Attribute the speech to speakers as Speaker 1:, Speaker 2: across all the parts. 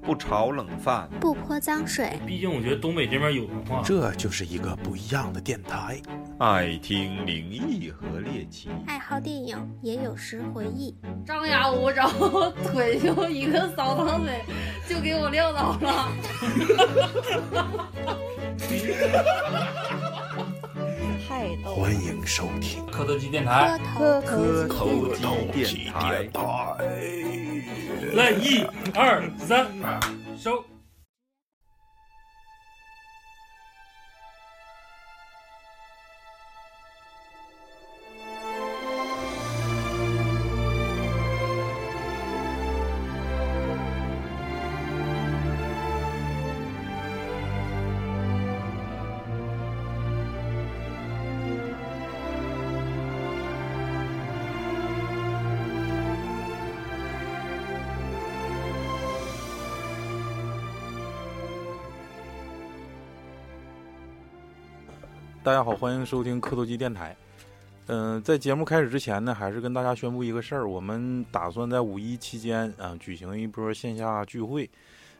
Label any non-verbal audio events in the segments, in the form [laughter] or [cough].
Speaker 1: 不炒冷饭，
Speaker 2: 不泼脏水，
Speaker 3: 毕竟我觉得东北这边有文化。
Speaker 4: 这就是一个不一样的电台。
Speaker 1: 爱听灵异和猎奇，
Speaker 2: 爱好电影，也有时回忆。
Speaker 5: 张牙舞爪， [laughs] 腿就一个扫堂腿就给我撂倒了。
Speaker 6: 太逗了
Speaker 4: 欢！迎收听
Speaker 3: 磕头机电
Speaker 2: 磕
Speaker 3: 台，
Speaker 2: 头
Speaker 6: 磕
Speaker 2: 头
Speaker 1: 头
Speaker 4: 机
Speaker 1: 机电台
Speaker 3: 来一二三，收。
Speaker 7: 大家好，欢迎收听磕头机电台。嗯、在节目开始之前呢，还是跟大家宣布一个事儿，我们打算在五一期间啊、举行一波线下聚会。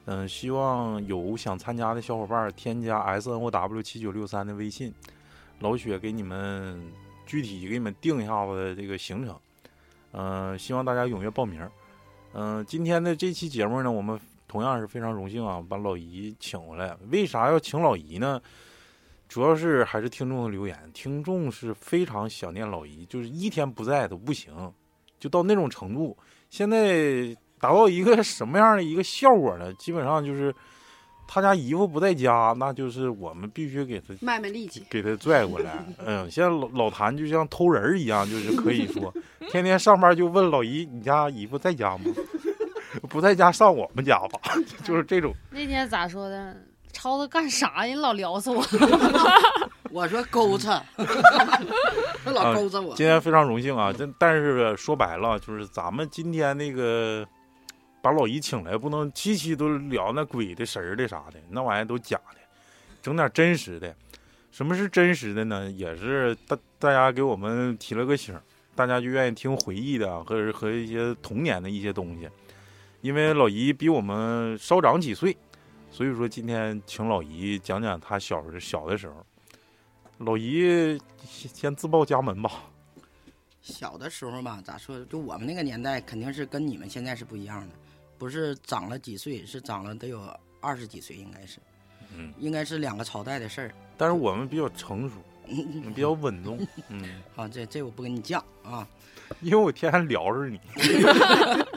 Speaker 7: 嗯、希望有想参加的小伙伴儿添加 S N O W 七九六三的微信，老雪给你们具体给你们定一下子这个行程。嗯、希望大家踊跃报名。嗯、今天的这期节目呢，我们同样是非常荣幸啊，把老姨请回来。为啥要请老姨呢？主要是还是听众的留言，听众是非常想念老姨，就是一天不在都不行，就到那种程度。现在达到一个什么样的一个效果呢？基本上就是他家姨夫不在家，那就是我们必须给他
Speaker 6: 卖卖力气，
Speaker 7: 给他拽过来。嗯，现在老老谭就像偷人儿一样，就是可以说天天上班就问老姨，你家姨夫在家吗？ [laughs] 不在家上我们家吧， [laughs] 就是这种。
Speaker 5: 那天咋说的？超子干啥呀？你老撩死 [laughs] 我！
Speaker 6: 我说勾
Speaker 5: [laughs]
Speaker 6: 着，他老勾着我。
Speaker 7: 今天非常荣幸啊，但但是说白了，就是咱们今天那个把老姨请来，不能期期都聊那鬼的神儿的啥的，那玩意儿都假的，整点真实的。什么是真实的呢？也是大大家给我们提了个醒儿，大家就愿意听回忆的啊和和一些童年的一些东西。因为老姨比我们稍长几岁，所以说今天请老姨讲讲她小时候小的时候。老姨先先自报家门吧。
Speaker 6: 小的时候嘛，咋说？就我们那个年代，肯定是跟你们现在是不一样的，不是长了几岁，是长了得有二十几岁，应该是，
Speaker 7: 嗯，
Speaker 6: 应该是两个朝代的事儿。 [laughs]
Speaker 7: 但是我们比较成熟，比较稳重，嗯，
Speaker 6: 啊，这这我不跟你犟啊，
Speaker 7: 因为我天天聊着你，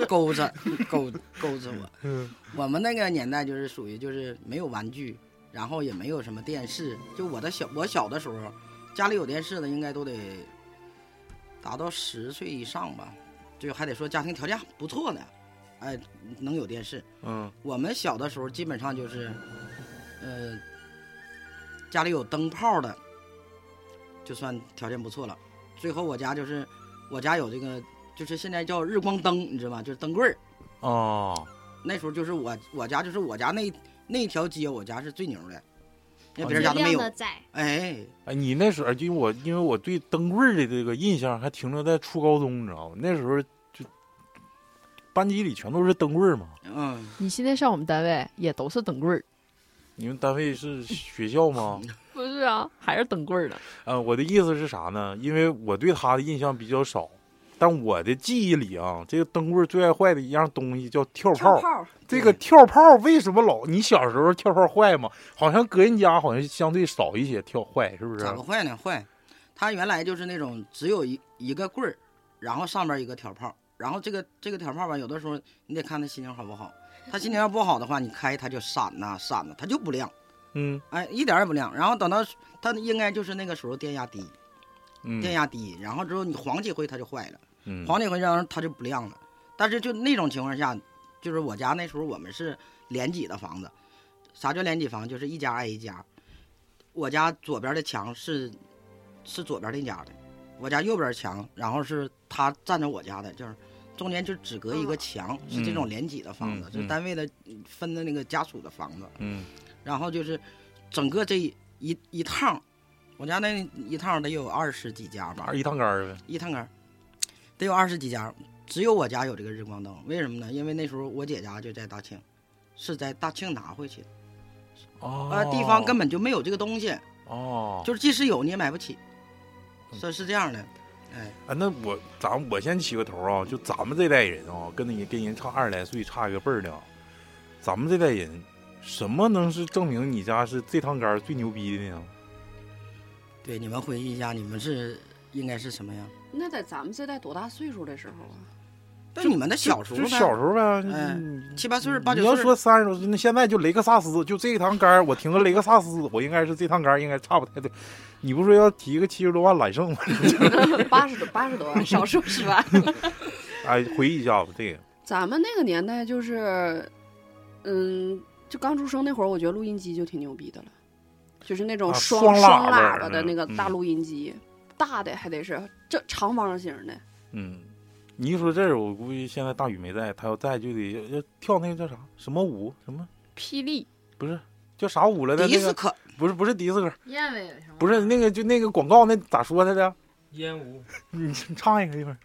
Speaker 6: 勾着勾勾着我。我们那个年代就是属于就是没有玩具，然后也没有什么电视。就我的小我小的时候，家里有电视的应该都得达到十岁以上吧，就还得说家庭条件不错的，哎，能有电视。
Speaker 7: 嗯，
Speaker 6: 我们小的时候基本上就是，呃，家里有灯泡的，就算条件不错了。最后我家就是，我家有这个，就是现在叫日光灯，你知道吗？就是灯棍儿。
Speaker 7: 哦，
Speaker 6: 那时候就是我我家就是我家那那条街，我家是最牛的，那
Speaker 7: 哦
Speaker 6: 别人
Speaker 2: 月
Speaker 6: 家都没
Speaker 2: 亮
Speaker 6: 有
Speaker 2: 的。仔，
Speaker 6: 哎，
Speaker 7: 哎，你那时候就我，因为我对灯棍儿的这个印象还停留在初高中，你知道吗？那时候就班级里全都是灯棍儿嘛。
Speaker 6: 嗯，
Speaker 8: 你现在上我们单位也都是等棍儿，
Speaker 7: 你们单位是学校吗？
Speaker 6: 嗯
Speaker 8: 不是啊，还是等棍儿呢。
Speaker 7: 呃，我的意思是啥呢？因为我对他的印象比较少，但我的记忆里啊，这个灯棍儿最爱坏的一样东西叫跳炮。
Speaker 6: 泡，
Speaker 7: 这个跳炮为什么老？你小时候跳炮坏吗？好像搁人家好像相对少一些跳坏，是不啊是
Speaker 6: 咋？个坏呢？坏，它原来就是那种只有一一个棍儿，然后上边一个挑炮，然后这个这个挑炮吧，有的时候你得看他心情好不好。他心情要不好的话，你开它就闪呐、闪呐、它就不亮，
Speaker 7: 嗯
Speaker 6: 哎，一点儿也不亮。然后等到它应该就是那个时候电压低，电
Speaker 7: 嗯
Speaker 6: 压低，然后之后你晃几回它就坏了。
Speaker 7: 嗯，
Speaker 6: 黄铁回章它就不亮了。但是就那种情况下，就是我家那时候我们是连几的房子，啥叫连几房？就是一家挨一家。我家左边的墙是是左边那家的，我家右边墙，然后是他站着我家的，就是中间就只隔一个墙，是这种连几的房子，
Speaker 7: 嗯
Speaker 6: 就是单位的分的那个家属的房子。
Speaker 7: 嗯
Speaker 6: 然后就是整个这一一一趟，我家那一趟得有二十几家吧
Speaker 7: 拿，一趟杆儿呗。
Speaker 6: 一趟杆儿得有二十几家，只有我家有这个日光灯。为什么呢？因为那时候我姐家就在大庆，是在大庆拿回去的，
Speaker 7: 哦，
Speaker 6: 呃，地方根本就没有这个东西，
Speaker 7: 哦，
Speaker 6: 就是即使有你也买不起，
Speaker 7: 嗯
Speaker 6: 所以是这样的。哎，
Speaker 7: 啊，那我咱我先起个头啊，就咱们这代人啊，跟你跟人差二十来岁，差一个辈儿的啊，咱们这代人，什么能是证明你家是这趟杆儿最牛逼的呢？
Speaker 6: 对，你们回忆一下，你们是应该是什么样？
Speaker 5: 那在咱们这代多大岁数的时候啊？
Speaker 6: 就你们的小时
Speaker 7: 就
Speaker 6: 候
Speaker 7: 就
Speaker 6: 呗，
Speaker 7: 小时候呗，
Speaker 6: 哎
Speaker 7: 嗯
Speaker 6: 七八岁儿、八九
Speaker 7: 你要
Speaker 6: 岁儿。
Speaker 7: 说三十多岁，那现在就雷克萨斯，就这一趟杆儿，我停个雷克萨斯，我应该是这趟杆儿应该差不太多。你不是说要提个七十多万揽胜吗？ [laughs]
Speaker 5: 八十多，八十多万，少数十万。
Speaker 7: 哎，回忆一下吧，这个
Speaker 5: 咱们那个年代就是，嗯，就刚出生那会儿，我觉得录音机就挺牛逼的了，就是那种
Speaker 7: 啊
Speaker 5: 双、
Speaker 7: 双
Speaker 5: 双
Speaker 7: 喇叭
Speaker 5: 喇
Speaker 7: 儿
Speaker 5: 叭
Speaker 7: 那
Speaker 5: 的那个
Speaker 7: 嗯
Speaker 5: 大录音机，大的还得是这长方形的。
Speaker 7: 嗯，你一说这儿，我估计现在大宇没在，他要在就得要要跳那个叫啥什么舞什么。
Speaker 8: 霹雳、
Speaker 7: 不是叫啥舞来着？
Speaker 6: 迪
Speaker 7: 那
Speaker 6: 斯
Speaker 7: 个
Speaker 6: 科，
Speaker 7: 不是不是迪斯科，
Speaker 8: 燕尾什么
Speaker 7: 不是那个就那个广告那咋说来着？
Speaker 3: 烟雾
Speaker 7: 你唱一个一会儿。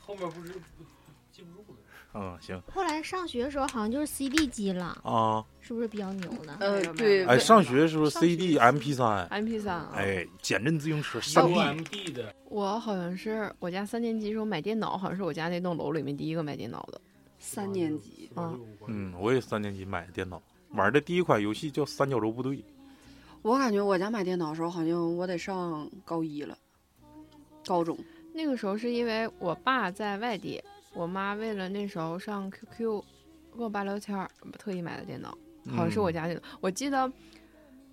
Speaker 3: 后面不是记不住了。
Speaker 7: 嗯，行
Speaker 9: 后来上学的时候好像就是 CD 机了，
Speaker 7: 啊。
Speaker 9: 是不是比较牛呢？
Speaker 5: 呃
Speaker 8: 没有，没有
Speaker 5: 对，
Speaker 7: 哎，
Speaker 5: 为
Speaker 7: 上学的时候
Speaker 8: 上学
Speaker 7: CD、MP 三，
Speaker 8: MP 三啊？
Speaker 7: 哎，减震自行
Speaker 6: 啊
Speaker 7: 车三 D，
Speaker 3: UMD 的
Speaker 8: 我好像是我家三年级时候买电脑，好像是我家那栋楼里面第一个买电脑的。
Speaker 5: 三年级，
Speaker 8: 啊
Speaker 7: 嗯，我也三年级买的电脑，玩的第一款游戏叫《三角洲部队》。
Speaker 5: 我感觉我家买电脑的时候，好像我得上高一了，高中。
Speaker 8: 那个时候是因为我爸在外地，我妈为了那时候上 QQ 跟我爸聊天儿，特意买的电脑，好像
Speaker 7: 嗯
Speaker 8: 是我家电脑。我记得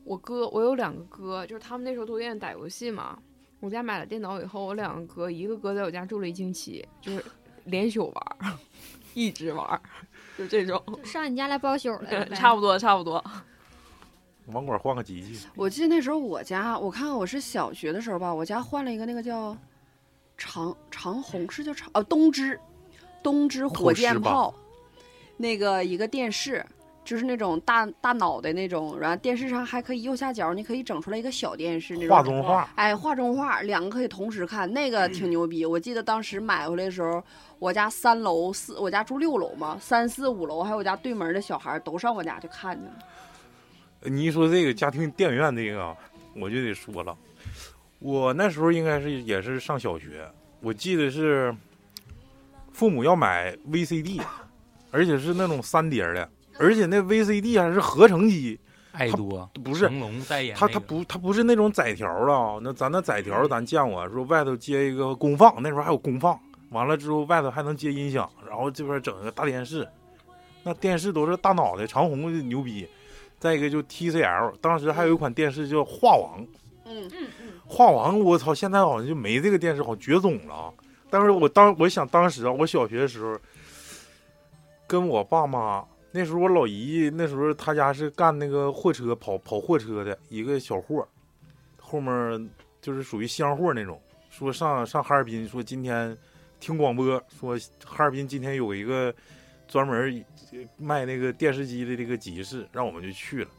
Speaker 8: 我哥，我有两个哥，就是他们那时候都愿意打游戏嘛。我家买了电脑以后，我两个哥，一个哥在我家住了一星期，就是连宿玩儿， [laughs] 一直玩儿，就这种，
Speaker 9: 就上你家来包宿
Speaker 8: [laughs]
Speaker 9: 来了呗，
Speaker 8: 差不多差不多。
Speaker 7: 网管换个机器，
Speaker 5: 我记得那时候我家，我看我是小学的时候吧，我家换了一个那个叫长长虹，是叫长呃东芝，东芝火箭炮，那个一个电视，就是那种大大脑袋那种，然后电视上还可以右下角你可以整出来一个小电视那
Speaker 7: 画
Speaker 5: 种。
Speaker 7: 中嗯画，
Speaker 5: 哎，画中画两个可以同时看，那个挺牛逼。我记得当时买回来的时候，我家三楼四，我家住六楼嘛，三四五楼还有我家对门的小孩儿都上我家去看去了。
Speaker 7: 你一说这个家庭电影院这个啊，我就得说了，我那时候应该是也是上小学，我记得是父母要买 VCD，而且是那种三碟儿的，而且那 VCD 还是合成机，
Speaker 10: 爱多
Speaker 7: 不是
Speaker 10: 成龙代言
Speaker 7: 它
Speaker 10: 那
Speaker 7: 它
Speaker 10: 个，嗯
Speaker 7: 不它不是那种载条儿啊，那咱那载条儿咱见过，说外头接一个功放，那时候还有功放，完了之后外头还能接音响，然后这边整一个大电视，那电视都是大脑袋长虹就牛逼，再一个就 TCL，当时还有一款电视叫画王，
Speaker 5: 嗯，
Speaker 7: 画王我操，现在好像就没这个电视，好像绝种了啊。但是我当我想当时啊，我小学的时候，跟我爸妈那时候我老姨那时候她家是干那个货车跑跑货车的一个小货，后面就是属于箱货那种。说上上哈尔滨，说今天听广播说哈尔滨今天有一个专门呃卖那个电视机的这个集市，让我们就去了。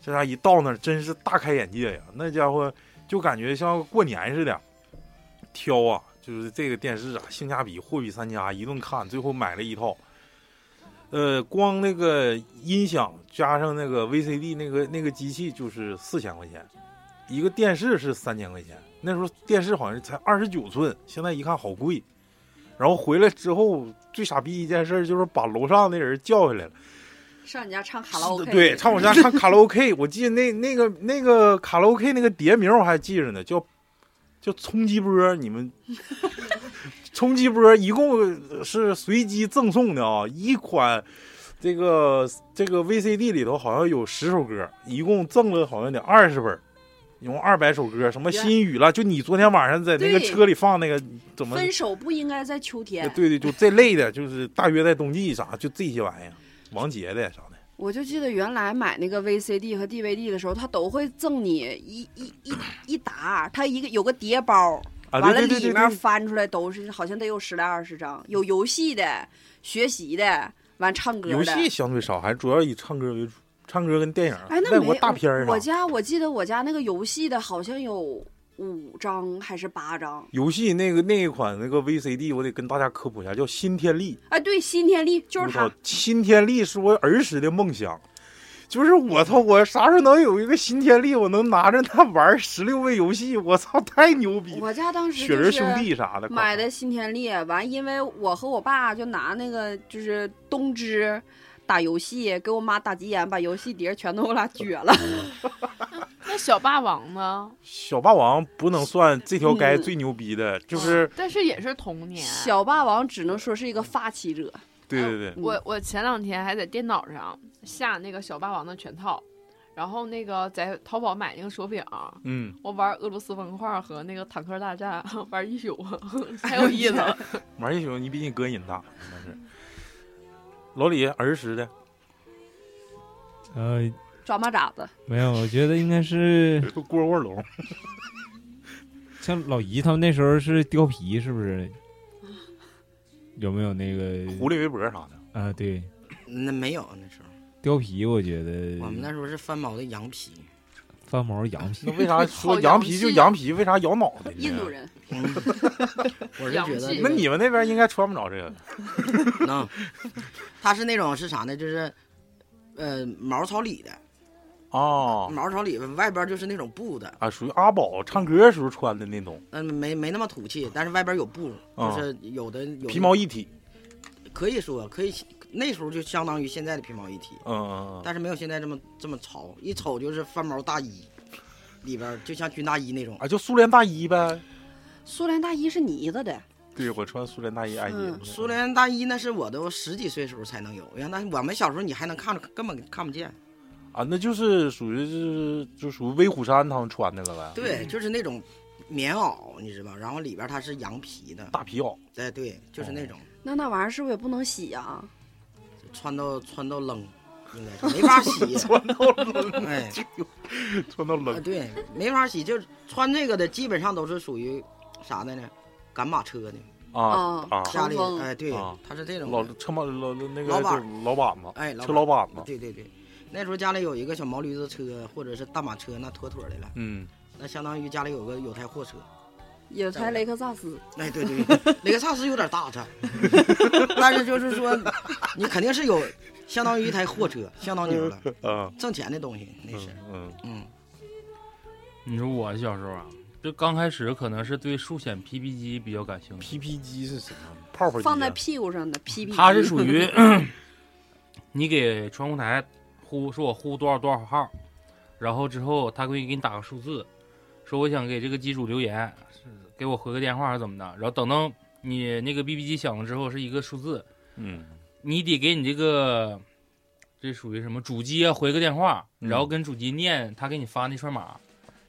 Speaker 7: 这家一到那儿真是大开眼界呀，那家伙就感觉像过年似的，挑啊，就是这个电视啊，性价比货比三家，一顿看，最后买了一套。呃，光那个音响加上那个 VCD 那个那个机器就是四千块钱，一个电视是三千块钱。那时候电视好像才二十九寸，现在一看好贵。然后回来之后，最傻逼一件事就是把楼上那人叫下来了。
Speaker 5: 上你家唱卡拉 OK，
Speaker 7: 对，唱我家唱卡拉 OK，
Speaker 5: [laughs]
Speaker 7: 我记得那那个那个卡拉 OK 那个碟名我还记着呢，叫叫冲击波，
Speaker 5: [laughs]
Speaker 7: 你们冲击波一共呃是随机赠送的啊，一款这个这个 VCD 里头好像有十首歌，一共赠了好像得二十本儿。一共二百首歌，什么
Speaker 5: 原
Speaker 7: 心语了？就你昨天晚上在那个
Speaker 5: 对
Speaker 7: 车里放那个，怎么
Speaker 5: 分手不应该在秋天。
Speaker 7: 对对，就这类的，就是大约在冬季啥，就这些玩意儿，王杰的啥的。
Speaker 5: 我就记得原来买那个 VCD 和 DVD 的时候，他都会赠你一一一一沓，他一个有个碟包，
Speaker 7: 啊，
Speaker 5: 完了
Speaker 7: 对对对
Speaker 5: 里
Speaker 7: 对对
Speaker 5: 面翻出来都是好像得有十来二十张，有游戏的、学习的，完唱歌
Speaker 7: 游
Speaker 5: 的。
Speaker 7: 戏相对少，还主要以唱歌为主，唱歌跟电影儿。
Speaker 5: 哎，那
Speaker 7: 外
Speaker 5: 没
Speaker 7: 国大片儿
Speaker 5: 我
Speaker 7: 呢
Speaker 5: 家我记得我家那个游戏的好像有五张还是八张？
Speaker 7: 游戏那个那一款那个 VCD，我得跟大家科普一下，叫《新天力》。
Speaker 5: 哎，对，新天地就是
Speaker 7: 我
Speaker 5: 它
Speaker 7: 操，新天地是我儿时的梦想，就是我操，我啥时候能有一个新天地，我能拿着它玩十六位游戏，我操，太牛逼！
Speaker 5: 我家当时
Speaker 7: 雪
Speaker 5: 就
Speaker 7: 人
Speaker 5: 是
Speaker 7: 兄弟啥的，
Speaker 5: 买的新天地，完，因为我和我爸就拿那个就是东芝打游戏，给我妈打急眼，把游戏碟全都给我俩撅了。
Speaker 8: 那小霸王呢？
Speaker 7: 小霸王不能算这条街
Speaker 5: 嗯
Speaker 7: 最牛逼的，就是
Speaker 8: 哦但是也是童年。
Speaker 5: 小霸王只能说是一个发起者，
Speaker 7: 对对对，
Speaker 8: 我我前两天还在电脑上下那个小霸王的全套，然后那个在淘宝买那个手柄，
Speaker 7: 嗯，
Speaker 8: 我玩俄罗斯方块和那个坦克大战玩一宿，太有意思了。
Speaker 7: 玩一宿你比你哥瘾大，那是。老李儿时的
Speaker 10: 呃，
Speaker 5: 抓蚂蚱子。
Speaker 10: 没有，我觉得应该是
Speaker 1: [laughs]
Speaker 7: 蝈蝈龙，
Speaker 10: 像老姨他们那时候是貂皮，是不是？有没有那个
Speaker 7: 狐狸围脖啥的，
Speaker 10: 啊？对，
Speaker 6: 那嗯没有那时候，
Speaker 10: 貂皮，我觉得
Speaker 6: 我们那时候是翻毛的羊 [laughs] 皮，
Speaker 10: 翻毛羊皮
Speaker 7: 那为啥说
Speaker 8: 好
Speaker 7: 羊
Speaker 8: 洋
Speaker 7: 皮就
Speaker 8: 气
Speaker 7: 羊皮，为啥咬脑袋呢？
Speaker 5: 印度人，
Speaker 6: 嗯我是觉得
Speaker 8: 洋气
Speaker 6: 这
Speaker 7: 那
Speaker 6: 个
Speaker 7: 你们那边应该穿不着这个，
Speaker 6: 能， [laughs] 它是那种是啥呢？就是，呃，毛草里的，
Speaker 7: 哦
Speaker 6: 毛草里外边就是那种布的，
Speaker 7: 啊，属于阿宝唱歌时候穿的那种
Speaker 6: 嗯，没没那么土气，但是外边有布，
Speaker 7: 啊
Speaker 6: 就是有的有
Speaker 7: 皮毛一体，
Speaker 6: 可以说可以，那时候就相当于现在的皮毛一体，
Speaker 7: 嗯嗯嗯，
Speaker 6: 但是没有现在这么这么潮，一瞅就是翻毛大衣，里边就像军大衣那种。
Speaker 7: 啊，就苏联大衣呗。
Speaker 5: 苏联大衣是呢子的，
Speaker 7: 对，我穿苏联大衣，阿姨。
Speaker 5: 嗯
Speaker 6: 苏联大衣那是我都十几岁时候才能有，原来我们小时候你还能看着，根本看不见。
Speaker 7: 啊，那就是属于是就属于威虎山他们穿那个呗。
Speaker 6: 对，就是那种棉袄，你知道吧？然后里边它是羊皮的，
Speaker 7: 大皮袄，
Speaker 6: 哎，对，就是那种
Speaker 5: 那那玩意儿是不是也不能洗啊？
Speaker 6: 穿到穿到扔，应该是没法洗，
Speaker 7: 穿到冷，
Speaker 6: 哎，
Speaker 7: 穿到
Speaker 6: 啊
Speaker 7: 冷。
Speaker 6: 对，没法洗，就是穿这个的基本上都是属于啥的呢？赶马车的，
Speaker 7: 啊
Speaker 5: 啊
Speaker 7: 啊
Speaker 6: 家里
Speaker 5: 长风
Speaker 6: 哎，对
Speaker 7: 啊，
Speaker 6: 他是这种
Speaker 7: 老
Speaker 6: 的，
Speaker 7: 车马老那个
Speaker 6: 老板
Speaker 7: 就是老板子，
Speaker 6: 哎，老
Speaker 7: 车老板子。
Speaker 6: 对对对，那时候家里有一个小毛驴子车或者是大马车，那妥妥的了，
Speaker 7: 嗯，
Speaker 6: 那相当于家里有个有台货车。
Speaker 5: 有台雷克萨斯，
Speaker 6: 哎，对 [laughs] 对，雷克萨斯有点大，它， [laughs] 但是就是说，你肯定是有相当于一台货车，相当牛了，
Speaker 7: 啊，
Speaker 6: 挣钱的东西那是，
Speaker 7: 嗯
Speaker 6: 嗯，
Speaker 3: 你说我小时候啊，就刚开始可能是对数显 PP 机比较感兴趣，
Speaker 7: ，P P 机是什么？泡泡机啊。
Speaker 5: 放在屁股上的 PP，
Speaker 3: 它是属
Speaker 5: [laughs]
Speaker 3: 于你给传呼台呼说我呼多少多少号，然后之后他会给你打个数字，说我想给这个机主留言，是给我回个电话是怎么的，然后等到你那个 BB 机响了之后是一个数字，
Speaker 7: 嗯，
Speaker 3: 你得给你这个，这属于什么主机啊？回个电话，
Speaker 7: 嗯
Speaker 3: 然后跟主机念他给你发那串码，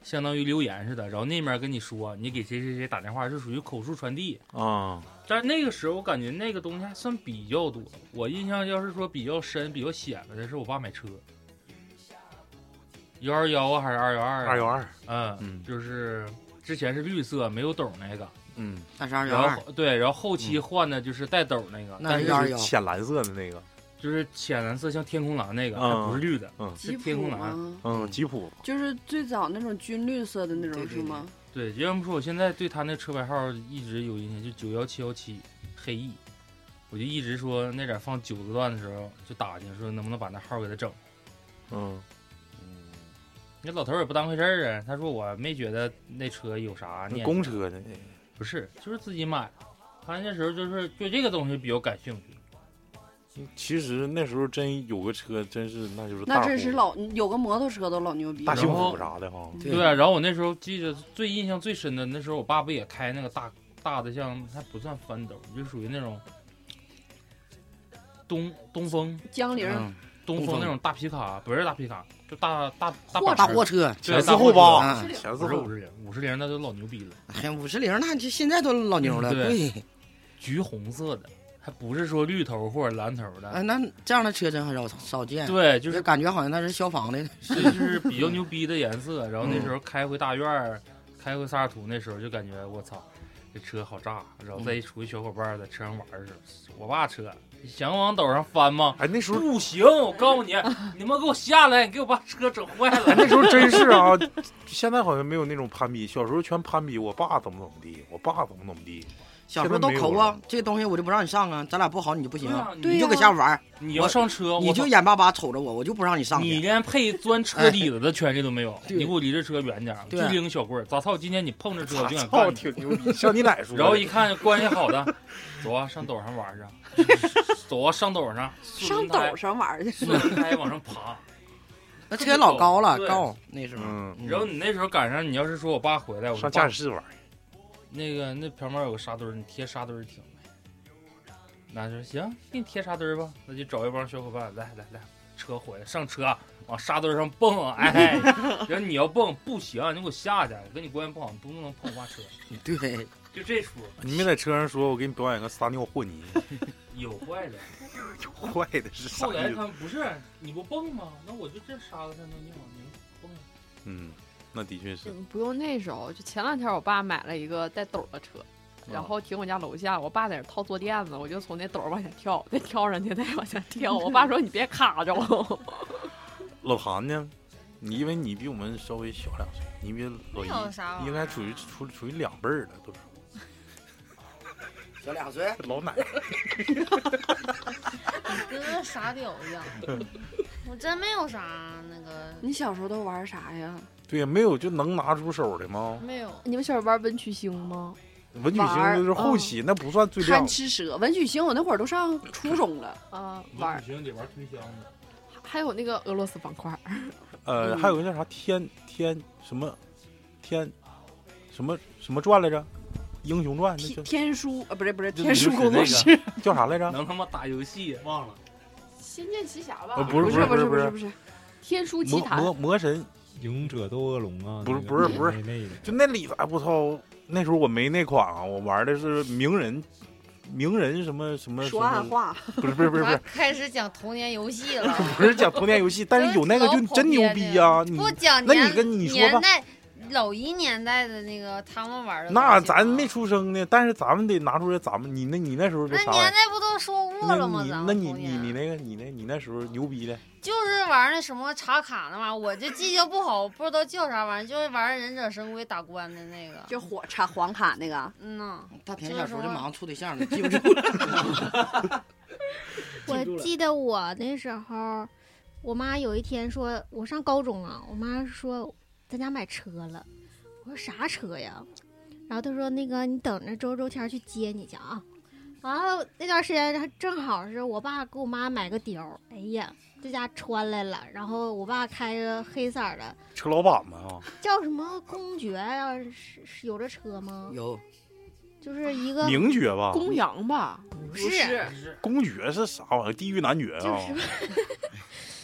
Speaker 3: 相当于留言似的。然后那面跟你说，你给谁谁谁打电话，是属于口述传递。
Speaker 7: 啊，
Speaker 3: 但是那个时候我感觉那个东西还算比较多。我印象要是说比较深、比较显摆的是我爸买车，幺二幺啊还是二幺二？
Speaker 7: 二幺。二，
Speaker 3: 嗯，
Speaker 7: 嗯
Speaker 3: 就是之前是绿色没有斗那个，
Speaker 7: 嗯，
Speaker 6: 那是二幺
Speaker 3: 然
Speaker 6: 二，
Speaker 3: 后对，然后后期换的就是带斗那个，
Speaker 6: 那
Speaker 3: 但
Speaker 6: 是
Speaker 3: 是
Speaker 7: 就是
Speaker 6: 122
Speaker 7: 浅蓝色的那个，
Speaker 3: 就是浅蓝色，像天空蓝那个，
Speaker 7: 嗯
Speaker 3: 它不是绿的。
Speaker 5: 吉
Speaker 3: 天
Speaker 5: 普
Speaker 3: 空蓝
Speaker 5: 吗？
Speaker 7: 嗯，吉普，
Speaker 5: 就是最早那种军绿色的那
Speaker 6: 对
Speaker 5: 种
Speaker 6: 对
Speaker 5: 是吗？
Speaker 3: 对，要不说我现在对他那车牌号一直有印象，就九幺七幺七黑翼，我就一直说那点放九字段的时候就打听说能不能把那号给他整。
Speaker 7: 嗯，
Speaker 3: 那老头儿也不当回事儿啊，他说我没觉得那车有啥
Speaker 7: 那
Speaker 3: 念头，
Speaker 7: 公车的那个。
Speaker 3: 不是，就是自己买。他那时候就是对这个东西比较感兴趣，
Speaker 7: 嗯其实那时候真有个车，真是那就是
Speaker 5: 那
Speaker 7: 大
Speaker 5: 真
Speaker 7: 户
Speaker 5: 是老有个摩托车都老牛逼了，
Speaker 7: 大幸
Speaker 3: 型然
Speaker 7: 福
Speaker 3: 后
Speaker 7: 啥的哈。
Speaker 6: 对
Speaker 3: 对啊。然后我那时候记得最印象最深的，那时候我爸不也开那个大大的像，还不算翻斗，就属于那种东东风
Speaker 5: 江铃
Speaker 6: 嗯，
Speaker 3: 东风那种大皮卡，不是大皮卡，就大大大
Speaker 5: 货
Speaker 6: 大
Speaker 3: 板
Speaker 5: 车
Speaker 6: 货车，
Speaker 3: 对
Speaker 7: 前
Speaker 3: 大
Speaker 7: 四
Speaker 3: 货
Speaker 7: 后
Speaker 3: 车
Speaker 7: 八，
Speaker 6: 嗯
Speaker 7: 前四
Speaker 3: 不是
Speaker 7: 后
Speaker 3: 五十铃，五十铃那都老牛逼了，
Speaker 6: 还五十铃，那就现在都老牛了，
Speaker 3: 嗯对
Speaker 6: 对，
Speaker 3: 橘红色的，还不是说绿头或者蓝头
Speaker 6: 啊，
Speaker 3: 的，
Speaker 6: 那这样的车真很少少见，
Speaker 3: 对，就
Speaker 6: 就是
Speaker 3: 是
Speaker 6: 感觉好像那是消防的， [laughs]
Speaker 3: 是就是比较牛
Speaker 6: 嗯
Speaker 3: 逼的颜色。然后那时候开回大院儿，开回萨尔图，那时候就感觉我操，这车好炸，然后
Speaker 6: 嗯
Speaker 3: 再一出去小伙伴在车上玩儿去，我爸车想往斗上翻吗？
Speaker 7: 哎，那时候
Speaker 3: 不行，我告诉
Speaker 5: [laughs]
Speaker 3: 你，你们给我下来，给我把车整坏
Speaker 7: 哎，那
Speaker 3: 了。
Speaker 7: 时候真是啊，现在好像没有那种攀比，小时候全攀比，我爸怎么怎么地，我爸怎么怎么地。
Speaker 6: 小时候都抠啊，这东西我就不让你上啊，咱俩不好你就不行啊，
Speaker 3: 对
Speaker 6: 你
Speaker 3: 呀
Speaker 6: 就搁下玩儿，
Speaker 3: 你要上车，
Speaker 6: 你
Speaker 3: 我
Speaker 6: 就
Speaker 3: 操
Speaker 6: 眼巴巴瞅着我，我就不让你上
Speaker 3: 你
Speaker 6: 去。
Speaker 3: 连配
Speaker 6: [laughs]
Speaker 3: 钻车底子的权利都没有，
Speaker 6: 对
Speaker 3: 你给我离这车远点儿，就
Speaker 6: 对啊
Speaker 3: 拎个小棍儿。咋操！今天你碰着车我就想
Speaker 7: 操，
Speaker 3: 干你。
Speaker 7: 挺牛逼，像你奶说的。
Speaker 3: 然后一看关系好的，走啊，上斗上玩儿去，
Speaker 6: [laughs]
Speaker 3: 走啊，上斗上，四
Speaker 5: 上
Speaker 3: 轮
Speaker 5: 斗
Speaker 3: 胎
Speaker 5: 上
Speaker 3: [laughs]
Speaker 5: 玩去。
Speaker 3: 四轮胎往上爬。
Speaker 6: 那车老高了，
Speaker 3: 对
Speaker 6: 高那时候。
Speaker 7: 嗯，
Speaker 3: 然后你那时候赶上，你要是说我爸回来，我说
Speaker 7: 上驾
Speaker 3: 爸
Speaker 7: 驶室玩儿。
Speaker 3: 那个那旁边有个沙堆儿，你贴沙堆儿挺呗。那说行，给你贴沙堆儿吧，那就找一帮小伙伴，来来来，车回来上车，啊往沙堆儿上蹦， [laughs] 哎，然后你要蹦不行，你给我下去，我跟你关系不好，你不能碰我爸车，
Speaker 6: 嗯对，
Speaker 3: 就这出
Speaker 7: 你没在车上说，我给你表演个撒尿和泥。
Speaker 3: 有坏
Speaker 7: [laughs]
Speaker 3: 的。
Speaker 7: 坏的是啥
Speaker 3: 后来
Speaker 7: 意
Speaker 3: 他
Speaker 7: 思？
Speaker 3: 们不是你不蹦吗？那我就这沙子上能你往你蹦。啊
Speaker 7: 嗯，那的确是。
Speaker 8: [laughs] 嗯不用那时候，就前两天我爸买了一个带斗儿的车，然后停我家楼下，我爸在那儿套坐垫子，我就从那斗儿往下跳，再跳上去，再往下跳。我爸说：“你别卡着我。
Speaker 7: 老谭呢？你因为你比我们稍微小两岁，你比老
Speaker 9: 没有啥玩意
Speaker 7: 一
Speaker 9: 儿
Speaker 7: 应该属于处处于两辈儿了，都是
Speaker 6: [laughs] 小两岁，
Speaker 7: 老奶。
Speaker 9: 跟傻屌一样。我真没有啥那个，
Speaker 5: [laughs] 你小时候都玩啥呀？
Speaker 7: 对呀，没有就能拿出手的吗？
Speaker 9: 没有”。
Speaker 8: [laughs] 你们小时候玩文曲星吗？
Speaker 7: 文曲
Speaker 5: 玩儿
Speaker 7: 星就是后期，那不算最亮
Speaker 5: 贪。吃蛇，文曲星，我那会儿都上初中了。
Speaker 8: 啊，玩儿，
Speaker 3: 行得玩推箱子，
Speaker 8: 还有那个俄罗斯方块儿，
Speaker 7: 呃，
Speaker 5: 嗯
Speaker 7: 还有个叫啥天天什么天什么什么传来着？英雄传那
Speaker 5: 天
Speaker 7: 叫
Speaker 5: 天书呃，不是不是
Speaker 3: 就
Speaker 5: 天书
Speaker 3: 就
Speaker 5: 工作
Speaker 3: 是
Speaker 5: 室，
Speaker 7: 叫啥来着？
Speaker 3: 能他妈打游戏啊忘了。
Speaker 8: 《仙剑奇侠》吧
Speaker 7: 呃不
Speaker 5: 不
Speaker 7: 是
Speaker 5: 是
Speaker 7: 不
Speaker 5: 不
Speaker 7: 是
Speaker 5: 是
Speaker 7: 不
Speaker 5: 不
Speaker 7: 是
Speaker 5: 是不是，
Speaker 8: 天书奇
Speaker 7: 魔
Speaker 8: 谭》
Speaker 7: 魔魔神
Speaker 10: 勇者斗恶龙啊，
Speaker 7: 不是
Speaker 10: 那个
Speaker 7: 不是不是
Speaker 10: 那那个
Speaker 7: 就那里头，哎我操！那时候我没那款啊，我玩的是名人，名人什么什么什
Speaker 5: 说暗
Speaker 7: 么，
Speaker 5: 话。
Speaker 7: 不是不是不是不是
Speaker 9: 开始讲童年游戏了
Speaker 7: [laughs] 不是讲童年游戏，但是有那个就真牛逼呀、你
Speaker 9: 不讲
Speaker 7: 那
Speaker 9: 年
Speaker 7: 你跟你说
Speaker 9: 年
Speaker 7: 吧，
Speaker 9: 代老一年代的那个他们玩的东西吗，
Speaker 7: 那咱没出生呢，但是咱们得拿出来咱们你那你那时候这
Speaker 9: 那
Speaker 7: 啥玩
Speaker 9: 年
Speaker 7: 意儿？
Speaker 9: 代不都说过了吗？咱
Speaker 7: 那
Speaker 9: 们
Speaker 7: 你那你
Speaker 9: 童
Speaker 7: 你
Speaker 9: 年
Speaker 7: 你那个你那你那时候牛逼的，
Speaker 9: 就是玩那什么插卡那玩意儿，我这记性不好，我不知道叫啥玩意儿，就是玩忍者神龟打关的那个。
Speaker 5: 就火插黄卡那个，
Speaker 9: 嗯呐，
Speaker 6: 大田
Speaker 9: 就
Speaker 6: 小
Speaker 9: 是
Speaker 6: 时候
Speaker 9: 说
Speaker 6: 就
Speaker 3: [laughs]
Speaker 6: 马上处对象了，记不住了。
Speaker 2: 我记得我那时候，我妈有一天说，我上高中啊，我妈说咱家买车了，我说啥车呀？然后她说那个你等着周周天儿去接你去啊。完了那段时间还正好是我爸给我妈买个貂儿，哎呀，这家穿来了。然后我爸开个黑色儿的，
Speaker 7: 车老板嘛啊，
Speaker 2: 叫什么公爵呀、是是有这车吗？
Speaker 6: 有
Speaker 2: 就是一个
Speaker 7: 名爵吧，
Speaker 8: 公羊吧？
Speaker 9: 不
Speaker 8: 不
Speaker 9: 是，
Speaker 7: 公爵是啥玩意儿？地狱男爵
Speaker 2: 就
Speaker 7: 啊，
Speaker 2: 是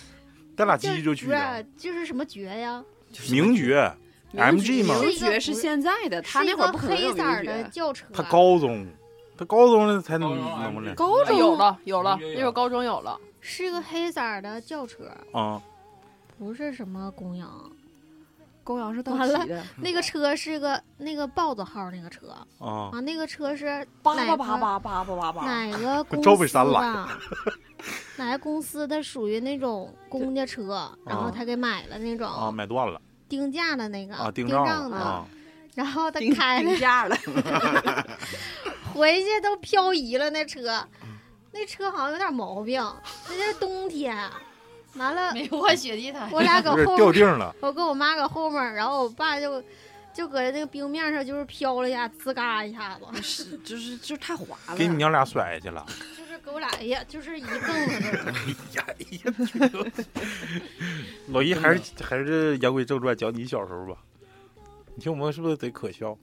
Speaker 7: [laughs] 咱俩
Speaker 2: 就
Speaker 7: 鸡就去
Speaker 2: 不
Speaker 7: 了
Speaker 2: 是，就是什么爵呀？
Speaker 7: 名爵，MG 嘛，
Speaker 5: 名
Speaker 2: 是
Speaker 5: 爵是
Speaker 2: 一个
Speaker 5: 现在的，他
Speaker 2: 是
Speaker 5: 那
Speaker 2: 一
Speaker 5: 会儿
Speaker 2: 个
Speaker 5: 不可能
Speaker 2: 黑
Speaker 5: 有
Speaker 2: 色儿
Speaker 5: 名
Speaker 2: 的
Speaker 5: 爵。
Speaker 2: 轿车。
Speaker 7: 他高中，他高中了才
Speaker 3: 高
Speaker 7: 能
Speaker 3: 中啊
Speaker 7: 能不能
Speaker 5: 高
Speaker 8: 哎
Speaker 5: 中
Speaker 8: 有了有了，
Speaker 3: 有有
Speaker 8: 那会儿高中有了，
Speaker 2: 是个黑色儿的轿车，
Speaker 7: 啊？
Speaker 2: 不是什么公羊。
Speaker 5: 公羊是
Speaker 2: 到
Speaker 5: 到
Speaker 2: 齐
Speaker 5: 齐的，
Speaker 7: 嗯
Speaker 2: 那个车是个那个豹子号那个车
Speaker 7: 啊
Speaker 2: 啊，那个车是
Speaker 5: 叭
Speaker 2: 哪
Speaker 5: 叭叭
Speaker 2: 个
Speaker 5: 叭叭叭叭叭，
Speaker 2: 哪
Speaker 7: [laughs]
Speaker 2: 个公
Speaker 7: 赵本
Speaker 2: 司
Speaker 7: 山来
Speaker 2: 的？哪个公司的属于那种公家车，然后他给买了那
Speaker 7: 啊，
Speaker 2: 种
Speaker 7: 买断了
Speaker 2: 定价的那个
Speaker 7: 嗯啊，
Speaker 2: 定
Speaker 7: 账
Speaker 2: 的，
Speaker 7: 了啊，
Speaker 2: 然后他
Speaker 5: 定
Speaker 2: 开了
Speaker 5: 定价
Speaker 2: [laughs]
Speaker 5: 了，
Speaker 2: 回去都漂移了那车，
Speaker 7: 嗯
Speaker 2: 那车好像有点毛病，那是冬天，完了
Speaker 9: 没换雪地胎。
Speaker 2: 我俩搁
Speaker 7: [laughs] 不是
Speaker 2: 后面
Speaker 7: 掉腚了，
Speaker 2: 我跟我妈搁后面儿，然后我爸就就搁那个冰面上就是飘了一下，滋嘎
Speaker 9: [laughs]
Speaker 2: 一下子，
Speaker 5: 是就是就是太滑了。
Speaker 7: 给你娘俩甩下去了。
Speaker 2: 就是给我俩哎呀，就是一蹦子这种。
Speaker 7: 老姨还是还是言归正传，讲你小时候吧。你听我们是不是得可笑？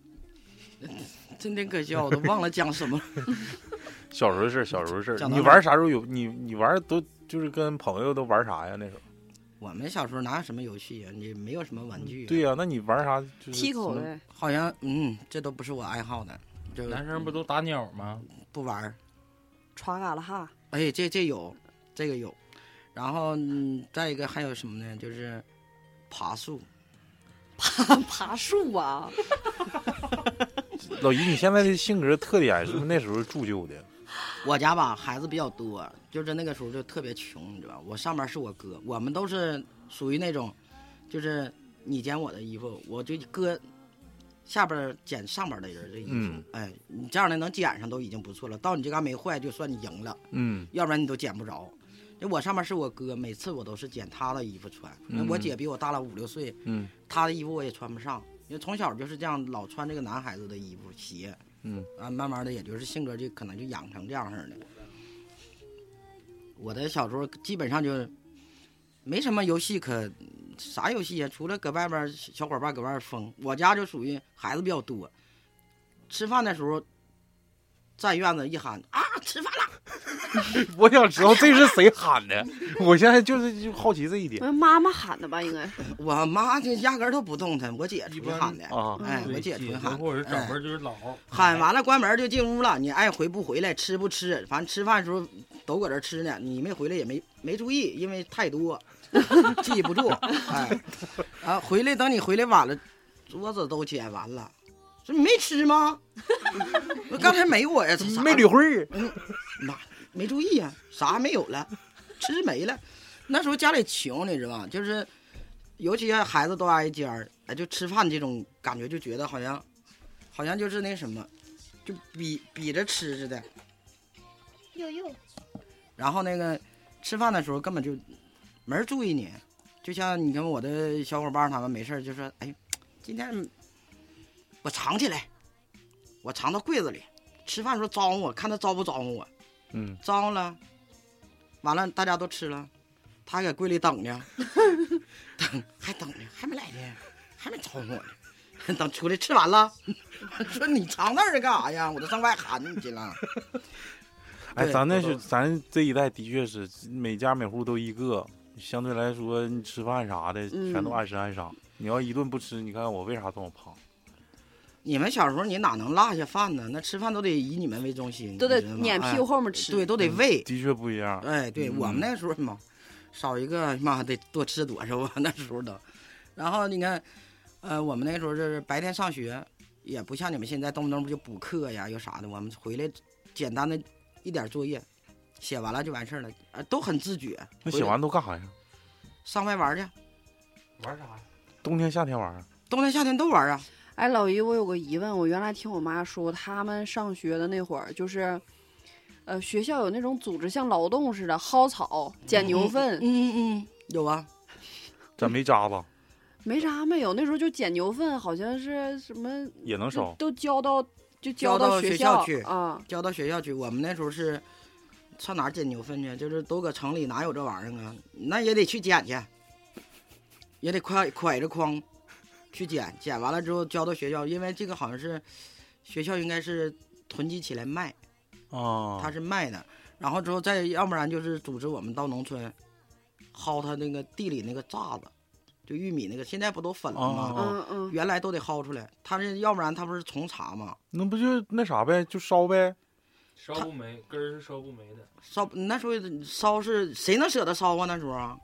Speaker 6: 真挺可笑，我都忘了讲什么了。 [laughs]
Speaker 7: 小时候的事儿，小时候的事儿。
Speaker 6: 讲到
Speaker 7: 你
Speaker 6: 哪儿
Speaker 7: 玩啥时候有？你你玩都就是跟朋友都玩啥呀？那时候。
Speaker 6: 我们小时候哪有什么游戏啊？你没有什么玩具、
Speaker 7: 对，呀，那你玩啥？就是
Speaker 5: 踢
Speaker 7: 什
Speaker 5: 口
Speaker 7: 么。
Speaker 8: [laughs]
Speaker 5: 的，
Speaker 6: 好像嗯，这都不是我爱好的，就嗯
Speaker 3: 男生不都打鸟吗？
Speaker 6: 不玩儿。
Speaker 5: 传嘎了哈，
Speaker 6: 哎，这这有，这个有。然后、嗯、再一个还有什么呢？就是爬树。
Speaker 5: 爬爬树啊，
Speaker 7: 老姨，你现在的性格特点是不是那时候铸就的？
Speaker 6: 我家吧孩子比较多，就是那个时候就特别穷，你知道吧？我上边是我哥，我们都是属于那种，就是你捡我的衣服，我就搁下边捡上边的人的衣服。
Speaker 7: 嗯
Speaker 6: 哎，你这样的能捡上都已经不错了，到你这嘎没坏就算你赢了，
Speaker 7: 嗯
Speaker 6: 要不然你都捡不着。这我上面是我哥，每次我都是捡他的衣服穿。那
Speaker 7: 嗯
Speaker 6: 我姐比我大了五六岁，
Speaker 7: 嗯
Speaker 6: 她的衣服我也穿不上，因为从小就是这样老穿这个男孩子的衣服鞋。
Speaker 7: 嗯
Speaker 6: 啊，慢慢的，也就是性格就可能就养成这样式儿的。我的小时候基本上就没什么游戏可，啥游戏呀、除了搁外边儿小伙伴搁外边儿疯，我家就属于孩子比较多。吃饭的时候，在院子一喊啊，吃饭了，
Speaker 7: 我想知道这是谁喊的， [laughs] 我现在就是就好奇这一点
Speaker 5: 妈妈喊的吧，应该是。
Speaker 6: 我妈就压根儿都不动弹，我姐
Speaker 3: 一
Speaker 6: 出去
Speaker 3: 般
Speaker 6: 喊的，
Speaker 7: 啊。
Speaker 6: 哎，我
Speaker 3: 对
Speaker 6: 姐出去
Speaker 3: 姐
Speaker 6: 喊的，
Speaker 3: 或者是长
Speaker 6: 哎
Speaker 3: 辈就是老
Speaker 7: 哎
Speaker 6: 喊完了，关门就进屋了。你爱回不回来，吃不吃，反正吃饭的时候都搁这儿吃呢。你没回来也没没注意，因为太多， [laughs] 记
Speaker 7: [laughs]
Speaker 6: 不住。哎，啊，回来等你回来晚了，桌子都捡完了。说你没
Speaker 7: [laughs]
Speaker 6: 吃吗？我刚才没我呀，这啥
Speaker 7: 没理会儿，
Speaker 6: 妈没注意呀、啥没有了，吃没了。那时候家里穷，你知道吧？就是，尤其啊孩子都挨一尖儿，哎，就吃饭这种感觉，就觉得好像，好像就是那什么，就比比着吃似的。
Speaker 2: 呦呦，
Speaker 6: 然后那个吃饭的时候根本就没人注意你，就像你跟我的小伙伴他们没事儿就说，哎，今天我藏起来，我藏到柜子里，吃饭的时候招呼我，看他招不招呼我。
Speaker 7: 嗯，
Speaker 6: 招呼了，完了大家都吃了，他还搁柜里等呢， [laughs] 等还等呢，还没来呢，还没招呼我呢，等出来吃完了，说你藏那儿干啥呀？我都上外喊你去了。
Speaker 7: 哎，
Speaker 6: 对
Speaker 7: 咱那
Speaker 6: 都
Speaker 7: 是
Speaker 6: 都
Speaker 7: 咱这一代的确是每家每户都一个，相对来说你吃饭啥的全都
Speaker 5: 嗯
Speaker 7: 按时按晌。你要一顿不吃，你看看我为啥这么胖？
Speaker 6: 你们小时候你哪能落下饭呢？那吃饭都得以你们为中心，
Speaker 5: 都得
Speaker 6: 你知道吗
Speaker 5: 撵屁股、后面
Speaker 6: 哎
Speaker 5: 吃。嗯
Speaker 6: 对，都得喂。
Speaker 7: 的确不一样。
Speaker 6: 哎，对、
Speaker 7: 嗯
Speaker 6: 我们那时候嘛，少一个妈得多吃多少啊， [laughs] 那时候都。然后你看，呃，我们那时候就是白天上学，也不像你们现在动不动不就补课呀，又啥的。我们回来简单的一点作业，写完了就完事儿了，呃，都很自觉。
Speaker 7: 那
Speaker 6: 回
Speaker 7: 写
Speaker 6: 来
Speaker 7: 完都干啥呀？
Speaker 6: 上外玩去，
Speaker 3: 玩啥呀？
Speaker 7: 冬天夏天玩儿？
Speaker 6: 冬天夏天都玩啊。
Speaker 5: 哎，老姨，我有个疑问，我原来听我妈说，他们上学的那会儿就是。呃，学校有那种组织像劳动似的，薅草、捡牛粪，
Speaker 6: 嗯嗯，有啊，
Speaker 7: 咋没渣子
Speaker 5: 没啥没有。那时候就捡牛粪，好像是什么
Speaker 7: 也能
Speaker 5: 就
Speaker 7: 烧？
Speaker 5: 都交到就
Speaker 6: 交到
Speaker 5: 到
Speaker 6: 学校
Speaker 5: 校
Speaker 6: 去
Speaker 5: 啊。
Speaker 6: 交到学校去。我们那时候是上哪儿捡牛粪去？就是都搁城里哪有这玩意儿啊？那也得去捡去，也得快拐着筐去捡。捡完了之后交到学校，因为这个好像是学校应该是囤积起来卖，
Speaker 7: 啊，
Speaker 6: 它是卖的。然后之后再要不然就是组织我们到农村薅他那个地里那个渣子，就玉米那个，现在不都粉了吗？
Speaker 7: 哦
Speaker 5: 嗯嗯，
Speaker 6: 原来都得薅出来，他是要不然他不是重茬吗？
Speaker 7: 那不就那啥呗，就烧呗。
Speaker 3: 烧不没根儿是烧不没的，
Speaker 6: 烧那时候烧是谁能舍得烧啊？那时候啊，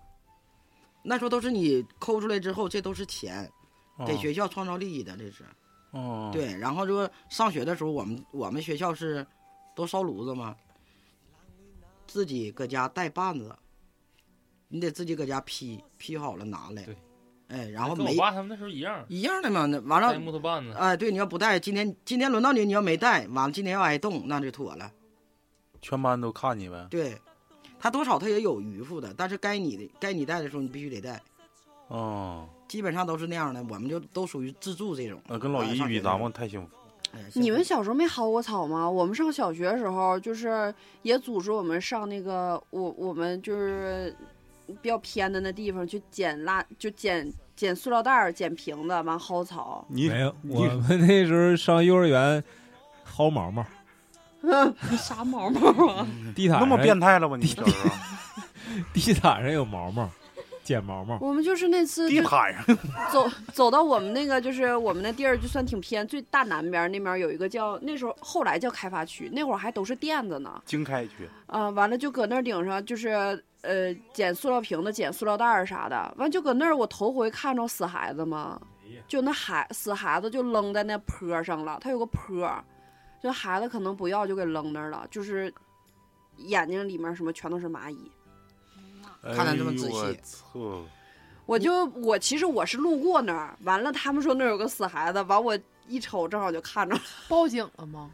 Speaker 6: 那时候都是你抠出来之后，这都是钱，
Speaker 3: 哦
Speaker 7: 啊
Speaker 6: 给学校创造利益的，这是、
Speaker 7: 哦，
Speaker 6: 对。然后就上学的时候，我们我们学校是都烧炉子嘛，自己搁家带棒子，你得自己搁家劈劈好了拿来
Speaker 3: 对，
Speaker 6: 哎，然后
Speaker 3: 跟我
Speaker 6: 没
Speaker 3: 爸他们那时候一样，
Speaker 6: 一样的嘛。那完
Speaker 3: 带
Speaker 6: 了，
Speaker 3: 木头棒子，
Speaker 6: 哎，对，你要不带，今天今天轮到你，你要没带，完了今天要挨冻，那就妥了。
Speaker 7: 全班都看你呗。
Speaker 6: 对，他多少他也有余富的，但是该你的该你带的时候你必须得带，
Speaker 7: 哦，
Speaker 6: 基本上都是那样的。我们就都属于自助这种。啊
Speaker 7: 那啊跟老姨一比，咱们太幸福。
Speaker 6: 哎呀
Speaker 5: 你们
Speaker 6: 幸
Speaker 5: 小时候没薅过草吗？我们上小学的时候，就是也组织我们上那个我我们就是比较偏的那地方去捡垃，就捡捡塑料袋儿、捡瓶子，完薅草。
Speaker 7: 你
Speaker 10: 没有，
Speaker 7: 你
Speaker 10: 哎我们那时候上幼儿园薅毛毛，
Speaker 5: 啥毛毛啊？
Speaker 10: 地毯上
Speaker 7: 那么变态了吗？你啊小时候
Speaker 10: 地毯上有毛毛，捡毛毛。
Speaker 5: 我们就是那次
Speaker 7: 地
Speaker 5: 就
Speaker 7: 毯上
Speaker 5: [laughs] 走走到我们那个就是我们那地儿就算挺偏，最大南边那边有一个叫那时候后来叫开发区，那会儿还都是垫子呢。
Speaker 7: 经开区，
Speaker 5: 啊，完了就搁那儿顶上，就是呃捡塑料瓶子、捡塑料袋儿啥的。完就搁那儿，我头回看着死孩子嘛，
Speaker 3: 哎呀，
Speaker 5: 就那孩死孩子就扔在那坡上了，他有个坡，就孩子可能不要就给扔那儿了，就是眼睛里面什么全都是蚂蚁。
Speaker 6: 看得这么仔细
Speaker 7: 哎呦我操！
Speaker 5: 我就我其实我是路过那儿，完了他们说那儿有个死孩子，完我一瞅正好就看着了。
Speaker 8: [laughs] 报警了吗？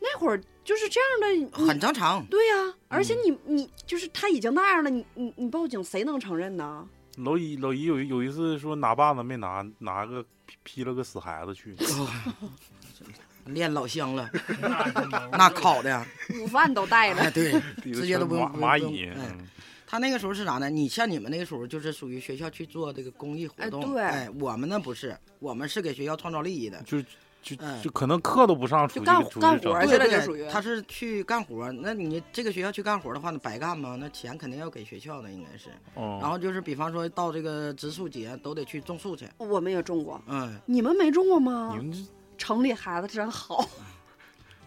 Speaker 5: 那会儿就是这样的，你
Speaker 6: 很正常。
Speaker 5: 对呀、而且你你就是他已经那样了，你你你报警谁能承认呢？
Speaker 7: 老姨老姨有一有一次说拿把子没拿，拿个劈劈了个死孩子去。
Speaker 6: 练老香了，那
Speaker 3: 那
Speaker 5: [laughs]
Speaker 6: 烤的，
Speaker 5: 午饭都带
Speaker 6: 哎，
Speaker 5: 了，
Speaker 6: 对，
Speaker 7: 底
Speaker 6: 直
Speaker 7: 子
Speaker 6: 接
Speaker 7: 全
Speaker 6: 都不用不用
Speaker 7: 蚂蚂
Speaker 6: 不用
Speaker 7: 蚁。
Speaker 6: 哎
Speaker 7: 嗯
Speaker 6: 他那个时候是啥呢？你像你们那个时候就是属于学校去做这个公益活动，
Speaker 5: 哎对
Speaker 6: 哎，我们那不是，我们是给学校创造利益的，
Speaker 7: 就就
Speaker 6: 哎
Speaker 7: 就可能课都不上，出去
Speaker 5: 干
Speaker 7: 出去
Speaker 5: 干
Speaker 7: 找
Speaker 5: 活而去且
Speaker 6: 对
Speaker 5: 了
Speaker 6: 对，
Speaker 5: 就属于
Speaker 6: 他是去干活，那你这个学校去干活的话，那白干吗？那钱肯定要给学校的，应该是。
Speaker 7: 嗯，
Speaker 6: 然后就是比方说到这个植树节，都得去种树去，
Speaker 5: 我们也种过，
Speaker 6: 嗯，
Speaker 5: 你们没种过吗
Speaker 7: 你？们这
Speaker 5: 城里孩子真好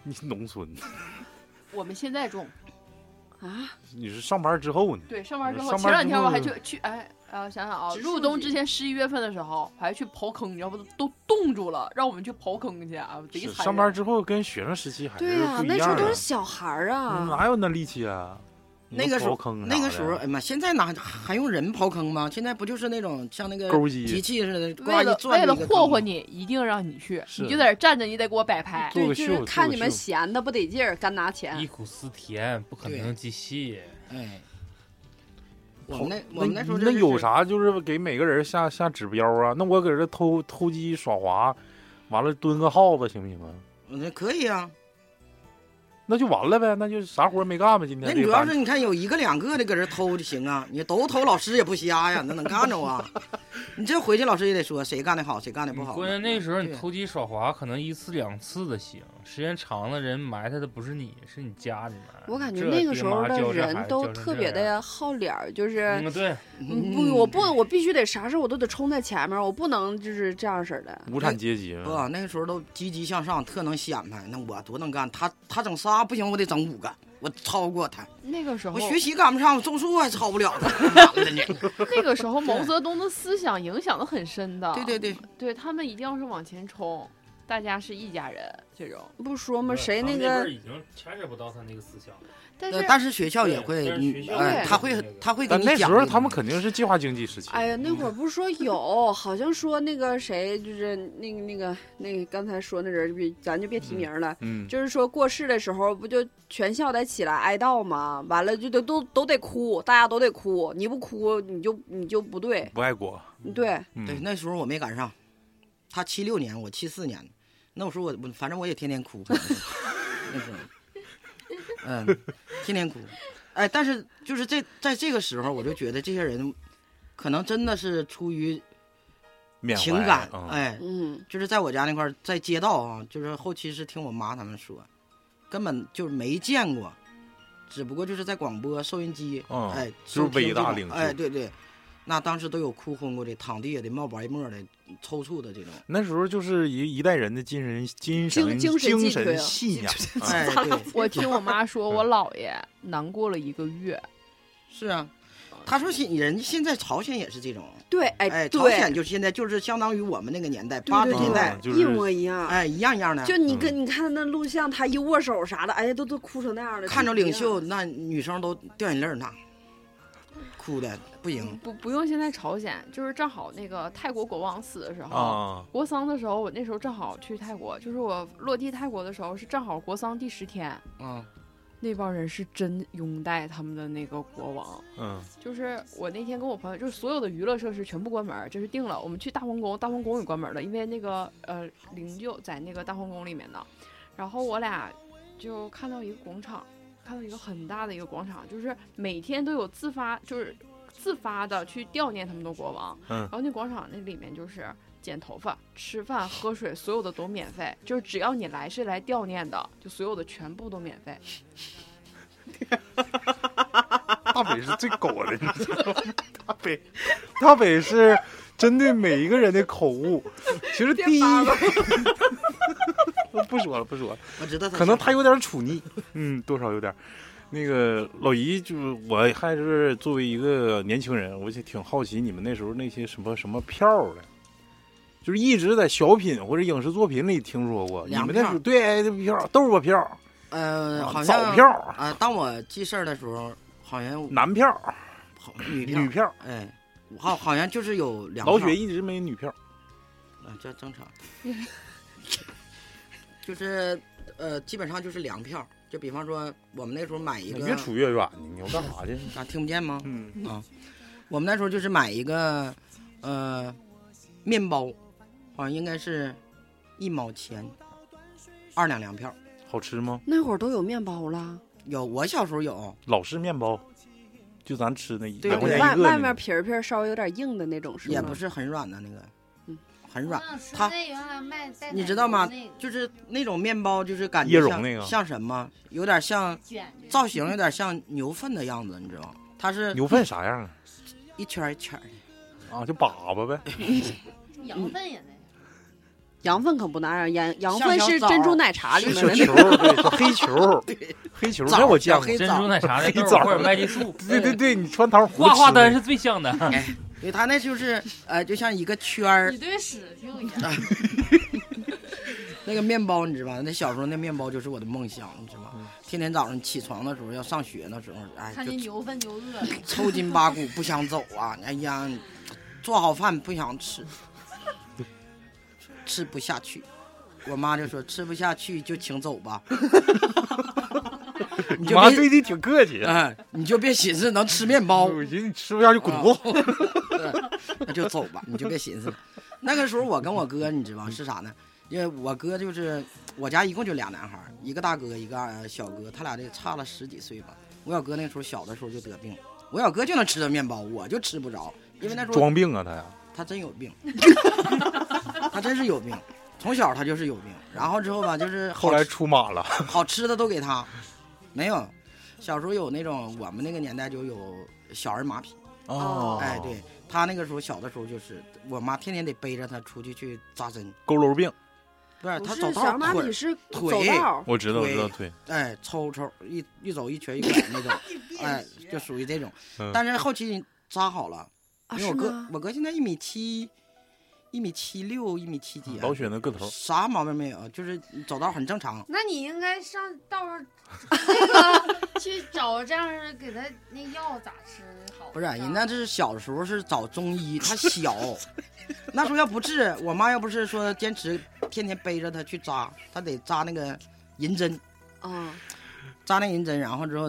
Speaker 7: 你农村，
Speaker 8: 我们现在种，
Speaker 7: 哎
Speaker 5: 啊！
Speaker 7: 你是上班之后呢？
Speaker 8: 对，上班之后，
Speaker 7: 上班
Speaker 8: 前两天
Speaker 7: 之后
Speaker 8: 我还去去，哎，呃，想想啊，
Speaker 5: 植树
Speaker 8: 入冬
Speaker 5: 节
Speaker 8: 之前十一月份的时候，我还去刨坑，你知道不？都冻住了，让我们去刨坑去啊，贼
Speaker 7: 是
Speaker 8: 惨。
Speaker 7: 上班之后跟学生时期还是
Speaker 5: 对呀、
Speaker 7: 不
Speaker 5: 那
Speaker 7: 一
Speaker 5: 时候
Speaker 7: 样
Speaker 5: 都是
Speaker 7: 的，
Speaker 5: 小孩儿啊，
Speaker 7: 哪有那力气啊？
Speaker 6: 那个时候
Speaker 7: 刨坑啥的
Speaker 6: 那个时候，哎呀妈，现在哪还用人刨坑吗？现在不就是那种像那个
Speaker 7: 钩机
Speaker 6: 机器似的，呱
Speaker 8: 为
Speaker 6: 一
Speaker 8: 了
Speaker 6: 转
Speaker 8: 为了
Speaker 6: 一个
Speaker 8: 霍霍
Speaker 6: 坑
Speaker 8: 你，一定让你去，
Speaker 7: 是
Speaker 8: 你就在这儿站着，你得给我摆拍。
Speaker 6: 哎
Speaker 7: 做
Speaker 5: 对，
Speaker 7: 个
Speaker 5: 就
Speaker 7: 秀
Speaker 5: 是看你们
Speaker 7: 做个秀
Speaker 5: 闲的不得劲儿，干拿钱
Speaker 3: 忆。苦思甜，不可能机械。
Speaker 6: 哎，我
Speaker 7: 好
Speaker 6: 们那我们那时候
Speaker 7: 那
Speaker 6: 真是
Speaker 7: 有？啥就是给每个人下下指标啊？那我搁这偷偷鸡耍滑，完了蹲个耗子行不行啊？
Speaker 6: 我说可以啊。
Speaker 7: 那就完了呗，那就啥活儿没干吧？今
Speaker 6: 那
Speaker 7: 天
Speaker 6: 你
Speaker 7: 这
Speaker 6: 主要
Speaker 7: 班
Speaker 6: 是你看有一个两个的搁这偷就行啊，你都偷老师也不瞎呀，那能看着啊？ [laughs] 你这回去老师也得说谁干的好，谁干的不好。
Speaker 3: 关键那时候你
Speaker 6: 对
Speaker 3: 偷鸡耍滑，可能一次两次的行，时间长了人埋汰的不是你，是你家里面。
Speaker 5: 我感觉
Speaker 3: 这
Speaker 5: 那个时候
Speaker 3: 爹妈
Speaker 5: 的
Speaker 3: 教这
Speaker 5: 人
Speaker 3: 孩子
Speaker 5: 都
Speaker 3: 教成
Speaker 5: 特别
Speaker 3: 这样
Speaker 5: 的好脸儿，就是
Speaker 3: 嗯，对，
Speaker 5: 嗯不，我不，我必须得啥事儿我都得冲在前面，我不能就是这样式儿的。
Speaker 7: 无产阶级嗯
Speaker 6: 不
Speaker 7: 嘛，，
Speaker 6: 啊那个时候都积极向上，特能显摆。那我多能干，他他整仨不行，我得整五个，我超过他。
Speaker 8: 那个时候
Speaker 6: 我，学习赶不上，我种树还超
Speaker 7: [laughs]
Speaker 6: 不了他。妈的呢
Speaker 8: 那个时候毛泽东的思想影响的很深的。
Speaker 6: 对对对，
Speaker 8: 对他们一定要是往前冲，大家是一家人这种。
Speaker 5: 不说吗？
Speaker 3: 不
Speaker 5: 谁那
Speaker 3: 边
Speaker 5: 个
Speaker 3: 已经牵扯不到他那个思想了。
Speaker 8: 但
Speaker 6: 呃
Speaker 8: 是，
Speaker 6: 但是学校也会，
Speaker 3: 对但是学
Speaker 6: 嗯
Speaker 3: 校
Speaker 6: 哎
Speaker 8: 也
Speaker 6: 他
Speaker 3: 会
Speaker 6: 会
Speaker 3: 那个
Speaker 6: 他会给
Speaker 7: 但
Speaker 6: 你
Speaker 7: 那
Speaker 6: 讲。
Speaker 7: 时候他们肯定是计划经济时期。
Speaker 5: 哎呀，那会儿
Speaker 7: 嗯
Speaker 5: 不是说有，好像说那个谁，就是那个那个那个刚才说那人儿，别咱就别提名儿了。
Speaker 7: 嗯，
Speaker 5: 就是说过世的时候，不就全校得起来哀悼吗？完了就得都都得哭，大家都得哭，你不哭你就你就不对，
Speaker 7: 不爱国。
Speaker 5: 对，
Speaker 7: 嗯
Speaker 6: 对，那时候我没赶上，他七六年，我七四年，那我说我我反正我也天天哭， [laughs] 可能是那时候，嗯，天天哭，哎，但是就是这在这个时候，我就觉得这些人可能真的是出于
Speaker 7: 缅怀
Speaker 6: 情感，
Speaker 7: 嗯
Speaker 6: 哎，
Speaker 5: 嗯，
Speaker 6: 就是在我家那块儿，在街道啊，就是后期是听我妈他们说，根本就没见过，只不过就是在广播、收音机，
Speaker 7: 嗯
Speaker 6: 哎，
Speaker 7: 就是
Speaker 6: 收听
Speaker 7: 伟大
Speaker 6: 这种
Speaker 7: 领袖
Speaker 6: 哎，对对，那当时都有哭昏过的、躺地下的、冒白沫的、抽搐的这种，
Speaker 7: 那时候就是一一代人的精神、精神、
Speaker 5: 精神寄
Speaker 7: 神
Speaker 5: 托
Speaker 7: 信仰。
Speaker 6: 哎，对，
Speaker 8: 我听我
Speaker 6: [laughs]
Speaker 8: 妈说，
Speaker 6: 嗯
Speaker 8: 我姥爷难过了一个月。
Speaker 6: 是啊。他说现人家现在朝鲜也是这种，
Speaker 5: 对，
Speaker 6: 哎，朝
Speaker 5: 对，
Speaker 6: 鲜就是现在就是相当于我们那个年代
Speaker 5: 对
Speaker 6: 八十
Speaker 5: 对
Speaker 6: 年代
Speaker 7: 嗯，就是
Speaker 5: 一模一样。
Speaker 6: 哎，一样一样的。
Speaker 5: 就你跟你看那录像，他一握手啥的，哎呀，都都哭成那样了。
Speaker 6: 看着领袖，那女生都掉眼泪儿那，哭的不行。
Speaker 8: 不不用现在朝鲜，就是正好那个泰国国王死的时候，
Speaker 5: 哦
Speaker 7: 啊，
Speaker 8: 国丧的时候，我那时候正好去泰国，就是我落地泰国的时候是正好国丧第十天，
Speaker 6: 嗯，
Speaker 8: 那帮人是真拥戴他们的那个国王。
Speaker 7: 嗯，
Speaker 8: 就是我那天跟我朋友，就是所有的娱乐设施全部关门，这是定了。我们去大皇宫，大皇宫也关门了，因为那个呃灵柩在那个大皇宫里面呢。然后我俩就看到一个广场，看到一个很大的一个广场，就是每天都有自发，就是自发的去悼念他们的国王。
Speaker 7: 嗯
Speaker 8: 然后那广场那里面就是剪头发、吃饭、喝水，所有的都免费，就是只要你来是来悼念的，就所有的全部都免费。
Speaker 7: 大北是最狗的，你知道吗？大北，大北是针对每一个人的口误。
Speaker 5: [laughs]
Speaker 7: 其实第一， [laughs] 不说了，不说了。
Speaker 6: 我知道他
Speaker 7: 可能
Speaker 6: 是
Speaker 7: 他有点处腻，嗯，多少有点儿。那个老姨，就是我还是作为一个年轻人，我就挺好奇你们那时候那些什么什么票儿的，就是一直在小品或者影视作品里听说过。你
Speaker 6: 粮
Speaker 7: 们那
Speaker 6: 票
Speaker 7: 时候对哎这票豆腐票、
Speaker 6: 呃，好像
Speaker 7: 枣啊票、
Speaker 6: 啊，当我记事儿的时候，好像
Speaker 7: 男票、
Speaker 6: 好女票
Speaker 7: 女票，
Speaker 6: 哎，好，好像就是有两
Speaker 7: 老
Speaker 6: 票
Speaker 7: 雪一直没女票。
Speaker 6: 啊，这正常，就是呃，基本上就是粮票。就比方说，我们那时候买一
Speaker 7: 你
Speaker 6: 个，
Speaker 7: 越处越远，你你要干啥去？
Speaker 6: 啊，听不见吗？啊
Speaker 7: 嗯，
Speaker 6: 我们那时候就是买一个，呃，面包，好像应该是一毛钱，二两粮票。
Speaker 7: 好吃吗？
Speaker 5: 那会儿都有面包了，
Speaker 6: 有，我小时候有，
Speaker 7: 老式面包，就咱吃那一
Speaker 6: 对
Speaker 7: 两块
Speaker 6: 对
Speaker 7: 钱
Speaker 5: 外
Speaker 7: 一个。
Speaker 5: 外面皮儿皮儿稍微有点硬的那种，是吗？
Speaker 6: 也不是很软的那个，
Speaker 5: 嗯，
Speaker 6: 很
Speaker 9: 我
Speaker 6: 软，
Speaker 9: 想吃
Speaker 6: 它
Speaker 9: 那原来卖带
Speaker 6: 你
Speaker 9: 奶
Speaker 6: 知道吗
Speaker 9: 油那个
Speaker 6: 就是那种面包，就是感
Speaker 7: 椰
Speaker 6: 觉
Speaker 7: 蓉
Speaker 6: 像
Speaker 7: 那个
Speaker 6: 像什么，有点像
Speaker 9: 卷着
Speaker 6: 造型，有点像牛粪的样子，你知道吗？它是
Speaker 7: 牛粪啥样啊？
Speaker 6: 一圈儿一圈儿的，
Speaker 7: 啊，就粑粑呗。
Speaker 9: 羊
Speaker 6: 嗯
Speaker 9: 粪也那样。
Speaker 5: 羊粪可不那样，羊羊
Speaker 6: 像
Speaker 5: 粪
Speaker 6: 小
Speaker 5: 是
Speaker 6: 枣
Speaker 5: 珍珠奶茶里
Speaker 7: 是
Speaker 5: 面
Speaker 7: 小
Speaker 5: 的那
Speaker 7: 球儿，
Speaker 6: [laughs]
Speaker 7: 对，黑球儿，黑球儿，
Speaker 6: 枣
Speaker 7: 那我见
Speaker 6: 小
Speaker 7: 过。
Speaker 6: 黑
Speaker 3: 珍
Speaker 6: 枣
Speaker 3: 珠，奶茶的
Speaker 7: 黑
Speaker 3: 豆
Speaker 7: 枣
Speaker 3: 儿或者麦丽素，
Speaker 7: 对对对，你穿糖葫芦
Speaker 3: [laughs] 画画
Speaker 7: 吃的
Speaker 3: 灯是最像的。
Speaker 6: 对，它
Speaker 7: [laughs]
Speaker 6: 那就是呃，就像一个圈儿
Speaker 9: 你对屎挺有研究，
Speaker 6: 那个面包，你知道吧？那小时候那面包就是我的梦想，你知道吗？天天早上起床的时候，要上学的时候，哎，
Speaker 9: 看
Speaker 6: 就
Speaker 9: 见牛粪就饿了。
Speaker 6: 抽筋扒骨不想走
Speaker 7: [laughs]
Speaker 6: 啊！哎呀，做好饭不想吃，吃不下去。我妈就说吃不下去就请走
Speaker 7: [laughs]
Speaker 6: 吧，你
Speaker 7: 你
Speaker 6: 就
Speaker 7: 妈
Speaker 6: 别
Speaker 7: 对你挺客气。
Speaker 6: 哎，你就别寻思能吃面包，
Speaker 7: 我寻思你吃不下去 [laughs]
Speaker 6: 嗯
Speaker 7: 滚
Speaker 6: [laughs]
Speaker 7: 犊子。
Speaker 6: 啊那就走吧，你就别寻思了。那个时候我跟我哥，你知道是啥呢？因为我哥就是我家一共就俩男孩儿，一个大哥，一个呃小哥，他俩这差了十几岁吧。我小哥那时候小的时候就得病，我小哥就能吃着面包，我就吃不着，因为那时候
Speaker 7: 装病啊他呀！
Speaker 6: 他真有病， [laughs] 他真是有病，从小他就是有病。然后之后吧，就是好
Speaker 7: 后来
Speaker 6: 吃
Speaker 7: 出马了，
Speaker 6: 好吃的都给他，没有。小时候有那种我们那个年代就有小儿麻痹，
Speaker 5: 哦
Speaker 7: 啊
Speaker 6: 哎，对，他那个时候小的时候就是我妈天天得背着他出去去扎针，
Speaker 7: 佝偻病，
Speaker 6: 不是
Speaker 5: 不
Speaker 6: 他
Speaker 5: 是
Speaker 6: 走道
Speaker 5: 小
Speaker 6: 儿
Speaker 5: 马
Speaker 6: 腿
Speaker 5: 你
Speaker 6: 儿
Speaker 5: 是走
Speaker 6: 腿
Speaker 5: 道
Speaker 7: 我知道，我
Speaker 6: 腿
Speaker 7: 知道，对，
Speaker 6: 哎抽抽一一走一瘸一拐那种，
Speaker 5: [laughs]
Speaker 6: 哎就属于这种
Speaker 7: 嗯。
Speaker 6: 但是后期扎好了，
Speaker 5: 啊？
Speaker 6: 因为
Speaker 5: 是
Speaker 6: 我哥
Speaker 5: 吗？
Speaker 6: 我哥现在一米七，一米七六一米七几，啊
Speaker 7: 老雪那个头，
Speaker 6: 啥毛病没有，就是走道很正常。
Speaker 9: 那你应该上道上 [laughs] 那个去找这样的给他那药咋吃好？
Speaker 6: 不是，人家这是小时候是找中医，他
Speaker 5: [laughs]
Speaker 6: 小，那时候要不治，我妈要不是说坚持天天背着他去扎，他得扎那个银针，
Speaker 5: 啊，
Speaker 6: 扎那银针，然后之后，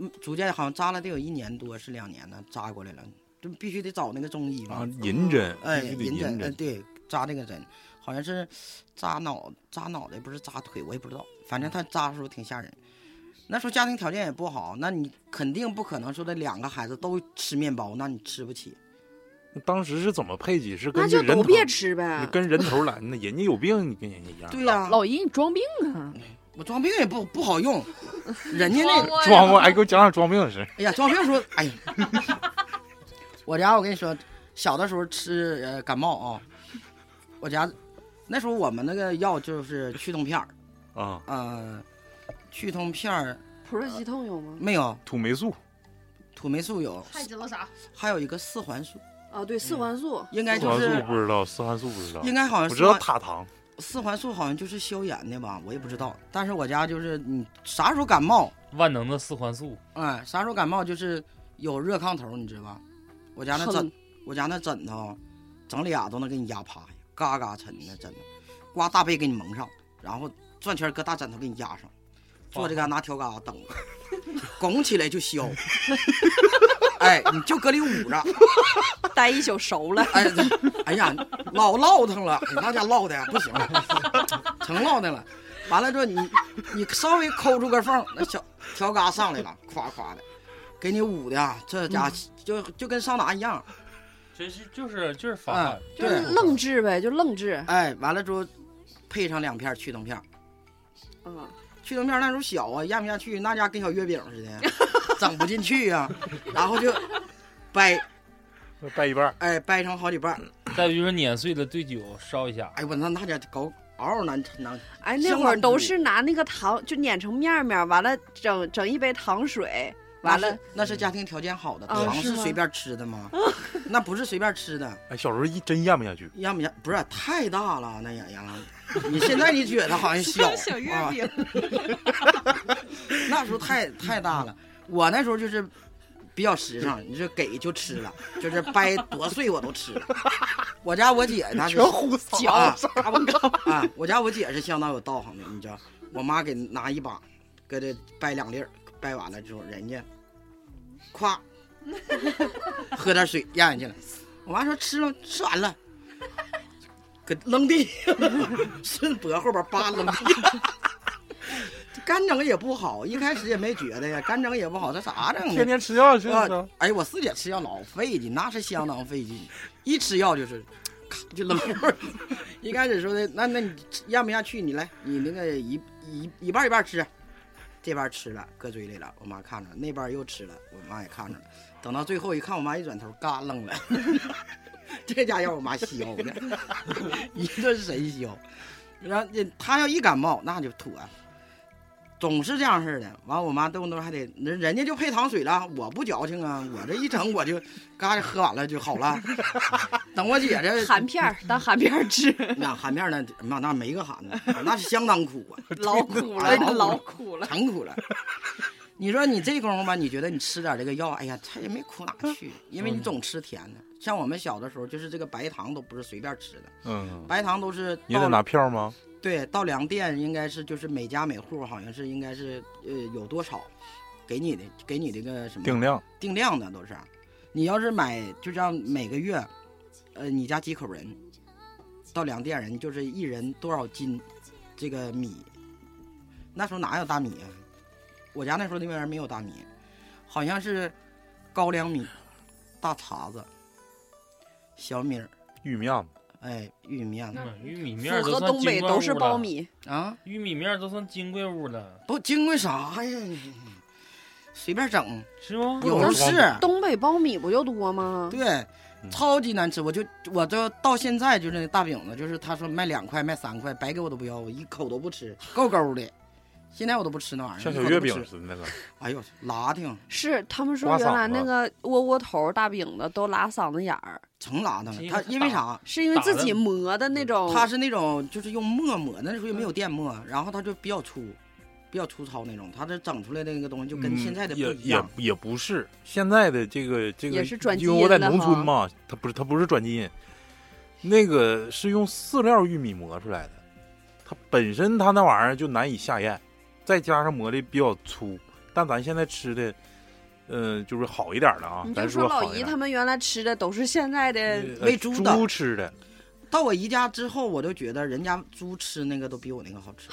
Speaker 6: 嗯逐渐好像扎了得有一年多，是两年呢，扎过来了，就必须得找那个中医嘛。
Speaker 7: 啊，银针，
Speaker 6: 哎，
Speaker 7: 必须得
Speaker 6: 银针，
Speaker 7: 银
Speaker 6: 哎，
Speaker 7: 针，
Speaker 6: 对，扎这个针，好像是扎脑扎脑袋，不是扎腿，我也不知道，反正他扎的时候挺吓人。那时候家庭条件也不好，那你肯定不可能说这两个孩子都吃面包，那你吃不起。
Speaker 7: 当时是怎么配给？是
Speaker 5: 那
Speaker 7: 根据
Speaker 5: 就
Speaker 7: 人
Speaker 5: 都
Speaker 7: 头，
Speaker 5: 别吃
Speaker 7: 你
Speaker 5: 呗。
Speaker 7: 跟人头来，那人家有病，你跟人家一样。
Speaker 6: 对呀、
Speaker 8: 老姨，你装病啊？
Speaker 6: 我装病也不不好用，人家那
Speaker 9: 我
Speaker 7: 装过，哎，给我讲讲装病的
Speaker 6: [laughs]
Speaker 7: 事。
Speaker 6: 哎呀，装病说，哎呀， [laughs] 我家我跟你说，小的时候吃呃感冒啊，我家那时候我们那个药就是去痛片儿，
Speaker 7: 啊，
Speaker 6: 呃，去痛片儿
Speaker 5: 普热息痛有吗？
Speaker 6: 没有，
Speaker 7: 土霉素，
Speaker 6: 土霉素有，
Speaker 9: 太知道啥？
Speaker 6: 还有一个四环素，
Speaker 5: 啊，对，四环素。
Speaker 6: 应该
Speaker 7: 四
Speaker 6: 就
Speaker 7: 环
Speaker 6: 是
Speaker 7: 素不知道，四环素不知道，
Speaker 6: 应该好像
Speaker 7: 我
Speaker 6: 是
Speaker 7: 知道塔糖，
Speaker 6: 四环素好像就是消炎的吧，我也不知道。但是我家就是你啥时候感冒，
Speaker 3: 万能的四环素，
Speaker 6: 哎、啥时候感冒就是有热炕头，你知道吧？我家那
Speaker 5: 哼
Speaker 6: 枕，我家那枕头，整俩都能给你压趴下，嘎嘎沉的枕头，刮大被给你蒙上，然后转圈搁大枕头给你压上，坐这嘎拿条嘎等，拱起来就削，哎，你就搁里捂着，
Speaker 5: 待一宿熟了，
Speaker 6: 哎，哎呀，老落腾了，哎你那家落的不行了，成落腾了。完了之后你，你稍微抠出个缝，那小条嘎上来了，夸夸的，给你捂的啊，这家伙就就跟桑拿一样。
Speaker 3: [laughs] 真是就是就是
Speaker 7: 嗯
Speaker 6: 啊
Speaker 3: 法，
Speaker 5: 就是
Speaker 6: 对
Speaker 5: 愣治呗，就愣治。
Speaker 6: 哎，完了之后，配上两片去痛片儿，
Speaker 5: 啊，
Speaker 6: 去痛片儿那时候小啊，咽不下去，那家跟小月饼
Speaker 5: [laughs]
Speaker 6: 似的，整不进去啊，然后就掰，
Speaker 7: 掰一半儿，
Speaker 6: 哎，掰成好几瓣儿。
Speaker 3: 再比如说碾碎了兑酒烧一下，
Speaker 6: 哎呦我那那家搞嗷嗷难难，
Speaker 5: 哎，那
Speaker 6: 生
Speaker 5: 会儿
Speaker 6: 冷
Speaker 5: 都
Speaker 6: 煮
Speaker 5: 是拿那个糖就碾成面儿面儿，完了整整一杯糖水，完
Speaker 6: 那
Speaker 5: 了
Speaker 6: 是，那是家庭条件好的，
Speaker 5: 啊
Speaker 6: 糖
Speaker 5: 是
Speaker 6: 是
Speaker 5: 吗
Speaker 6: 随便吃
Speaker 5: [laughs]
Speaker 6: 的吗？那不是随便吃的，
Speaker 7: 哎，小时候一真咽不下去，
Speaker 6: 让不让？不是太大了，那也让。你现在你觉得好像小
Speaker 8: 小月
Speaker 6: 啊，
Speaker 8: 饼，
Speaker 6: [laughs] 那时候太太大了。我那时候就是比较实诚，你说给就吃了，就是掰多碎我都吃了。我家我姐她是
Speaker 7: 全糊
Speaker 6: 啊
Speaker 7: 嗓子。
Speaker 6: 嘎嘣嘎嘣啊！我家我姐是相当有道行的，你知道，我妈给拿一把，搁这掰两粒儿，掰完了之后，人家，夸，喝点水咽下去了。我妈说吃了，吃完了，搁扔地， [laughs] 顺脖后边扒扔地。 [laughs] 干整也不好，一开始也没觉得呀，干整也不好，这咋整
Speaker 7: 天
Speaker 6: 啊？
Speaker 7: 天吃药去
Speaker 6: 啊
Speaker 7: 呢，，
Speaker 6: 哎，我四姐吃药老费劲，那是相当费劲，一吃药就是，咔就冷会儿。 [laughs] 一开始说的，那那你咽不下去？你来，你那个一一一半一半吃，啊这半吃了搁嘴里了，我妈看着了，那半又吃了，我妈也看着了。等到最后一看，我妈一转头，嘎愣了， [laughs] 这家让我妈削的， [laughs] 一顿神削。然后这她要一感冒，那就妥。总是这样式儿的，完我妈动不动还得人人家就配糖水了，我不矫情啊，我这一整我就嘎喝完了就好了。 [laughs] 等我姐这
Speaker 5: [laughs] 含片儿当含片儿吃，
Speaker 6: 那含面呢？那那没个含的，那是相当苦啊，
Speaker 5: [laughs] 老苦
Speaker 6: 哎
Speaker 5: 了，老苦了。
Speaker 6: 成苦了。你说你这功夫吧，你觉得你吃点这个药，哎呀，它也没苦哪去，因为你总吃甜的。像我们小的时候，就是这个白糖都不是随便吃的，
Speaker 7: 嗯，
Speaker 6: 白糖都是
Speaker 7: 你得
Speaker 6: 到
Speaker 7: 拿票吗？
Speaker 6: 对到粮店，应该是就是每家每户好像是应该是呃有多少，给你的给你这个什么
Speaker 7: 定量，
Speaker 6: 定量的都是。你要是买，就这样每个月，呃，你家几口人，到粮店人就是一人多少斤这个米。那时候哪有大米啊？我家那时候那边没有大米，好像是高粱米、大碴子、小米儿，
Speaker 7: 玉米样子，
Speaker 6: 哎，玉米面
Speaker 3: 嗯玉米面儿
Speaker 5: 符
Speaker 3: 都
Speaker 5: 合
Speaker 3: 算
Speaker 5: 东
Speaker 3: 金
Speaker 5: 北
Speaker 3: 贵物
Speaker 5: 都是苞
Speaker 3: 了，
Speaker 5: 米，
Speaker 6: 啊，
Speaker 3: 玉米面儿都算金贵物了，
Speaker 6: 不经过啥哎呀？你随便整，
Speaker 3: 是吗？
Speaker 6: 有的是。
Speaker 5: 东北苞米不就多吗？
Speaker 6: 啊对，
Speaker 7: 嗯
Speaker 6: 超级难吃。我就我这到现在就是那大饼子，就是他说卖两块卖三块，白给我都不要，我一口都不吃，够够的。现在我都不吃那玩意儿，
Speaker 7: 像
Speaker 6: 一
Speaker 7: 小
Speaker 6: 口都
Speaker 7: 月
Speaker 6: 不
Speaker 7: 饼
Speaker 6: 吃。
Speaker 7: 似的了。
Speaker 6: 哎呦，拉挺，
Speaker 5: 是他们
Speaker 7: 刮
Speaker 5: 说
Speaker 7: 嗓
Speaker 5: 原来
Speaker 7: 子
Speaker 5: 那个窝窝头大饼子都拉嗓子眼儿，
Speaker 6: 成拉的了
Speaker 3: 是。因为
Speaker 6: 他
Speaker 3: 它
Speaker 6: 因为
Speaker 3: 大
Speaker 6: 啥？
Speaker 5: 是因为
Speaker 3: 打
Speaker 5: 自
Speaker 3: 的
Speaker 5: 己磨的那
Speaker 7: 哦
Speaker 5: 种。
Speaker 6: 他是那种就是用磨磨，那时候也没
Speaker 7: 嗯
Speaker 6: 有电磨，然后他就比较粗，比较粗糙那种。他这整出来的那个东西就跟现在的
Speaker 7: 嗯
Speaker 6: 不
Speaker 7: 也
Speaker 6: 一
Speaker 7: 也
Speaker 6: 样。
Speaker 7: 也不是现在的这个这个，
Speaker 5: 也是转基
Speaker 7: 因
Speaker 5: 因
Speaker 7: 为我在
Speaker 5: 的
Speaker 7: 农村
Speaker 5: 哈
Speaker 7: 嘛，它不是它不是转基因，那个是用饲料玉米磨出来的，它本身它那玩意儿就难以下咽，再加上磨的比较粗，但咱现在吃的，嗯、就是好一点的啊
Speaker 5: 你，就
Speaker 7: 咱
Speaker 5: 说
Speaker 7: 好
Speaker 5: 老姨
Speaker 7: 一点
Speaker 5: 他。们原来吃的都是现在的
Speaker 7: 呃
Speaker 6: 喂
Speaker 7: 猪
Speaker 6: 猪的
Speaker 7: 吃的，
Speaker 6: 到我姨家之后，我就觉得人家猪吃那个都比我那个好吃。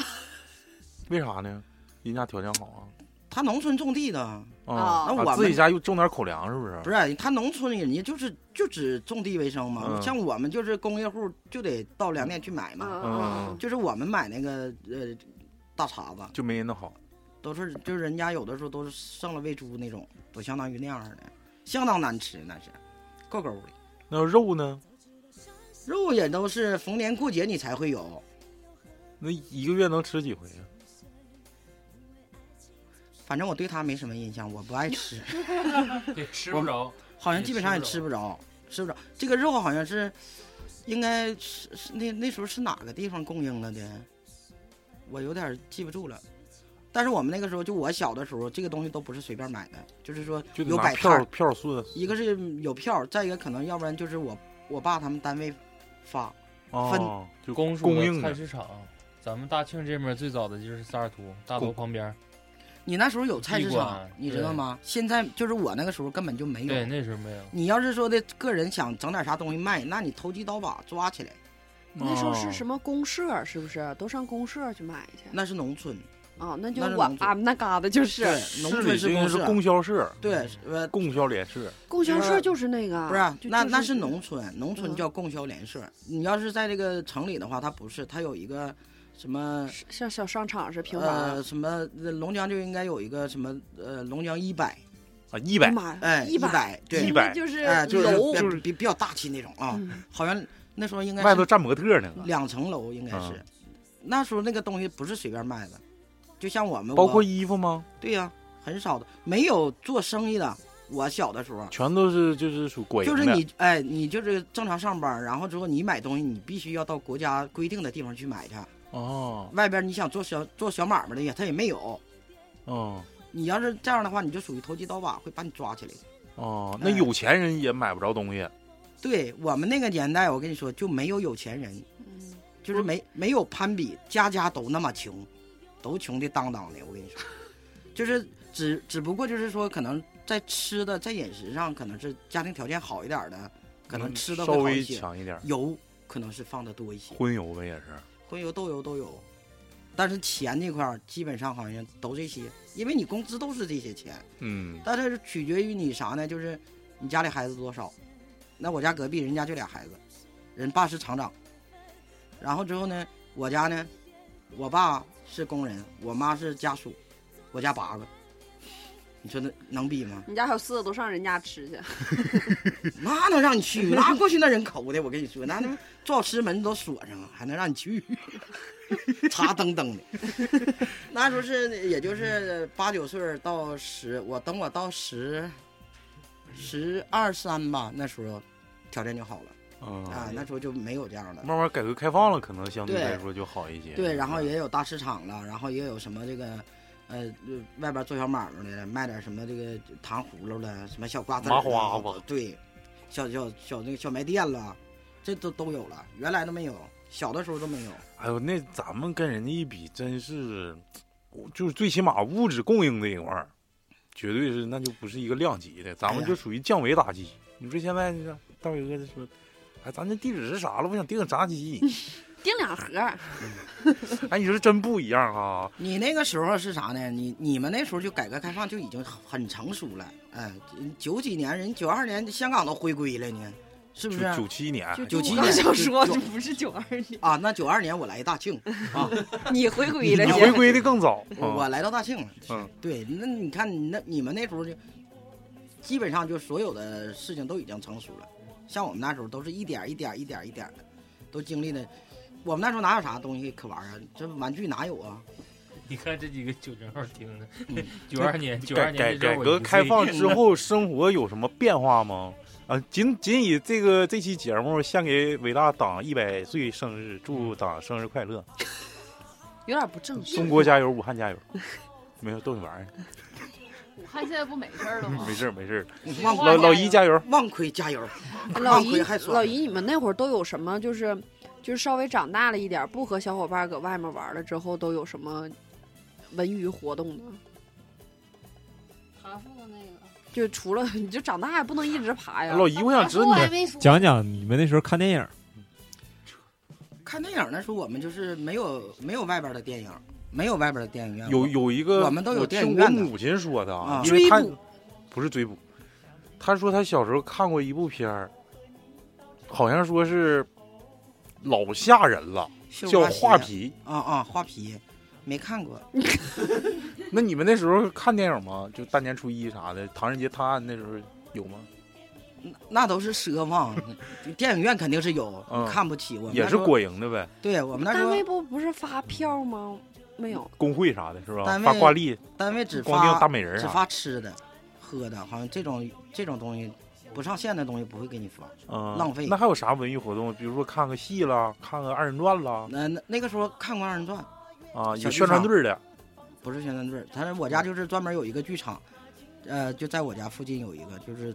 Speaker 7: 为啥呢？人家条件好
Speaker 6: 他农村种地的，
Speaker 7: 啊，
Speaker 5: 哦
Speaker 7: 啊，
Speaker 6: 那我
Speaker 7: 啊
Speaker 6: 们
Speaker 7: 自己家又种点口粮，是不是？
Speaker 6: 不是，啊他农村人家就是就只种地为生嘛，
Speaker 7: 嗯
Speaker 6: 像我们就是工业户，就得到粮店去买嘛。
Speaker 5: 嗯，
Speaker 6: 就是我们买那个呃大碴子，
Speaker 7: 就没人的好。
Speaker 6: 都是就是人家有的时候都是剩了喂猪那种，都相当于那样似的，相当难吃那是，够够的。
Speaker 7: 那肉呢？
Speaker 6: 肉也都是逢年过节你才会有，
Speaker 7: 那一个月能吃几回啊？
Speaker 6: 反正我对它没什么印象，我不爱吃，
Speaker 3: 对，吃不着。
Speaker 6: 好像基本上也吃不着，吃不着。这个肉好像是应该是是那那时候是哪个地方供应了的，我有点记不住了。但是我们那个时候，就我小的时候，这个东西都不是随便买的，就是说
Speaker 7: 就得
Speaker 6: 有
Speaker 7: 拿
Speaker 6: 摆摊
Speaker 7: 票
Speaker 6: 儿，
Speaker 7: 票算
Speaker 6: 一个是有票儿，再一个可能要不然就是我我爸他们单位发，分
Speaker 7: 哦、就
Speaker 3: 公
Speaker 7: 供
Speaker 3: 的
Speaker 7: 应
Speaker 3: 菜
Speaker 7: 的。
Speaker 3: 市场，咱们大庆这边最早的就是萨尔图大楼
Speaker 7: 供
Speaker 3: 旁边儿，
Speaker 6: 你那时候有菜市
Speaker 3: 地瓜
Speaker 6: 场，你知道吗？现在就是我那个时候根本就没有。
Speaker 3: 对，那时候没有。
Speaker 6: 你要是说的个人想整点啥东西卖，那你投机倒把抓起来，
Speaker 5: 那时候是
Speaker 7: 哦
Speaker 5: 什么公社？是不是都上公社去买去？
Speaker 6: 那是农村，
Speaker 5: 哦，那就
Speaker 6: 那是
Speaker 5: 我
Speaker 6: 农村
Speaker 5: 俺们那嘎达就是
Speaker 6: 对
Speaker 7: 市
Speaker 6: 农村
Speaker 7: 里
Speaker 6: 是
Speaker 7: 这
Speaker 6: 公啊
Speaker 7: 个是
Speaker 6: 社
Speaker 7: 供销社、
Speaker 6: 对，呃，
Speaker 7: 供销联社，
Speaker 5: 供销社
Speaker 6: 呃
Speaker 5: 就是那个，
Speaker 6: 不是啊，
Speaker 5: 就
Speaker 6: 那
Speaker 5: 就
Speaker 6: 那是农村，农村
Speaker 5: 嗯
Speaker 6: 叫供销联社。你要是在这个城里的话，它不是，它有一个什么
Speaker 5: 是像小商场是平房。
Speaker 6: 呃什么呃龙江就应该有一个什么呃龙江一百，
Speaker 7: 啊，一
Speaker 5: 哎呀
Speaker 7: 百
Speaker 5: 妈呀，
Speaker 6: 哎，
Speaker 5: 一
Speaker 6: 百对，
Speaker 7: 一
Speaker 5: 一
Speaker 7: 百
Speaker 5: 就是
Speaker 6: 哎，就是
Speaker 5: 楼，
Speaker 6: 比比比较大气那种啊，
Speaker 5: 嗯
Speaker 6: 好像那时候应该
Speaker 7: 外头
Speaker 6: 是
Speaker 7: 站模特呢，
Speaker 6: 两层楼，应该是
Speaker 7: 嗯
Speaker 6: 那时候那个东西不是随便卖的，就像我
Speaker 7: 啊
Speaker 6: 们
Speaker 7: 包括
Speaker 6: 我
Speaker 7: 衣服吗？
Speaker 6: 对呀，很少的，没有做生意的。我小的时候，
Speaker 7: 全都是就是属国营
Speaker 6: 就是
Speaker 7: 的，
Speaker 6: 你哎，你就是正常上班，然后之后你买东西，你必须要到国家规定的地方去买去。
Speaker 7: 哦
Speaker 6: 外边你想做小做小买卖的也他也没有。
Speaker 7: 哦
Speaker 6: 你要是这样的话，你就属于投机倒把，会把你抓起来的。
Speaker 7: 哦，
Speaker 6: 哎
Speaker 7: 那有钱人也买不着东西，
Speaker 6: 对我们那个年代，我跟你说就没有有钱人，
Speaker 5: 嗯
Speaker 6: 就是没没有攀比，家家都那么穷，都穷的当当的。我跟你说，就是只只不过就是说，可能在吃的在饮食上，可能是家庭条件好一点的，可能吃的
Speaker 7: 嗯稍
Speaker 6: 会好
Speaker 7: 微
Speaker 6: 一些，
Speaker 7: 强一点，
Speaker 6: 油可能是放的多一些，
Speaker 7: 荤油呗也是。
Speaker 6: 荤油、豆油都有。但是钱这块儿基本上好像都这些，因为你工资都是这些钱，
Speaker 7: 嗯
Speaker 6: 但是取决于你啥呢？就是你家里孩子多少。那我家隔壁人家就俩孩子，人爸是厂长，然后之后呢，我家呢，我爸是工人，我妈是家属，我家八个。你说那能比吗？
Speaker 5: 你家还有狮子都上人家吃去，
Speaker 6: 那能让你去？那过去那人口的，我跟你说，那他妈做好吃门都锁上了，还能让你去？ [laughs] 查登登的， [laughs] 那时候是也就是八九岁到十，我等我到十十二三吧，那时候条件就好了啊，
Speaker 7: 啊
Speaker 6: 那时候就没有这样的。
Speaker 7: 慢慢改革开放了，可能相对
Speaker 6: 对
Speaker 7: 来说就好一些。
Speaker 6: 对，然后也有大市场了，然后也有什么这个，呃，外边做小买卖的，卖点什么这个糖葫芦了，什么小瓜子儿
Speaker 7: 麻
Speaker 6: 了
Speaker 7: 花吧
Speaker 6: 对，小小小那个小卖店了，这都都有了，原来都没有，小的时候都没有。
Speaker 7: 哎呦，那咱们跟人家一比，真是，我就是最起码物质供应这一块儿，绝对是那就不是一个量级的，咱
Speaker 6: 哎
Speaker 7: 们
Speaker 6: 呀
Speaker 7: 就属于降维打击。你说现在这大伟哥就说，哎，咱这地址是啥了？我想订个炸
Speaker 6: [laughs]
Speaker 7: 鸡。
Speaker 5: 订两盒，
Speaker 7: 哎，你说真不一样啊哈、
Speaker 6: 你那个时候是啥呢？你你们那时候就改革开放就已经很成熟了，哎，九几年人九二年香港都回归了呢，是不是？啊
Speaker 7: 九九七年，
Speaker 5: 就
Speaker 6: 九七
Speaker 5: 我刚
Speaker 6: 年
Speaker 5: 想说，
Speaker 6: 就
Speaker 5: 这不是九二
Speaker 6: [laughs]
Speaker 5: 年，
Speaker 6: 啊，那九二年我来大庆，
Speaker 5: 你回归
Speaker 7: 你
Speaker 5: 了
Speaker 7: 你回
Speaker 5: 姐，
Speaker 7: 归的更
Speaker 6: [laughs]
Speaker 7: 早。啊
Speaker 6: 我我来到大庆了。
Speaker 7: 嗯
Speaker 6: 对，那你看，那你们那时候就基本上就所有的事情都已经成熟了，像我们那时候都是一点儿一点儿一点儿一点儿的，都经历了。我们那时候哪有啥东西可玩啊？这玩具哪有啊？
Speaker 3: 你看这几个九零后听的
Speaker 6: 嗯，
Speaker 3: 九二
Speaker 7: [laughs]
Speaker 3: 年九二
Speaker 7: 改改
Speaker 3: 年
Speaker 7: 改革开放之后，生活有什么变化吗？啊，仅仅以这个这期节目献给伟大党一百岁生日，
Speaker 3: 嗯
Speaker 7: 祝党生日快乐！
Speaker 5: 有点不正式。
Speaker 7: 中国加油，武汉加油！ [laughs] 没有逗你玩意
Speaker 8: 武汉现在不没事儿了
Speaker 7: 儿，
Speaker 6: 嗯
Speaker 8: 吗
Speaker 7: 没？事儿没事儿。
Speaker 6: 忘
Speaker 7: 老老姨加油！
Speaker 6: 忘亏加油，
Speaker 5: 老
Speaker 6: 忘
Speaker 5: 姨
Speaker 6: 亏还，算
Speaker 5: 老姨，你们那会儿都有什么？就是就是稍微长大了一点，不和小伙伴搁外面玩了之后，都有什么文娱活动呢？
Speaker 9: 爬树的那个，
Speaker 5: 就除了你就长大也不能一直爬
Speaker 6: 哎
Speaker 5: 呀。
Speaker 7: 老姨，我想知道
Speaker 9: 我
Speaker 7: 你
Speaker 9: 还没说
Speaker 10: 讲讲你们那时候看电影，
Speaker 6: 看电影那时候我们就是没有没有外边的电影，没有外边的电影院。
Speaker 7: 有有一个，
Speaker 6: 我们都有电影
Speaker 7: 听我
Speaker 6: 院的
Speaker 7: 母亲说的
Speaker 6: 啊
Speaker 7: 因为她
Speaker 5: 追捕
Speaker 7: 不是追捕，她说她小时候看过一部片儿，好像说是老吓人了，
Speaker 6: 绣
Speaker 7: 叫
Speaker 6: 花
Speaker 7: 《
Speaker 6: 鞋
Speaker 7: 画皮
Speaker 6: 啊啊，画皮没看过，》。
Speaker 7: 那你们那时候看电影吗？就大年初一啥的，《唐人街探案》那时候有吗？
Speaker 6: 那那都是奢
Speaker 7: [laughs]
Speaker 6: 望。电影院肯定是有，
Speaker 7: 嗯
Speaker 6: 看不起我们
Speaker 7: 也
Speaker 6: 那
Speaker 7: 是
Speaker 6: 时候
Speaker 7: 国营的呗，
Speaker 6: 对我们那时
Speaker 5: 单
Speaker 6: 候
Speaker 5: 位不不是发票吗？没有，
Speaker 7: 工会啥的，是吧？
Speaker 6: 单位
Speaker 7: 发挂历，
Speaker 6: 单位只
Speaker 7: 光腚
Speaker 6: 发
Speaker 7: 大啊美人
Speaker 6: 只
Speaker 7: 啥
Speaker 6: 发吃的、喝的，好像这种这种东西不上线的东西不会给你发。
Speaker 7: 嗯，
Speaker 6: 浪费
Speaker 7: 那还有啥文艺活动？比如说看个戏啦，看个二人转啦，
Speaker 6: 那那那个时候看过《二人转》，
Speaker 7: 啊，
Speaker 6: 小
Speaker 7: 有
Speaker 6: 剧
Speaker 7: 宣传
Speaker 6: 场
Speaker 7: 队儿的，
Speaker 6: 不是宣传队，但是我家就是专门有一个剧场，呃，就在我家附近有一个，就是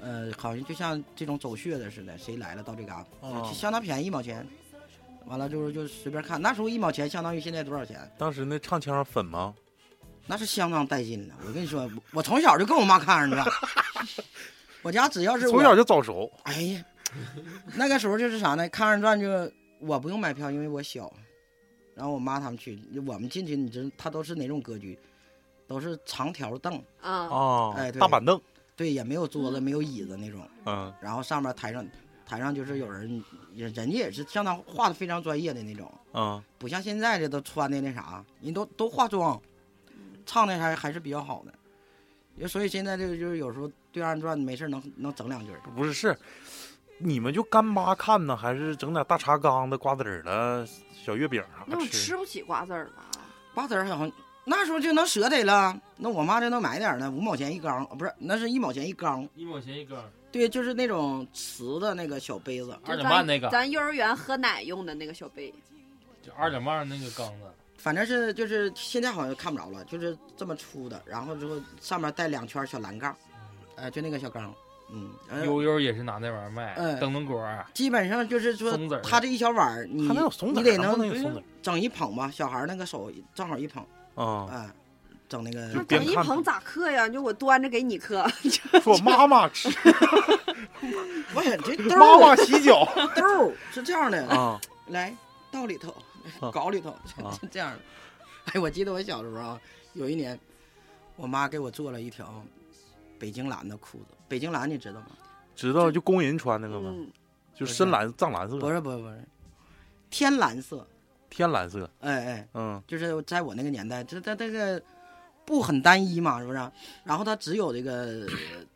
Speaker 6: 呃，好像就像这种走穴的似的，谁来了到这嘎、
Speaker 7: 哦
Speaker 6: 就相当便宜一毛钱。完了就是就随便看，那时候一毛钱相当于现在多少钱？
Speaker 7: 当时那唱腔粉吗？
Speaker 6: 那是相当带劲了。我跟你说，我我从小就跟我妈看二人转， [laughs] 我家只要是我
Speaker 7: 从小就早熟，
Speaker 6: 哎呀， [laughs] 那个时候就是啥呢？看二人转就我不用买票，因为我小。然后我妈他们去，我们进去，你知他都是哪种格局？都是长条凳，
Speaker 5: 啊，
Speaker 7: 啊，
Speaker 6: 哎对
Speaker 7: 大板凳，
Speaker 6: 对，也没有桌子，没有椅子那种。
Speaker 7: 嗯，
Speaker 6: 然后上面台上，台上就是有人，人人家也是相当画的非常专业的那种，
Speaker 7: 啊，
Speaker 6: 不像现在这都穿的那啥，人都都化妆，唱的还还是比较好的。也所以现在这个就是有时候对二人转没事儿能能整两句儿。
Speaker 7: 不是是，你们就干巴看呢，还是整点大茶缸子、瓜子儿了、小月饼啥啊
Speaker 5: 那我
Speaker 7: 吃？
Speaker 5: 吃不起瓜子儿吧？
Speaker 6: 瓜子儿好像那时候就能舍得了。那我妈这能买点儿呢，五毛钱一缸，哦不是，那是一毛钱一缸。
Speaker 3: 一毛钱一根儿，
Speaker 6: 对，就是那种瓷的那个小杯子，
Speaker 3: 二点半那个，
Speaker 5: 咱幼儿园喝奶用的那个小杯，
Speaker 3: 就二点半那个缸子，
Speaker 6: 反正是就是现在好像看不着了，就是这么粗的，然后之后上面带两圈小蓝杠，呃，就那个小缸，嗯，呃、
Speaker 3: 悠悠也是拿那玩意儿卖，
Speaker 6: 嗯
Speaker 3: 灯笼果儿，
Speaker 6: 基本上就是说
Speaker 3: 松子儿
Speaker 6: 它这一小碗儿，你
Speaker 7: 还能有怂子
Speaker 6: 你
Speaker 7: 儿，啊
Speaker 6: 得
Speaker 7: 能不能
Speaker 6: 能嗯
Speaker 7: 有怂子
Speaker 6: 整一捧吧，小孩儿那个手正好一捧，
Speaker 7: 儿啊？
Speaker 6: 啊、整那
Speaker 7: 就
Speaker 6: 个
Speaker 7: 边
Speaker 5: 整一
Speaker 7: 看
Speaker 5: 捧咋嗑呀？你说我端着给你嗑，
Speaker 7: 说妈妈吃，
Speaker 6: 不是这
Speaker 7: [laughs]
Speaker 6: 兜
Speaker 7: 妈
Speaker 6: 儿啊
Speaker 7: 妈洗脚
Speaker 6: 兜儿是这样的，
Speaker 7: 啊，
Speaker 6: 来倒里头
Speaker 7: 啊，
Speaker 6: 搞里头，
Speaker 7: 啊
Speaker 6: 这样的。哎，我记得我小时候啊，有一年，我妈给我做了一条北京蓝的裤子。北京蓝你知道吗？
Speaker 7: 知道就工人穿那个吗？
Speaker 5: 嗯，
Speaker 7: 就深蓝、藏蓝
Speaker 6: 不
Speaker 7: 色、
Speaker 6: 是，不是，不是，天蓝色。
Speaker 7: 天蓝色，
Speaker 6: 哎哎，
Speaker 7: 嗯
Speaker 6: 就是在我那个年代，这它这个布很单一嘛，是不是？然后它只有这个，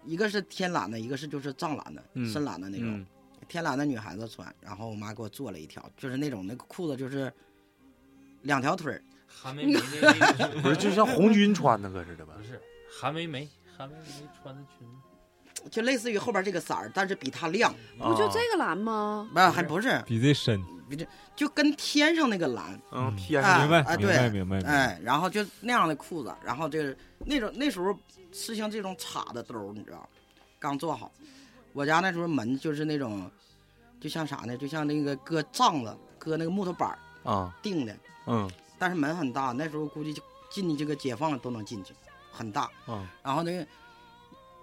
Speaker 6: 一个是天蓝的，一个是就是藏蓝的、
Speaker 7: 嗯
Speaker 6: 深蓝的那种。
Speaker 7: 嗯
Speaker 6: 天蓝的女孩子穿，然后我妈给我做了一条，就是那种那个裤子就是两条腿儿，
Speaker 3: 韩梅梅那那个
Speaker 7: 不是就像红军穿那个似的吧
Speaker 3: 不？是韩梅梅，韩梅梅穿的裙子，
Speaker 6: 就类似于后边这个色儿，但是比它亮，
Speaker 5: 不就
Speaker 7: 啊
Speaker 5: 这个蓝吗？
Speaker 6: 不是还嗯不是，
Speaker 10: 比这深，
Speaker 6: 就跟天上那个蓝，
Speaker 7: 嗯，
Speaker 10: 嗯
Speaker 7: 天
Speaker 6: 啊
Speaker 10: 明白
Speaker 6: 哎
Speaker 10: 明
Speaker 6: 对
Speaker 10: 白明白明白，
Speaker 6: 哎，然后就那样的裤子，然后这个那种那时候是像这种插的兜儿，你知道，刚做好。我家那时候门就是那种，就像啥呢？就像那个搁帐子、搁那个木头板儿
Speaker 7: 啊，
Speaker 6: 钉的，
Speaker 7: 嗯
Speaker 6: 但是门很大，那时候估计就进去这个解放了都能进去，很大。
Speaker 7: 嗯
Speaker 6: 然后那个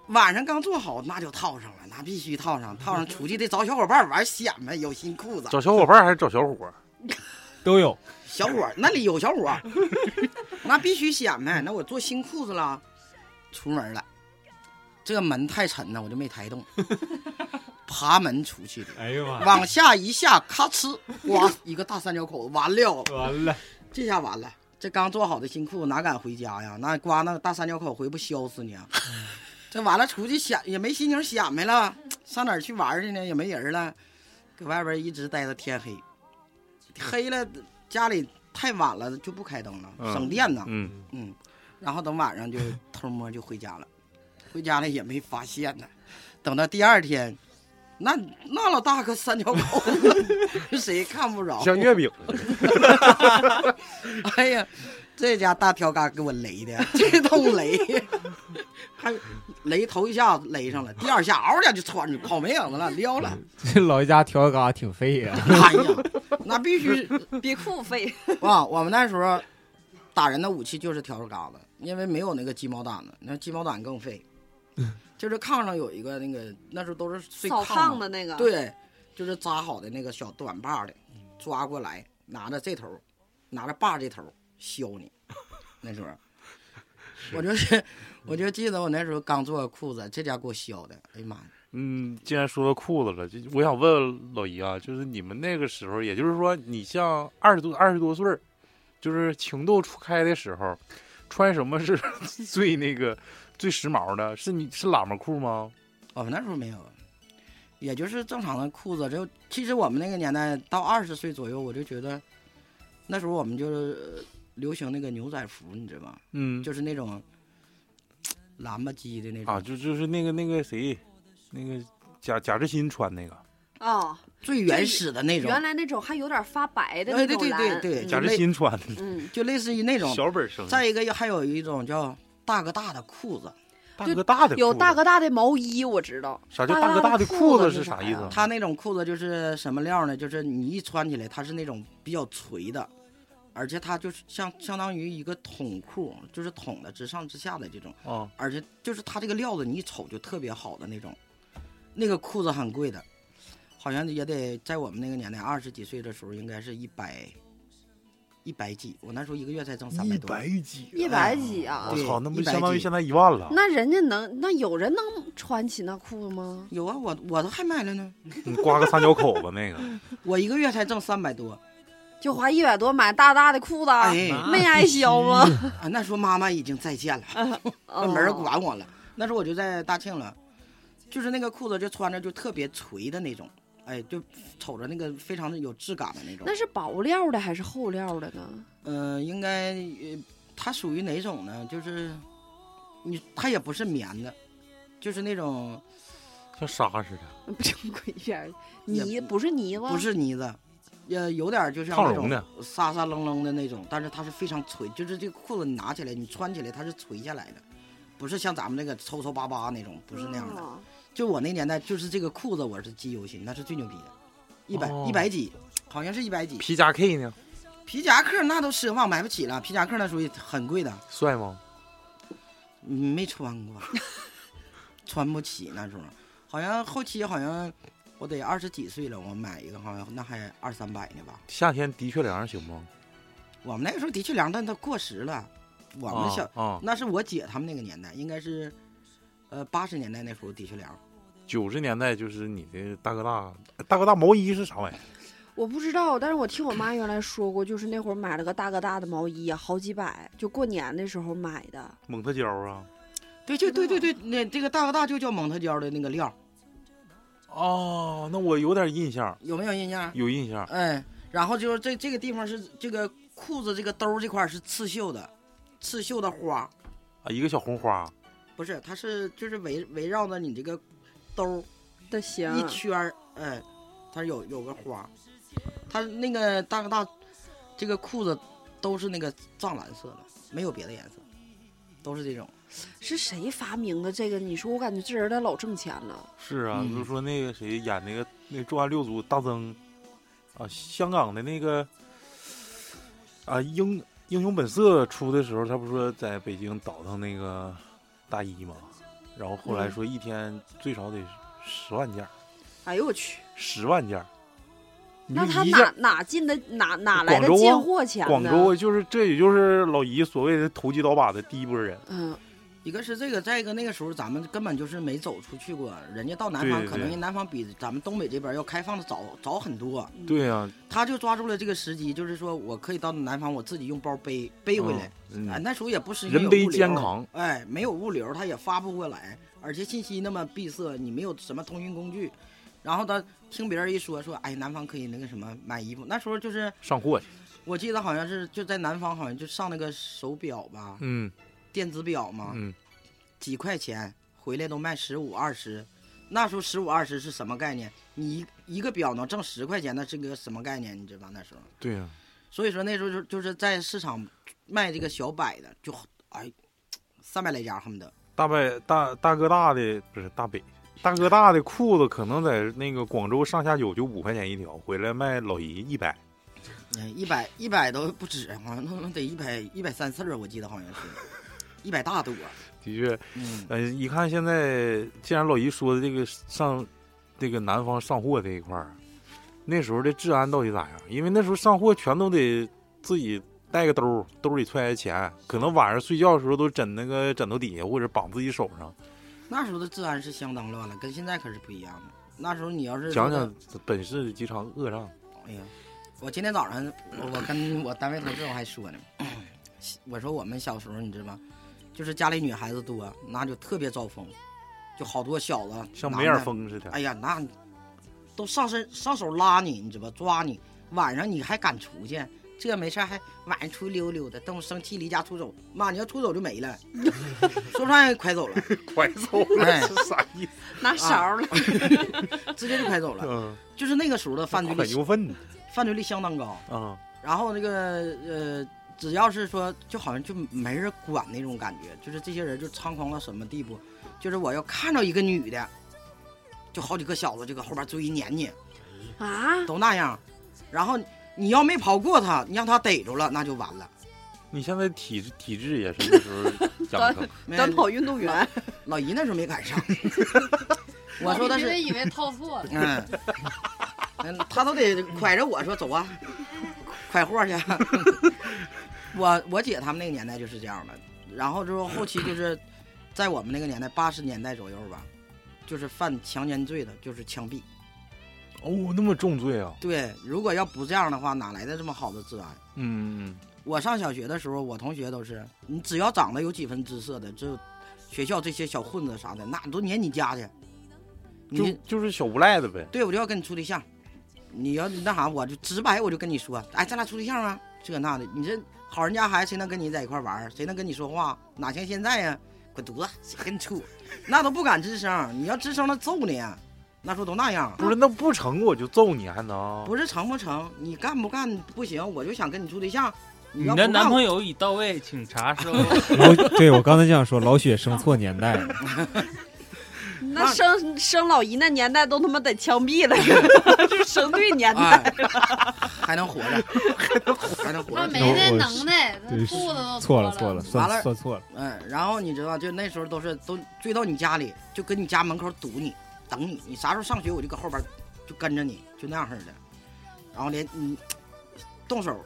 Speaker 6: 晚上刚做好，那就套上了，那必须套上，套上出去得找小伙伴玩显摆，有新裤子。
Speaker 7: 找小伙伴儿还是找小伙
Speaker 10: 啊
Speaker 7: 儿？
Speaker 10: 都有。
Speaker 6: 小伙儿那里有小伙儿， [laughs] 那必须显摆。那我做新裤子了，出门了，这个门太沉了，我就没
Speaker 10: [laughs]
Speaker 6: 抬动，爬门出去的，
Speaker 10: 哎呦妈，
Speaker 6: 往下一下，咔哧，哇， [laughs] 一个大三角口，完了，
Speaker 10: 完了，
Speaker 6: 这下完了。这刚做好的新裤子哪敢回家呀？那刮那大三角口回不削死你啊！
Speaker 10: 嗯
Speaker 6: 这完了出去显也没心情显摆了，上哪儿去玩儿去呢？也没人了，搁外边一直待到天
Speaker 10: 嗯
Speaker 6: 黑，黑了家里太晚了就不开灯了，
Speaker 7: 嗯
Speaker 6: 省电呢。
Speaker 7: 嗯，
Speaker 6: 嗯，然后等晚上就偷摸就回家了，回家了也没发现呢。等到第二天，那那老大个三角口子， [laughs] 谁看不
Speaker 10: 哦
Speaker 6: 着？
Speaker 7: 像月饼似的。
Speaker 6: 哎呀，这家大挑杆给我雷的，这通雷，还雷头一下雷上了，第二下嗷一下就穿出去，跑没影子了，撩了。
Speaker 10: 这老爷家挑嘎挺费呀、
Speaker 6: 哎呀，那必须
Speaker 5: 别酷
Speaker 6: [laughs]
Speaker 5: 费，
Speaker 6: 哇！我们那时候打人的武器就是笤帚嘎子，因为没有那个鸡毛掸子，那鸡毛掸更费。就是炕上有一个那个，那时候都是碎
Speaker 5: 扫
Speaker 6: 炕
Speaker 5: 炕
Speaker 6: 嘛
Speaker 5: 的那个，，
Speaker 6: 对，就是扎好的那个小短把的，抓过来，拿着这头儿，拿着把这头儿削你。那时候，我就是，我就记得我那时候刚做裤子，这家给我削的，哎呀妈呀！
Speaker 7: 嗯，既然说到裤子了，就我想问问老姨啊，就是你们那个时候，也就是说你像二十多二十多岁儿，就是情窦初开的时候，穿什么是 [laughs] 最那个最时髦的？是你是喇嘛裤吗？
Speaker 6: 我们哦那时候没有，也就是正常的裤子。就其实我们那个年代到二十岁左右，我就觉得，那时候我们就是呃流行那个牛仔服，你知道吗？
Speaker 7: 嗯，
Speaker 6: 就是那种蓝吧唧的那种，
Speaker 7: 啊，就就是那个那个谁，那个贾贾志新穿那个，
Speaker 5: 哦，
Speaker 6: 最原始的那种。
Speaker 5: 原来那种还有点发白的
Speaker 6: 哎
Speaker 5: 那
Speaker 6: 对
Speaker 5: 种
Speaker 6: 对
Speaker 5: 蓝，
Speaker 6: 对对
Speaker 5: 嗯
Speaker 7: 贾志新穿的
Speaker 5: 嗯，
Speaker 6: 就类似于那种。
Speaker 7: 小本生，
Speaker 6: 再一个还有一种叫大哥大的裤子，
Speaker 7: 大哥大的裤子
Speaker 5: 有大哥大的毛衣，我知道，
Speaker 7: 啥叫
Speaker 5: 大
Speaker 7: 大
Speaker 5: 哥
Speaker 7: 哥
Speaker 5: 大
Speaker 7: 大
Speaker 5: 的
Speaker 7: 的
Speaker 5: 裤
Speaker 7: 裤
Speaker 5: 子
Speaker 7: 子
Speaker 5: 是
Speaker 7: 是
Speaker 5: 啥
Speaker 7: 啥意
Speaker 5: 呀
Speaker 7: 思啊？
Speaker 6: 它那种裤子就是什么料呢？就是你一穿起来，它是那种比较垂的，而且它就是相相当于一个筒裤，就是筒的直上直下的这种。
Speaker 7: 啊
Speaker 6: 而且就是它这个料子，你一瞅就特别好的那种。那个裤子很贵的，好像也得在我们那个年代二十几岁的时候，应该是一百一百几。我那时候一个月才挣 [laughs] 三百多，
Speaker 7: 几，
Speaker 5: 一百几啊
Speaker 7: 我
Speaker 6: 对
Speaker 7: 操，那不
Speaker 6: 100
Speaker 7: 相当于
Speaker 6: 几
Speaker 7: 现在一万了？
Speaker 5: 那人家能，那有人能穿起那裤子吗？
Speaker 6: 有啊，我我都还买了呢。
Speaker 7: 你刮个三角口子
Speaker 5: [laughs]
Speaker 7: 那个，
Speaker 6: 我一个月才挣三百多，
Speaker 5: 就花一百多买大大的裤子，
Speaker 6: 哎，
Speaker 5: 没挨削吗？ [laughs]
Speaker 6: 啊，那时候妈妈已经再见了。
Speaker 5: 哦
Speaker 6: 没人管我了。那时候我就在大庆了，就是那个裤子就穿着就特别垂的那种，哎，就瞅着那个非常的有质感的那种
Speaker 5: 那。是薄料的还是厚料的呢？
Speaker 6: 嗯、应该呃它属于哪种呢？就是你它也不是棉的，就是那种
Speaker 7: 像
Speaker 5: 啊
Speaker 7: 沙似
Speaker 5: [laughs]
Speaker 7: 的，
Speaker 5: 不正规一点儿，
Speaker 6: 也
Speaker 5: 泥不是泥巴，
Speaker 6: 不是泥子，呃，有点就像
Speaker 7: 烫
Speaker 5: 啊
Speaker 6: 那
Speaker 7: 绒
Speaker 6: 种
Speaker 7: 的
Speaker 6: 沙沙楞楞的那种，但是它是非常垂，就是这个裤子你拿起来你穿起来它是垂下来的，不是像咱们那个抽抽巴巴那种，不是那样的。
Speaker 5: 啊
Speaker 6: 就我那年代，就是这个裤子我是记犹新，那是最牛逼的，一百
Speaker 7: 哦
Speaker 6: 一百几，好像是一百几。
Speaker 7: 皮夹 K 呢，
Speaker 6: 皮夹克那都奢望买不起了，皮夹克那属于很贵的，
Speaker 7: 帅吗？
Speaker 6: 嗯没穿过， [laughs] 穿不起那时候，好像后期好像我得二十几岁了，我买一个好像那还二三百呢吧。
Speaker 7: 夏天的确凉行吗？
Speaker 6: 我们那个时候的确凉，但它过时了。我们小、
Speaker 7: 啊
Speaker 6: 那是我姐他们那个年代，应该是呃八十年代那时候的确凉。
Speaker 7: 九十年代就是你的大哥大，大哥大毛衣是啥玩意儿？
Speaker 5: 我不知道，但是我听我妈原来说过，就是那会儿买了个大哥大的毛衣啊，好几百，就过年的时候买的。
Speaker 7: 蒙特娇啊？
Speaker 6: 对，就对对对，那这个大哥大就叫蒙特娇的那个料，
Speaker 7: 哦，那我有点印象，
Speaker 6: 有没有印象？
Speaker 7: 有印象。
Speaker 6: 嗯，然后就是这这个地方是这个裤子这个兜儿这块儿是刺绣的，刺绣的花，
Speaker 7: 啊，一个小红花，
Speaker 6: 不是，它是就是围围绕着你这个兜儿
Speaker 5: 的型
Speaker 6: 一圈儿，哎，它有有个花，它那个大哥大这个裤子都是那个藏蓝色的，没有别的颜色，都是这种。
Speaker 5: 是谁发明的这个？你说我感觉这人他老挣钱了，
Speaker 7: 是啊，
Speaker 6: 嗯
Speaker 7: 就说那个谁演那个那《重案六组》大曾，啊，香港的那个啊《英英雄本色》出的时候，他不说在北京倒腾那个大衣吗？然后后来
Speaker 5: 嗯
Speaker 7: 说一天最少得十万件儿，
Speaker 5: 哎呦我去，
Speaker 7: 十万件儿。你
Speaker 5: 那
Speaker 7: 就
Speaker 5: 他
Speaker 7: 一件
Speaker 5: 哪哪进的哪哪来的
Speaker 7: 广州啊
Speaker 5: 进货钱呢？
Speaker 7: 广州啊就是这，也就是老姨所谓的投机倒把的第一波人。
Speaker 5: 嗯，
Speaker 6: 一个是这个，再一个那个时候咱们根本就是没走出去过，人家到南
Speaker 7: 对
Speaker 6: 方
Speaker 7: 对
Speaker 6: 可能
Speaker 7: 对
Speaker 6: 人南方比咱们东北这边要开放的早早很多，
Speaker 7: 对啊呀、
Speaker 6: 他就抓住了这个时机，就是说我可以到南方我自己用包背背回来，
Speaker 7: 嗯
Speaker 6: 哎，那时候也不是
Speaker 7: 人
Speaker 6: 背
Speaker 7: 卑肩扛，
Speaker 6: 哎，没有物流，它也发不过来，而且信息那么闭塞，你没有什么通讯工具。然后他听别人一说说，哎，南方可以那个什么买衣服，那时候就是
Speaker 7: 上货去。
Speaker 6: 我记得好像是就在南方，好像就上那个手表吧，
Speaker 7: 嗯
Speaker 6: 电子表嘛，
Speaker 7: 嗯，
Speaker 6: 几块钱回来都卖十五二十。那时候十五二十是什么概念？你一一个表能挣十块钱，那是个什么概念？你知道那时候？
Speaker 7: 对呀、啊
Speaker 6: 所以说那时候就就是在市场卖这个小摆的，就哎，三百来家恨不得。
Speaker 7: 大北大大哥大的不是大北，大哥大的裤子可能在那个广州上下九就五块钱一条，回来卖老姨一百。
Speaker 6: 哎，一百一百都不止，好像他们得一百一百三四儿，啊我记得好像是，一百大多。
Speaker 7: 的确，
Speaker 6: 嗯，
Speaker 7: 呃，一看现在，既然老姨说的这个上，这个南方上货这一块儿，那时候的治安到底咋样？因为那时候上货全都得自己带个兜儿，兜里揣着钱，可能晚上睡觉的时候都枕那个枕头底下或者绑自己手上。
Speaker 6: 那时候的治安是相当乱了，跟现在可是不一样的。那时候你要是
Speaker 7: 讲讲，本市几场恶仗，
Speaker 6: 哎呀，我今天早上我我跟我单位同事我还说呢，我说我们小时候你知道吗？就是家里女孩子多，那就特别招风，就好多小子
Speaker 7: 像
Speaker 6: 男
Speaker 7: 梅尔
Speaker 6: 的
Speaker 7: 风似的。
Speaker 6: 哎呀，那都上身上手拉你，你知道吧？抓你，晚上你还敢出去？这没事儿还晚上出去溜溜的，等我生气离家出走，妈，你要出走就没了，说不上也快走了，
Speaker 7: [laughs] 快走
Speaker 6: 哎
Speaker 7: 啥意思？
Speaker 5: 拿勺了，
Speaker 6: 直接就快走了。
Speaker 7: 嗯，
Speaker 6: 就是那个时候的犯罪
Speaker 7: 很
Speaker 6: 率
Speaker 7: 牛，粪
Speaker 6: 犯罪率相当高。
Speaker 7: 啊，
Speaker 6: 然后那个呃，只要是说，就好像就没人管那种感觉，就是这些人就猖狂到什么地步，就是我要看到一个女的，就好几个小子就搁后边追撵你，
Speaker 5: 啊！
Speaker 6: 都那样。然后你要没跑过他，你让他逮着了，那就完了。
Speaker 7: 你现在体质体质也是那时候养成，
Speaker 6: 没
Speaker 5: 短跑运动员，
Speaker 6: 老姨那时候没赶上，我说的
Speaker 9: 真
Speaker 6: 是，，
Speaker 9: 以为套错了
Speaker 6: 嗯，嗯他都得拐着我说走啊，快货去。我我姐他们那个年代就是这样的，然后之后后期就是在我们那个年代八十年代左右吧，就是犯强奸罪的，就是枪毙。
Speaker 7: [laughs] 哦，那么重罪啊，
Speaker 6: 对，如果要不这样的话，哪来的这么好的治安？
Speaker 7: 嗯嗯
Speaker 6: 我上小学的时候，我同学都是，你只要长得有几分姿色的，就学校这些小混子啥的，那都撵你家去。
Speaker 7: 嗯，就
Speaker 6: 你
Speaker 7: 就是小无赖的呗，
Speaker 6: 对我就要跟你处对象，你要那啥，我就直白我就跟你说，哎，咱俩处对象啊，这那的。你这好人家孩子谁能跟你在一块玩儿？谁能跟你说话？哪像现在呀，滚犊子，谁跟你处？ [laughs] 那都不敢吱声，你要吱声那揍你，那时候都那样。
Speaker 7: 不是，那不成我就揍你，还能？
Speaker 6: 不是成不成，你干不干不行，我就想跟你处对象。你
Speaker 3: 你
Speaker 6: 要
Speaker 3: 的
Speaker 6: 不
Speaker 3: 男
Speaker 6: 干
Speaker 3: 朋友已到位，请查
Speaker 6: [laughs]
Speaker 3: 收。
Speaker 10: [laughs] 老对我刚才就想说，老雪生错年代
Speaker 6: [laughs]
Speaker 10: 了，
Speaker 5: [laughs] 那生生老姨那年代都他妈得枪毙了， [laughs] 是生
Speaker 9: [laughs]
Speaker 5: 对年代。
Speaker 6: 哎，还能活着，还能活
Speaker 9: 他
Speaker 6: 着。
Speaker 9: 没
Speaker 10: 我
Speaker 9: 那
Speaker 10: 我
Speaker 9: 能耐，他
Speaker 10: 对
Speaker 9: 裤子都
Speaker 10: 错
Speaker 9: 了
Speaker 10: 了错了，
Speaker 6: 完
Speaker 10: 算
Speaker 6: 了
Speaker 10: 算错了，
Speaker 6: 嗯，然后你知道，就那时候都是都追到你家里，就跟你家门口堵你，等你。你啥时候上学，我就搁后边就跟着你，就那样式的。然后连你动手，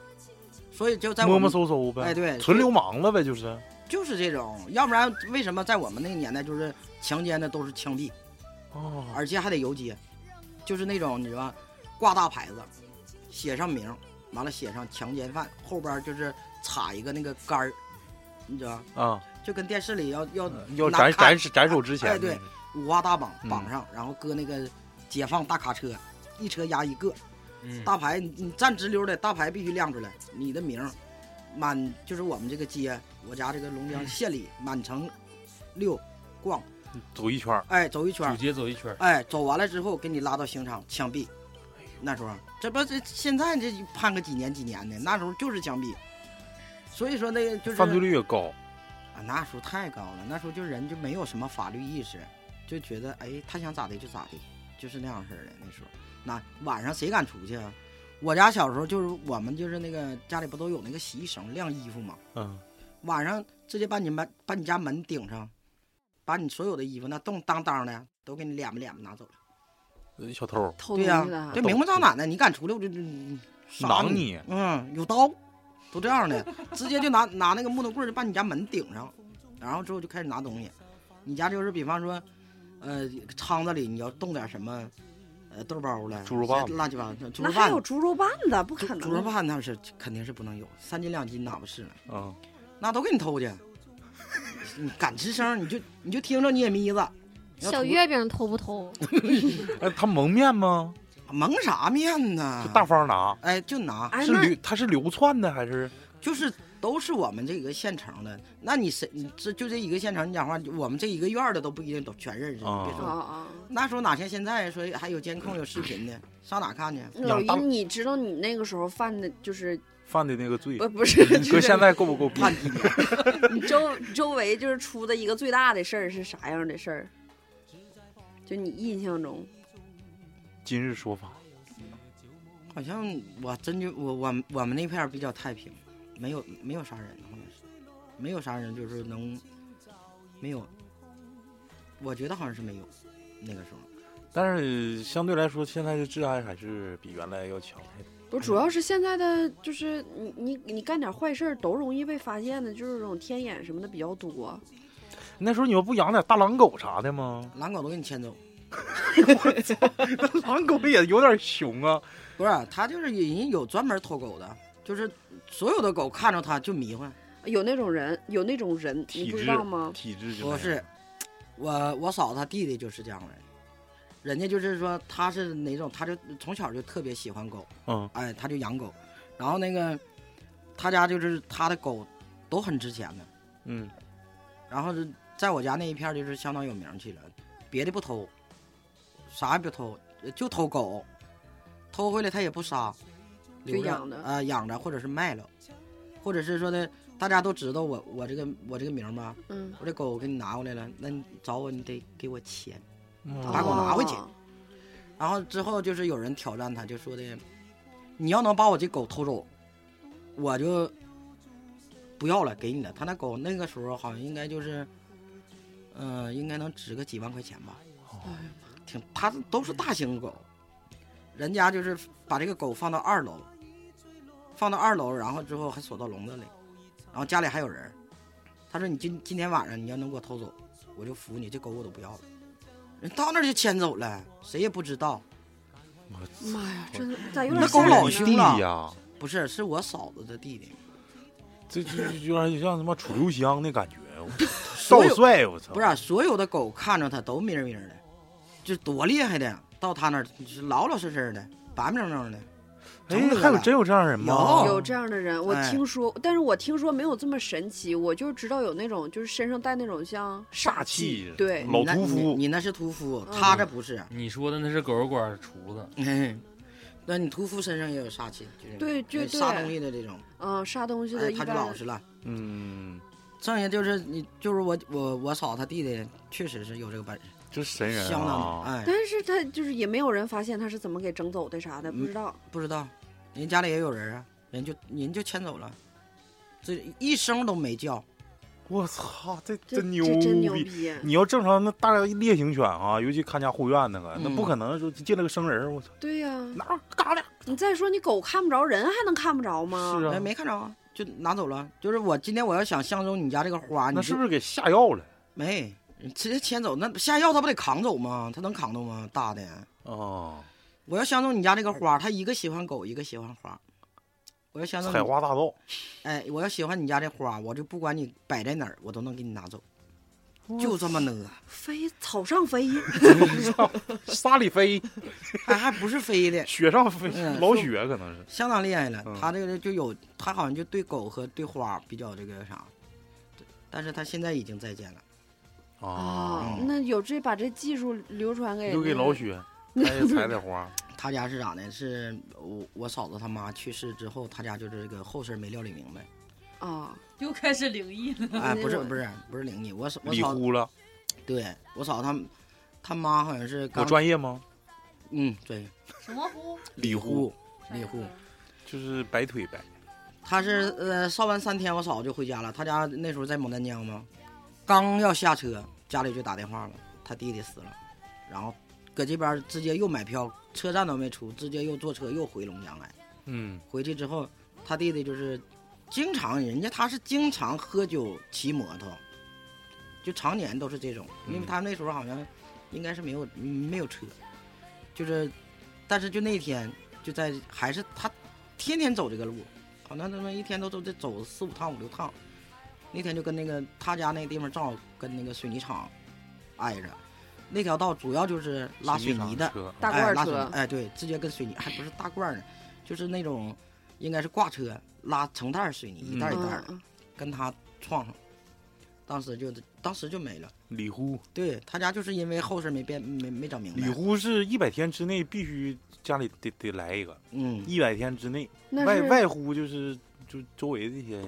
Speaker 6: 所以就在我
Speaker 7: 摸
Speaker 6: 们
Speaker 7: 摸搜搜呗，
Speaker 6: 哎对
Speaker 7: 纯流氓了呗，就是。
Speaker 6: 就是这种，要不然为什么在我们那个年代就是强奸的都是枪毙，
Speaker 7: 哦，
Speaker 6: 而且还得游街，就是那种你知道吧，挂大牌子，写上名，完了写上强奸犯，后边就是插一个那个杆儿，你知道吧，
Speaker 7: 啊，
Speaker 6: 就跟电视里要要
Speaker 7: 要
Speaker 6: 拿
Speaker 7: 斩
Speaker 6: 砍
Speaker 7: 斩斩首之前，
Speaker 6: 哎对，五花大绑
Speaker 7: 嗯
Speaker 6: 绑上，然后搁那个解放大卡车，一车压一个，
Speaker 3: 嗯，
Speaker 6: 大牌你你站直溜的，大牌必须亮出来，你的名儿，满就是我们这个街，我家这个龙江县里满城溜逛，
Speaker 7: 走一圈儿，
Speaker 6: 哎，走一圈
Speaker 3: 嗯主
Speaker 6: 儿，
Speaker 3: 街走一圈儿，
Speaker 6: 哎，走完了之后给你拉到刑场枪毙。
Speaker 7: 哎
Speaker 6: 那时候这不这现在这判个几年几年的，那时候就是枪毙。所以说那个就是
Speaker 7: 犯罪率也高。
Speaker 6: 啊，那时候太高了，那时候就人就没有什么法律意识，就觉得哎，他想咋地就咋地，就是那样式儿的。那时候，那晚上谁敢出去啊？我家小时候就是我们就是那个家里不都有那个洗衣绳晾衣服嘛，
Speaker 7: 嗯，
Speaker 6: 晚上直接把你门把你家门顶上，把你所有的衣服那冻当当的都给你敛吧敛吧拿走了。
Speaker 7: 呃小偷
Speaker 5: 偷
Speaker 6: 对
Speaker 5: 东
Speaker 6: 呀、
Speaker 5: 西的
Speaker 6: 这明目张胆的，你敢出来我就就杀
Speaker 7: 囊
Speaker 6: 你。
Speaker 7: 你，
Speaker 6: 嗯，有刀，都这样的，直接就拿 [laughs] 拿那个木头棍儿就把你家门顶上，然后之后就开始拿东西。你家就是比方说，呃，仓子里你要冻点什么，呃，豆包了，
Speaker 7: 猪肉棒子
Speaker 6: 乱七八糟，猪
Speaker 5: 那
Speaker 6: 肉
Speaker 5: 还
Speaker 6: 棒
Speaker 5: 有
Speaker 6: 子，
Speaker 5: 猪肉拌的，不可
Speaker 6: 猪
Speaker 5: 能。
Speaker 6: 猪肉棒那是肯定是不能有，三斤两斤哪不是呢？
Speaker 7: 嗯，
Speaker 6: 那都给你偷去，你敢吱声你就你就听着你也眯子，要
Speaker 2: 小
Speaker 6: 图
Speaker 2: 月饼偷不偷？
Speaker 7: 哎，他蒙面吗？
Speaker 6: 蒙啥面呢
Speaker 7: 就？大方拿，
Speaker 6: 啊哎，就拿
Speaker 5: 哎，
Speaker 7: 是
Speaker 5: 那
Speaker 7: 流他是流窜的还是？
Speaker 6: 就是都是我们这个县城的。那你谁？你这就这一个县城，你讲话，我们这一个院儿的都不一定都全认识。
Speaker 7: 啊
Speaker 6: 你
Speaker 5: 啊
Speaker 6: 别说
Speaker 5: 啊！
Speaker 6: 那时候哪像现在说还有监控有视频的，上哪看去？
Speaker 5: 老姨，
Speaker 7: 当
Speaker 5: 你知道你那个时候犯的就是呃
Speaker 7: 犯的那个罪，
Speaker 5: 不不是，就
Speaker 7: 搁
Speaker 5: 是
Speaker 7: 现在够不够逼？
Speaker 6: 看地点。
Speaker 5: 你周周围就是出的一个最大的事儿是啥样的事儿？就你印象中，
Speaker 7: 今日说法，
Speaker 6: 好像我真就我我我们那片儿比较太平，没有没有啥人，好像是没有啥人，就是能没有。我觉得好像是没有，那个时候。
Speaker 7: 但是相对来说，现在的治安还是比原来要强太多。
Speaker 5: 不是主要是现在的就是你你你干点坏事儿都容易被发现的，就是这种天眼什么的比较多。
Speaker 7: 那时候你们不养点大狼狗啥的吗？
Speaker 6: 狼狗都给你牵走，
Speaker 7: 狼狗也有点熊啊，
Speaker 6: 不是他就是有人有专门偷狗的，就是所有的狗看着他就迷幻。
Speaker 5: 有那种人，有那种人，你
Speaker 7: 体
Speaker 5: 不知
Speaker 7: 质
Speaker 5: 道吗？
Speaker 7: 体质就那样
Speaker 6: 不是，我我嫂子她弟弟就是这样的人，人家就是说他是哪种，他就从小就特别喜欢狗，
Speaker 7: 嗯，
Speaker 6: 哎，他就养狗，然后那个他家就是他的狗都很值钱的，
Speaker 7: 嗯，
Speaker 6: 然后是在我家那一片儿就是相当有名气了，别的不偷，啥也不偷，就偷狗，偷回来他也不杀，
Speaker 5: 就
Speaker 6: 留着
Speaker 5: 养着
Speaker 6: 啊、养着或者是卖了，或者是说的大家都知道我我这个我这个名儿吧，
Speaker 5: 嗯，
Speaker 6: 我这狗给你拿回来了，那你找我你得给我钱。把
Speaker 7: 嗯
Speaker 6: 狗拿回去
Speaker 5: 哦
Speaker 6: 然后之后就是有人挑战他，就说的，你要能把我这狗偷走，我就不要了，给你了。他那狗那个时候好像应该就是，嗯、应该能值个几万块钱吧。挺，他都是大型狗，人家就是把这个狗放到二楼，放到二楼，然后之后还锁到笼子里，然后家里还有人。他说：“你今今天晚上你要能给我偷走，我就服你，这狗我都不要了。”人到那儿就牵走了，谁也不知道。
Speaker 5: 妈呀，真的咋有
Speaker 6: 那
Speaker 5: 点
Speaker 6: 狗
Speaker 5: 吓
Speaker 7: 啊
Speaker 5: 人
Speaker 6: 老
Speaker 5: 呢
Speaker 6: 凶
Speaker 7: 弟
Speaker 6: 了
Speaker 7: 呀，
Speaker 6: 不是，是我嫂子的弟弟，
Speaker 7: 这就就有点像他妈楚留香那感觉，
Speaker 6: 所
Speaker 7: 少
Speaker 6: 有
Speaker 7: 帅我操！
Speaker 6: 不是啊、所有的狗看着它都明儿明儿的，就多厉害的，到他那儿就是老老实实的，板板正正的。啊
Speaker 7: 哎
Speaker 6: 成，
Speaker 7: 还有
Speaker 6: 哥了。
Speaker 7: 真有这样人吗？
Speaker 6: 哦
Speaker 5: 有这样的人，我
Speaker 6: 哎
Speaker 5: 听说，但是我听说没有这么神奇，我就知道有那种就是身上带那种像
Speaker 7: 煞气
Speaker 5: 对
Speaker 6: 你
Speaker 7: 老
Speaker 6: 那
Speaker 7: 屠夫
Speaker 6: 你你那是屠夫，
Speaker 5: 嗯
Speaker 6: 他这不是。啊
Speaker 3: 你说的那是狗肉馆厨子，
Speaker 6: 嗯，那你屠夫身上也有煞气，就是
Speaker 5: 对就
Speaker 6: 就是
Speaker 5: 对
Speaker 6: 杀东西的这种，
Speaker 5: 嗯杀东西
Speaker 6: 哎
Speaker 5: 的，一
Speaker 6: 他就
Speaker 5: 般
Speaker 6: 老实了。
Speaker 7: 嗯，
Speaker 6: 剩下就是你，就是我，我我嫂她弟弟，确实是有这个本事，
Speaker 7: 这神人
Speaker 6: 相当
Speaker 7: 啊！
Speaker 6: 哎，
Speaker 5: 但是他就是也没有人发现他是怎么给整走的啥的，不知道。
Speaker 6: 不知道，人家里也有人啊，人就人就牵走了，这一声都没叫，
Speaker 7: 我操，这
Speaker 5: 这
Speaker 7: 真牛
Speaker 5: 这真牛
Speaker 7: 逼！
Speaker 5: 逼！
Speaker 7: 你要正常那大烈型犬啊，尤其看家护院那个，那
Speaker 6: 嗯
Speaker 7: 不可能说进了个生人儿，我操，
Speaker 5: 对呀、
Speaker 7: 哪儿嘎的？
Speaker 5: 你再说你狗看不着人，还能看不着吗？
Speaker 7: 是
Speaker 6: 哎，
Speaker 7: 啊，
Speaker 6: 没看着啊，就拿走了。就是我今天我要想相中你家这个花，你
Speaker 7: 那
Speaker 6: 就是
Speaker 7: 不是给下药了？
Speaker 6: 没直接牵走？那下药他不得扛走吗？他能扛动吗？大的，
Speaker 7: 啊，
Speaker 6: 我要相中你家这个花，他一个喜欢狗，一个喜欢花。我要相中
Speaker 7: 采
Speaker 6: 你，
Speaker 7: 花大盗，
Speaker 6: 哎，我要喜欢你家这花，我就不管你摆在哪儿，我都能给你拿走，就这么呢。
Speaker 5: 飞草上飞，
Speaker 7: 沙里飞，
Speaker 6: 还还不是飞的，
Speaker 7: 雪上飞，
Speaker 6: 嗯
Speaker 7: 老雪可能是。
Speaker 6: 相当厉害了
Speaker 7: 嗯。
Speaker 6: 他这个就有，他好像就对狗和对花比较这个啥，但是他现在已经再见了。
Speaker 7: 哦
Speaker 6: 哦嗯
Speaker 5: 啊，那有这把这技术流传给
Speaker 7: 留给
Speaker 5: 那个
Speaker 7: 老
Speaker 6: [laughs]
Speaker 7: 雪，他也采点花。
Speaker 6: 他家是咋呢？是我我嫂子他妈去世之后，他家就是这个后事没料理明白。
Speaker 5: 啊，
Speaker 9: 又开始灵异了。
Speaker 6: 哎，不是
Speaker 5: 那种
Speaker 6: 不是不是灵异，我嫂我
Speaker 7: 理
Speaker 6: 嫂
Speaker 7: 呼了，
Speaker 6: 对我嫂他他妈好像是
Speaker 7: 我
Speaker 6: 刚
Speaker 7: 专业吗？
Speaker 6: 嗯对
Speaker 9: 什么呼？
Speaker 7: 理呼
Speaker 6: 理护，
Speaker 7: 就是摆腿呗。
Speaker 6: 他是呃烧完三天，我嫂子就回家了。他家那时候在牡丹江嘛，刚要下车，家里就打电话了，他弟弟死了，然后搁这边直接又买票，车站都没出，直接又坐车又回龙江来。
Speaker 7: 嗯，
Speaker 6: 回去之后，他弟弟就是经常，人家他是经常喝酒骑摩托，就常年都是这种，
Speaker 7: 嗯
Speaker 6: 因为他那时候好像应该是没有没有车，就是，但是就那天就在还是他天天走这个路，好像他们一天都都得走四五趟五六趟，那天就跟那个他家那地方正好跟那个水泥厂挨着。那条道主要就是拉水泥的，
Speaker 7: 车
Speaker 5: 大
Speaker 6: 哎
Speaker 5: 罐
Speaker 6: 拉水
Speaker 5: 车
Speaker 6: 泥，哎，对，直接跟水泥，还不是大罐儿呢，就是那种应该是挂车哎拉成袋儿水泥，一袋儿一袋儿的，
Speaker 5: 嗯
Speaker 6: 跟他撞上，当时就当时就没了。
Speaker 7: 理呼，
Speaker 6: 对他家就是因为后事没变，没没整明
Speaker 7: 理
Speaker 6: 白。
Speaker 7: 呼是一百天之内必须家里得得来一个，
Speaker 6: 嗯，
Speaker 7: 一百天之内，
Speaker 5: 那
Speaker 7: 外
Speaker 5: 是
Speaker 7: 外呼就是就周围这些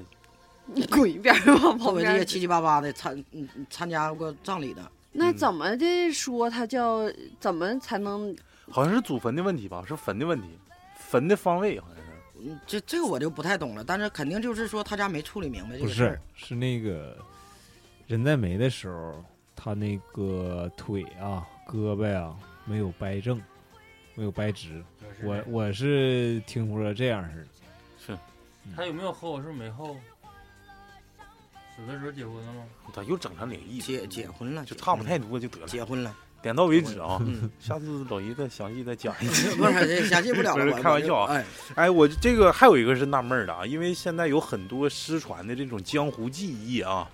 Speaker 5: 你滚一边儿吧，
Speaker 6: 后
Speaker 5: 旁
Speaker 6: 边这
Speaker 5: 边
Speaker 6: 些
Speaker 5: 儿。
Speaker 6: 七七八八的参嗯参加过葬礼的，
Speaker 5: 那
Speaker 7: 嗯
Speaker 5: 怎么的说他叫怎么才能
Speaker 7: 好像是祖坟的问题吧，是坟的问题，坟的方位好像是。
Speaker 6: 嗯这这个我就不太懂了，但是肯定就是说他家没处理明白这
Speaker 10: 不
Speaker 6: 个事
Speaker 10: 是
Speaker 6: 儿。，
Speaker 10: 是那个人在没的时候，他那个腿啊、胳膊呀、没有掰正，没有掰直。我我是听说这样似的，
Speaker 3: 他有没有后？是不是没后？死的时候结婚了吗？
Speaker 7: 咋又整成灵异了？
Speaker 6: 结结婚了，
Speaker 7: 就差不太
Speaker 6: 多，
Speaker 7: 多就得了，
Speaker 6: 结婚了。
Speaker 7: 点到为止啊。
Speaker 6: 嗯， [laughs]
Speaker 7: 下次老姨再详细再讲一
Speaker 6: 不
Speaker 7: 下。
Speaker 6: 是这详细不了
Speaker 7: [laughs]
Speaker 6: 了，
Speaker 7: 不
Speaker 6: 我
Speaker 7: 是
Speaker 6: 我
Speaker 7: 开玩笑啊
Speaker 6: 就哎，
Speaker 7: 哎，我这个还有一个是纳闷儿的啊，因为现在有很多失传的这种江湖技艺啊，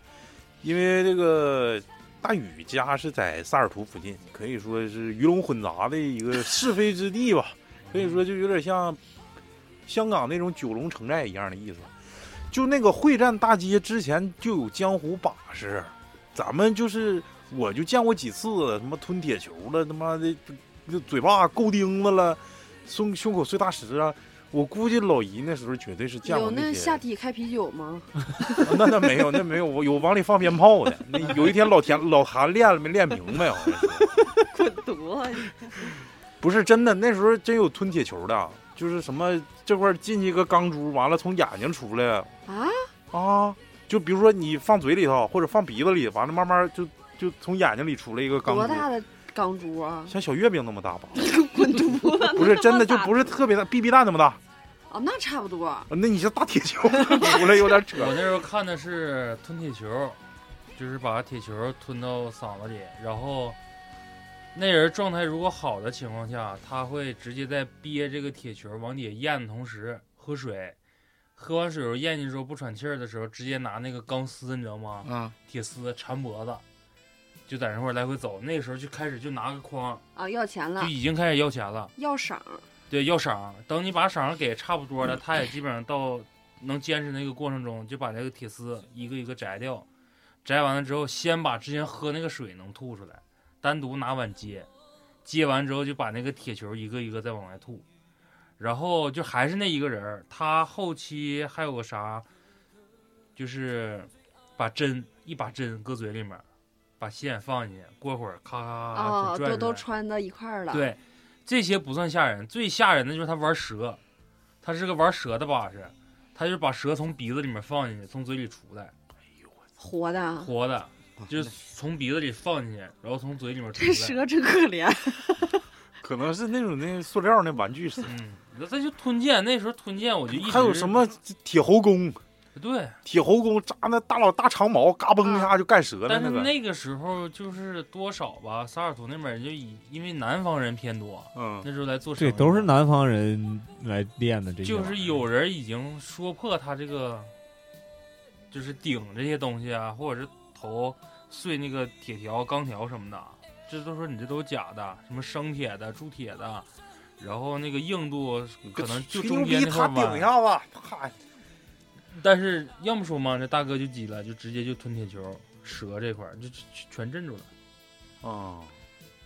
Speaker 7: 因为这个大禹家是在萨尔图附近，可以说是鱼龙混杂的一个是非之地吧，可以说就有点像香港那种九龙城寨一样的意思。就那个会战大街之前就有江湖把式，咱们就是我就见过几次，他妈吞铁球了，他妈的这嘴巴够钉子了，胸胸口碎大石啊。我估计老姨那时候绝对是见
Speaker 5: 有
Speaker 7: 过
Speaker 5: 那
Speaker 7: 些，
Speaker 5: 下体开啤酒吗？
Speaker 7: 啊 [laughs] 那那没有，那没有，我有往里放鞭炮
Speaker 5: [laughs]
Speaker 7: 的。那有一天老田老韩练了没练明白，好像是。
Speaker 5: 多
Speaker 7: 不是真的，那时候真有吞铁球的，就是什么这块儿进去一个钢珠，完了从眼睛出来
Speaker 5: 啊！
Speaker 7: 啊，就比如说你放嘴里头或者放鼻子里，完了慢慢就就从眼睛里出来一个钢
Speaker 5: 多
Speaker 7: 珠，
Speaker 5: 大的钢珠啊！
Speaker 7: 像小月饼那么大吧？
Speaker 5: [laughs] 滚犊子
Speaker 7: 不是真的，就不是特别大，BB 弹那么大。
Speaker 5: 啊！那差不多。
Speaker 7: 那你这大铁
Speaker 5: [laughs]
Speaker 7: 球出来有点扯
Speaker 3: [laughs] 我那时候看的是吞铁球，就是把铁球吞到嗓子里，然后那人状态如果好的情况下，他会直接在憋这个铁球往底下咽的同时喝水，喝完水后咽进去之后不喘气儿的时候，直接拿那个钢丝，你知道吗？
Speaker 5: 啊
Speaker 6: 嗯，
Speaker 3: 铁丝缠脖子，就在那块儿来回走。那时候就开始就拿个筐，
Speaker 5: 啊，要钱了
Speaker 3: 就，已经开始要钱了。
Speaker 5: 要赏，
Speaker 3: 对，要赏儿。等你把赏儿给差不多了，他也基本上到能坚持那个过程中，就把这个铁丝一个一个摘掉。摘完了之后，先把之前喝那个水能吐出来，单独拿碗接，接完之后就把那个铁球一个一个再往外吐。然后就还是那一个人儿，他后期还有个啥，就是把针一把针搁嘴里面儿，把线放进去，过会儿咔咔咔咔
Speaker 5: 啊，
Speaker 3: 就拽出
Speaker 5: 都都
Speaker 3: 来
Speaker 5: 穿到一块儿了。，
Speaker 3: 对，这些不算吓人，最吓人的就是他玩蛇，他是个玩蛇的把式，他就是把蛇从鼻子里面放进去，从嘴里出来，
Speaker 5: 活的啊，
Speaker 3: 活的，
Speaker 6: 啊
Speaker 3: 就是从鼻子里放进去，然后从嘴里面出
Speaker 5: 这
Speaker 3: 来。
Speaker 5: 蛇真可怜。
Speaker 7: 可能是那种那塑料那玩具似的。
Speaker 3: 嗯，那他就吞剑，那时候吞剑我就一直
Speaker 7: 还有什么铁猴弓？
Speaker 3: 对，
Speaker 7: 铁猴弓扎那大老大长毛，嘎嘣一下就干折了
Speaker 3: 但是
Speaker 7: 那个。
Speaker 3: 那个时候就是多少吧，萨尔图那边儿就以因为南方人偏多，
Speaker 7: 嗯，
Speaker 3: 那时候来做生
Speaker 10: 这
Speaker 3: 意
Speaker 10: 都是
Speaker 3: 的
Speaker 10: 南方人来练的，这些
Speaker 3: 就是
Speaker 10: 玩意儿啊
Speaker 3: 有人已经说破他这个，就是顶这些东西啊，或者是头碎那个铁条、钢条什么的，这都说你这都是假的，什么生铁的、铸铁的，然后那个硬度可能就
Speaker 7: 吹牛
Speaker 3: 中间
Speaker 7: 逼
Speaker 3: 那块
Speaker 7: 他
Speaker 3: 儿
Speaker 7: 顶一
Speaker 3: 弯。
Speaker 7: 下子，啪！
Speaker 3: 但是要么说嘛，这大哥就急了，就直接就吞铁球、蛇这块儿就就全镇住了。嗯
Speaker 7: 啊，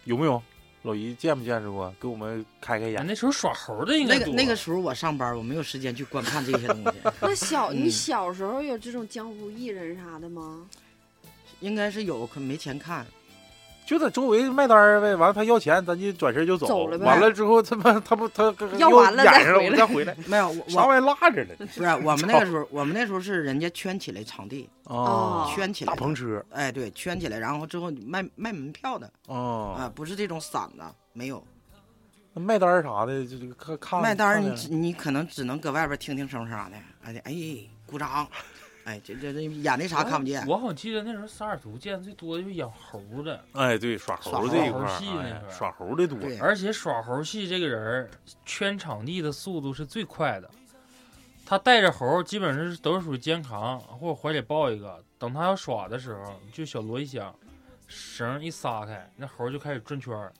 Speaker 7: 有没有？老姨见没见识过？给我们开开
Speaker 3: 哎
Speaker 7: 眼。
Speaker 3: 那时候耍猴的应该
Speaker 6: 那个
Speaker 3: 多
Speaker 6: 那个时候我上班，我没有时间去观看这些东 [laughs] 西，
Speaker 5: 那小你
Speaker 6: 嗯
Speaker 5: 小时候有这种江湖艺人啥的吗？
Speaker 6: 应该是有，可没钱看。
Speaker 7: 就在周围卖单儿呗，完了他要钱，咱就转身就走。
Speaker 5: 走了呗
Speaker 7: 完了之后，他妈他不他他
Speaker 5: 要完了
Speaker 7: 又
Speaker 5: 再
Speaker 7: 演上了，
Speaker 5: 回
Speaker 7: 我
Speaker 5: 来
Speaker 7: 再回来，
Speaker 6: 没有，我
Speaker 7: 啥
Speaker 6: 我
Speaker 7: 玩意儿落着了呢？
Speaker 6: 不是我们那个时候，我们那时候是人家圈起来场地，
Speaker 5: 哦
Speaker 6: 圈起来
Speaker 7: 大
Speaker 6: 的，
Speaker 7: 篷车
Speaker 6: 哎，对，圈起来，然后之后你卖卖门票的啊、
Speaker 7: 哦，
Speaker 6: 不是这种散的，没有
Speaker 7: 那卖单儿啥的，就就看看
Speaker 6: 卖单儿，
Speaker 7: 看
Speaker 6: 你
Speaker 7: 哦看
Speaker 6: 只你可能只能搁外边听听声啥的，哎哎，鼓掌， [laughs] 哎，这这这演的啥看不见，
Speaker 3: 啊我好像记得那时候萨尔图见的最多的就是养猴的，
Speaker 7: 哎，对，耍
Speaker 6: 耍
Speaker 7: 猴
Speaker 6: 猴
Speaker 7: 这一块
Speaker 3: 戏那
Speaker 7: 儿，
Speaker 3: 块
Speaker 7: 哎
Speaker 3: 儿
Speaker 7: 耍猴的多。
Speaker 6: 对，
Speaker 3: 而且耍猴戏这个人儿圈场地的速度是最快的，他带着猴儿基本上是都是属于肩扛或者怀里抱一个，等他要耍的时候，就小锣一响，绳儿一撒开，那猴儿就开始转圈儿，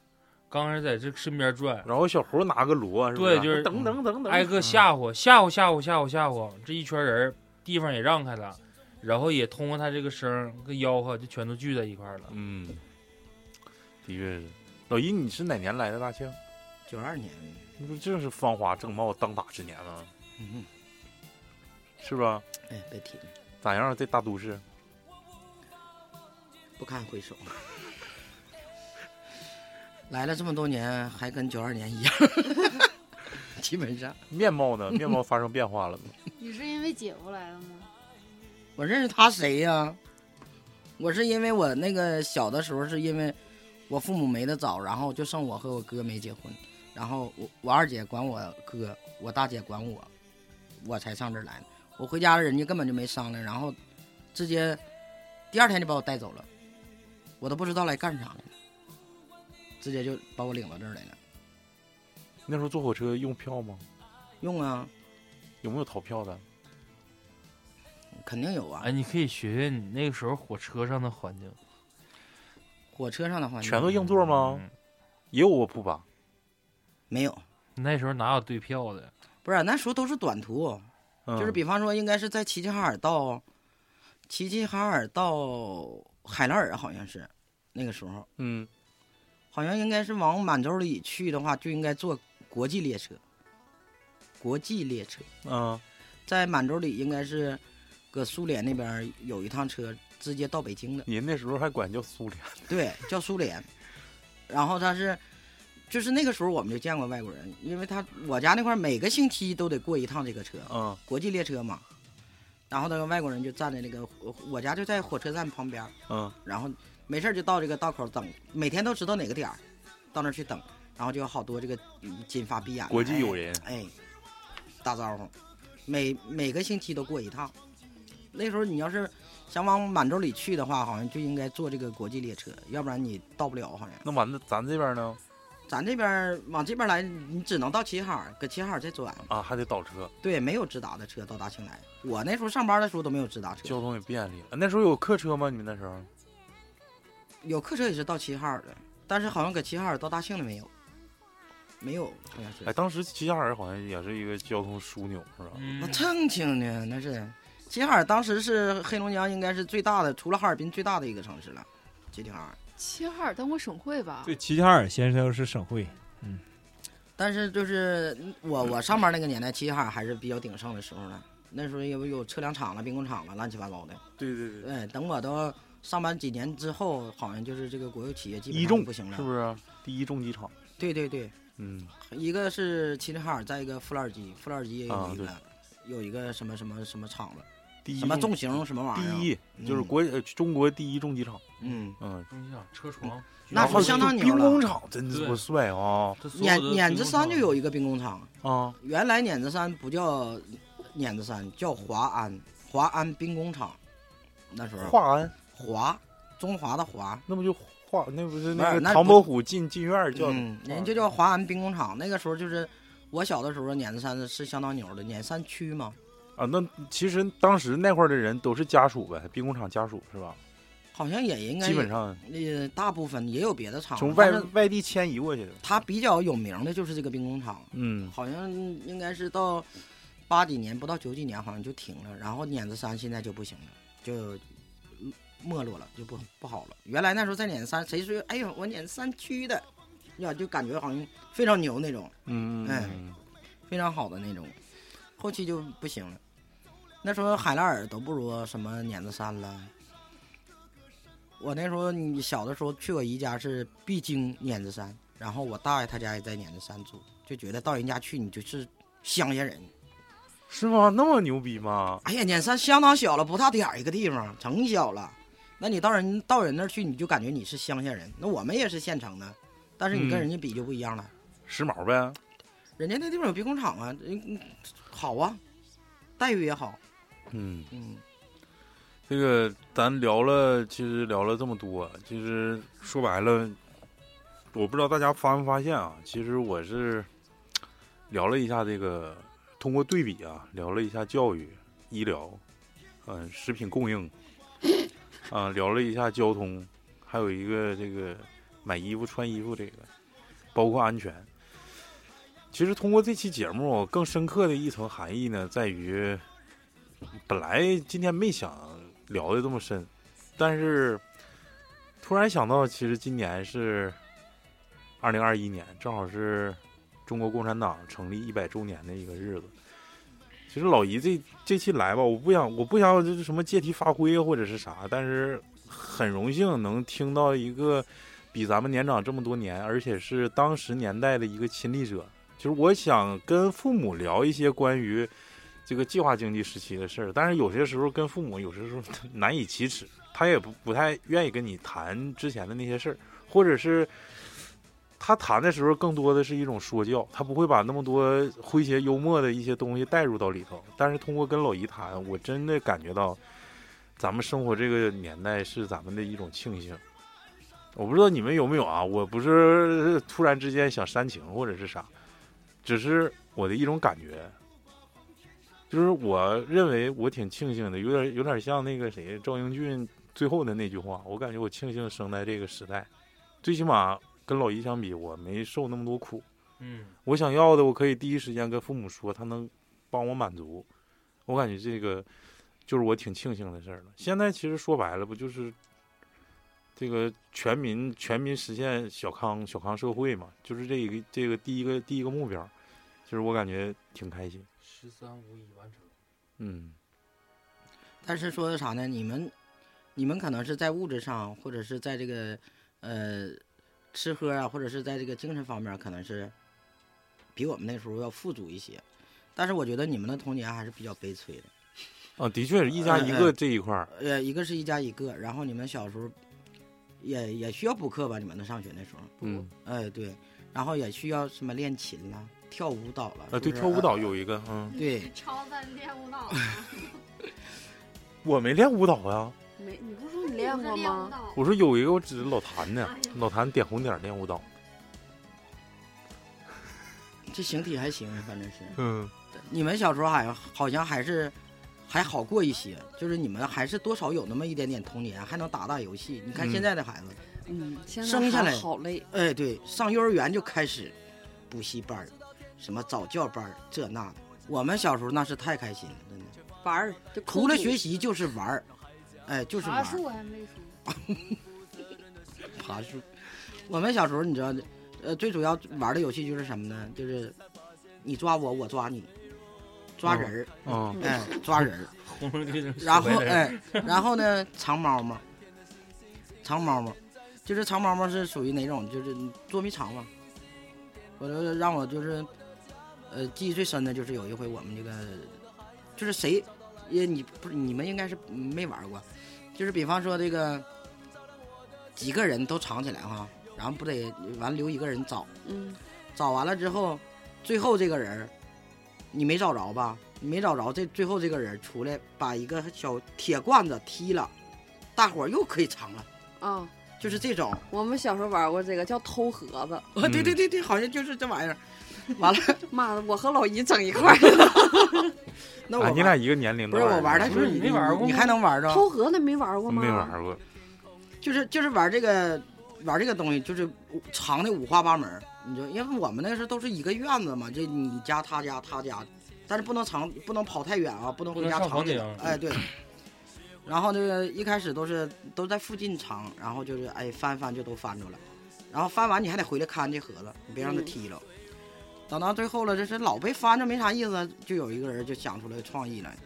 Speaker 3: 刚开始在这身边转，
Speaker 7: 然后小猴拿个锣，是啊不
Speaker 3: 对就是
Speaker 7: 噔噔噔噔，
Speaker 3: 挨个吓唬吓唬吓唬吓唬吓唬，这一圈人儿地方也让开了，然后也通过他这个声儿跟吆喝就全都聚在一块儿了。
Speaker 7: 嗯，的确是。老姨，你是哪年来的大庆？
Speaker 6: 九二年，
Speaker 7: 你说正是芳华正茂当打之年呢，
Speaker 6: 嗯，
Speaker 7: 是吧？
Speaker 6: 哎，别提了，
Speaker 7: 咋样？啊这大都市，
Speaker 6: 不堪回首。 [laughs] 来了这么多年，还跟九二年一样， [laughs] 基本上。
Speaker 7: 面貌呢？面貌发生变化了吗？
Speaker 9: 你是因为姐夫来的吗？
Speaker 6: 我认识他谁呀、我是因为我那个小的时候，是因为我父母没得早，然后就剩我和我哥没结婚，然后我我二姐管我哥，我大姐管我，我才上这儿来的。我回家人家根本就没商量，然后直接第二天就把我带走了，我都不知道来干啥来了，直接就把我领到这儿来了。
Speaker 7: 那时候坐火车用票吗？
Speaker 6: 用啊，
Speaker 7: 有没有逃票的？
Speaker 6: 嗯肯定有啊
Speaker 3: 哎，，你可以学学你那个时候火车上的环境，
Speaker 6: 火车上的话
Speaker 7: 全都硬座吗？
Speaker 3: 嗯
Speaker 7: 也有我铺吧？
Speaker 6: 没有，
Speaker 3: 那时候哪有对票的？
Speaker 6: 不是那时候都是短途，
Speaker 7: 嗯
Speaker 6: 就是比方说，应该是在齐齐哈尔到齐齐哈尔到海拉尔，好像是那个时候，
Speaker 7: 嗯，
Speaker 6: 好像应该是往满洲里去的话，就应该坐国际列车。国际列车
Speaker 7: 啊，
Speaker 6: 在满洲里应该是搁苏联那边有一趟车直接到北京的，
Speaker 7: 你那时候还管叫苏联，
Speaker 6: 对，叫苏联。然后他是，就是那个时候我们就见过外国人，因为他我家那块儿每个星期都得过一趟这个车，
Speaker 7: 嗯
Speaker 6: 国际列车嘛，然后那个外国人就站在那个我我家就在火车站旁边儿，
Speaker 7: 嗯，
Speaker 6: 然后没事儿就到这个道口等，每天都知道哪个点儿，到那儿去等，然后就有好多这个嗯金发碧眼的
Speaker 7: 国际友人，
Speaker 6: 哎，哎打招呼，每每个星期都过一趟。那时候你要是想往满洲里去的话，好像就应该坐这个国际列车，要不然你到不了。好像
Speaker 7: 那完了，咱这边呢？
Speaker 6: 咱这边儿往这边来，你只能到齐齐哈尔，搁齐齐哈尔再转。
Speaker 7: 啊，还得倒车，
Speaker 6: 对，没有直达的车到大庆来。我那时候上班的时候都没有直达车，
Speaker 7: 交通也便利了。那时候有客车吗？你们那时候？
Speaker 6: 有客车也是到齐齐哈尔的，但是好像搁齐齐哈尔到大庆的没有。没有，好像是
Speaker 7: 哎，。当时齐齐哈尔好像也是一个交通枢纽，是吧？
Speaker 6: 那
Speaker 3: 嗯，
Speaker 6: 正经呢，那是齐齐哈尔当时是黑龙江应该是最大的，除了哈尔滨最大的一个城市了。齐齐哈尔，
Speaker 8: 齐哈尔当过省会
Speaker 5: 啊
Speaker 8: 吧？
Speaker 10: 对，齐齐哈尔先是是省会，
Speaker 6: 但是就是我我上班那个年代，齐齐哈尔还是比较鼎盛的时候呢。那时候也不有车辆厂了、兵工厂了，乱七八糟的。
Speaker 7: 对对，
Speaker 6: 对，等我都上班几年之后，好像就是这个国有企业基本
Speaker 7: 一
Speaker 6: 上
Speaker 7: 重
Speaker 6: 不行了，
Speaker 7: 是不是？第一重机场，
Speaker 6: 对对对，
Speaker 7: 嗯，
Speaker 6: 一个是齐齐哈尔，再一个富拉尔基，富拉尔基也有
Speaker 7: 啊
Speaker 6: 一个、有一个什么什么什么厂子，
Speaker 7: 第一
Speaker 6: 什么
Speaker 7: 重
Speaker 6: 重型什么玩意儿，
Speaker 7: 第一就是
Speaker 6: 嗯
Speaker 7: 国呃中国第一重机场，
Speaker 6: 嗯，
Speaker 7: 嗯，
Speaker 3: 你想车床，
Speaker 6: 那
Speaker 7: 然后
Speaker 6: 是相当牛
Speaker 7: 兵工
Speaker 6: 了
Speaker 7: 厂真是多帅啊
Speaker 3: 这所有
Speaker 6: 碾
Speaker 3: 的
Speaker 6: 碾
Speaker 3: 兵
Speaker 6: 子
Speaker 3: 工
Speaker 6: 山
Speaker 3: 厂
Speaker 6: 就有一个兵工厂，
Speaker 7: 啊！
Speaker 6: 原来碾子山不叫碾子山，叫华安，华安兵工厂，那时候
Speaker 7: 华安
Speaker 6: 华中华的华，
Speaker 7: 那不就华那不是
Speaker 6: 不是
Speaker 7: 那个
Speaker 6: 那
Speaker 7: 唐
Speaker 6: 不
Speaker 7: 伯虎进进院儿叫的
Speaker 6: 嗯，人就叫华安兵工厂。那个时候就是我小的时候，碾子山是相当牛的，碾山区嘛，
Speaker 7: 啊？那其实当时那块儿的人都是家属呗，兵工厂家属是吧？
Speaker 6: 好像也应该啊
Speaker 7: 基本上
Speaker 6: 呃大部分也有别的厂，
Speaker 7: 从
Speaker 6: 但
Speaker 7: 外
Speaker 6: 是
Speaker 7: 外地迁移过去的，
Speaker 6: 它比较有名的就是这个兵工厂。
Speaker 7: 嗯，
Speaker 6: 好像应该是到八几年，不到九几年，好像就停了。然后碾子山现在就不行了，就嗯没落了，就不不好了。原来那时候在碾子山，谁说哎呦我碾子山区的，呀，就感觉好像非常牛那种，
Speaker 7: 嗯
Speaker 6: 哎非常好的那种。后期就不行了，那时候海拉尔都不如什么碾子山了。我那时候你小的时候去我姨家是必经碾子山，然后我大爷他家也在碾子山住，就觉得到人家去你就是乡下人。
Speaker 7: 是吗？那么牛逼吗？
Speaker 6: 哎呀，碾山相当小了，不大点儿一个地方，成小了。那你到人到人那儿去，你就感觉你是乡下人。那我们也是县城的，但是你跟
Speaker 7: 嗯
Speaker 6: 人家比就不一样了。
Speaker 7: 时髦呗，
Speaker 6: 人家那地方有兵工厂啊，人嗯好啊，待遇也好。
Speaker 7: 嗯。
Speaker 6: 嗯，
Speaker 7: 这个咱聊了，其实聊了这么多，其实说白了，我不知道大家发没发现啊，其实我是聊了一下这个，通过对比啊，聊了一下教育、医疗，嗯、食品供应，啊、聊了一下交通，还有一个这个买衣服、穿衣服这个，包括安全。其实通过这期节目，更深刻的一层含义呢，在于本来今天没想聊的这么深，但是突然想到，其实今年是二零二一年，正好是中国共产党成立一百周年的一个日子。其实老姨这这期来吧，我不想我不想就是什么借题发挥啊或者是啥，但是很荣幸能听到一个比咱们年长这么多年，而且是当时年代的一个亲历者。就是我想跟父母聊一些关于这个计划经济时期的事儿，但是有些时候跟父母有些时候难以启齿，他也不不太愿意跟你谈之前的那些事儿，或者是他谈的时候更多的是一种说教，他不会把那么多诙谐幽默的一些东西带入到里头。但是通过跟老姨谈，我真的感觉到咱们生活这个年代是咱们的一种庆幸。我不知道你们有没有啊，我不是 [laughs] 突然之间想煽情或者是啥，只是我的一种感觉。就是我认为我挺庆幸的，有点有点像那个谁赵英俊最后的那句话，我感觉我庆幸生在这个时代，最起码跟老姨相比，我没受那么多苦。
Speaker 3: 嗯，
Speaker 7: 我想要的，我可以第一时间跟父母说，他能帮我满足。我感觉这个就是我挺庆幸的事儿了。现在其实说白了，不就是这个全民全民实现小康小康社会嘛？就是这一个这个第一个第一个目标，就是我感觉挺开心。
Speaker 3: 十三五已完 [laughs] 成，
Speaker 7: 嗯，
Speaker 6: 但是说啥呢？你们你们可能是在物质上，或者是在这个呃吃喝啊，或者是在这个精神方面，可能是比我们那时候要富足一些。但是我觉得你们的童年还是比较悲催的。
Speaker 7: 啊，的确是一家一个这一块儿。
Speaker 6: 呃，一个是一家一个，然后你们小时候也也需要补课吧？你们能上学那时候？
Speaker 7: 嗯，
Speaker 6: 哎，对，然后也需要什么练琴啦、跳舞蹈了。
Speaker 7: 啊，
Speaker 6: 是
Speaker 7: 对，
Speaker 6: 不是
Speaker 7: 跳舞蹈有一个，嗯，
Speaker 6: 对，
Speaker 2: 超咱练舞蹈，
Speaker 7: 我没练舞蹈啊呀、
Speaker 5: 没，你不是说你练过吗？
Speaker 2: 蹈
Speaker 7: 我说有一个，我指着老谭呢，老谭点红点儿练舞蹈。
Speaker 6: 这形体还行，反正是。
Speaker 7: 嗯，
Speaker 6: 你们小时候好像好像还是还好过一些，就是你们还是多少有那么一点点童年，还能打打游戏。你看
Speaker 7: 嗯
Speaker 6: 现在的孩子，
Speaker 5: 嗯，现在
Speaker 6: 生下
Speaker 5: 还
Speaker 6: 来
Speaker 5: 好累，
Speaker 6: 哎，对，上幼儿园就开始，补习班儿，什么早教班儿，这那的。我们小时候那是太开心了，真的，
Speaker 5: 玩儿就
Speaker 6: 除了学习就是玩儿，哎，就是玩
Speaker 9: 爬
Speaker 6: 儿。
Speaker 9: 树还没 [laughs] 说，
Speaker 6: 爬树。我们小时候你知道的，呃，最主要玩的游戏就是什么呢？就是你抓我，我抓你，抓
Speaker 9: 哦
Speaker 6: 人儿，
Speaker 7: 啊，
Speaker 6: 哎，抓人儿。
Speaker 3: 轰隆 [laughs] 这种小
Speaker 6: [laughs] 然后
Speaker 3: 白脸
Speaker 6: 哎，然后呢，藏猫猫，藏猫猫，就是藏猫猫是属于哪种？就是捉迷藏嘛。我就让我就是，呃，记忆最深的就是有一回我们这个，就是谁，也你不是你们应该是没玩过，就是比方说这个几个人都藏起来哈，然后不得完留一个人找，
Speaker 5: 嗯，
Speaker 6: 找完了之后，最后这个人儿你没找着吧？你没找着这最后这个人儿出来，把一个小铁罐子踢了，大伙儿又可以藏了，
Speaker 5: 啊，
Speaker 6: 就是这种。
Speaker 5: 我们小时候玩过这个叫偷盒子，
Speaker 3: 嗯
Speaker 6: 啊，对对对对，好像就是这玩意儿。
Speaker 5: 妈的，我和老姨整一块儿，
Speaker 6: 那我
Speaker 7: 哎，
Speaker 6: 玩
Speaker 7: 你俩一个年龄
Speaker 6: 不
Speaker 7: 的玩意儿，
Speaker 6: 是我玩的
Speaker 3: 不
Speaker 6: 时
Speaker 3: 是
Speaker 6: 候，
Speaker 3: 你
Speaker 6: 你
Speaker 3: 没玩过
Speaker 6: 你
Speaker 3: 吗
Speaker 6: 还能玩着？
Speaker 5: 偷盒子没玩过吗？
Speaker 7: 没玩
Speaker 6: 啊
Speaker 7: 过，
Speaker 6: 就是就是玩这个玩这个东西，就是藏的五花八门儿。你就因为我们那时候都是一个院子嘛，就你家他家他家，但是不能藏，不能跑太远啊，不能回
Speaker 3: 不能上
Speaker 6: 家藏
Speaker 3: 房
Speaker 6: 起
Speaker 3: 顶
Speaker 6: 来。哎，对。然后这个一开始都是都在附近藏，然后就是哎翻翻就都翻着了，然后翻完你还得回来看这盒子，你别让它
Speaker 5: 嗯
Speaker 6: 踢了。等到最后了，这是老被翻着没啥意思，就有一个人就想出来创意来，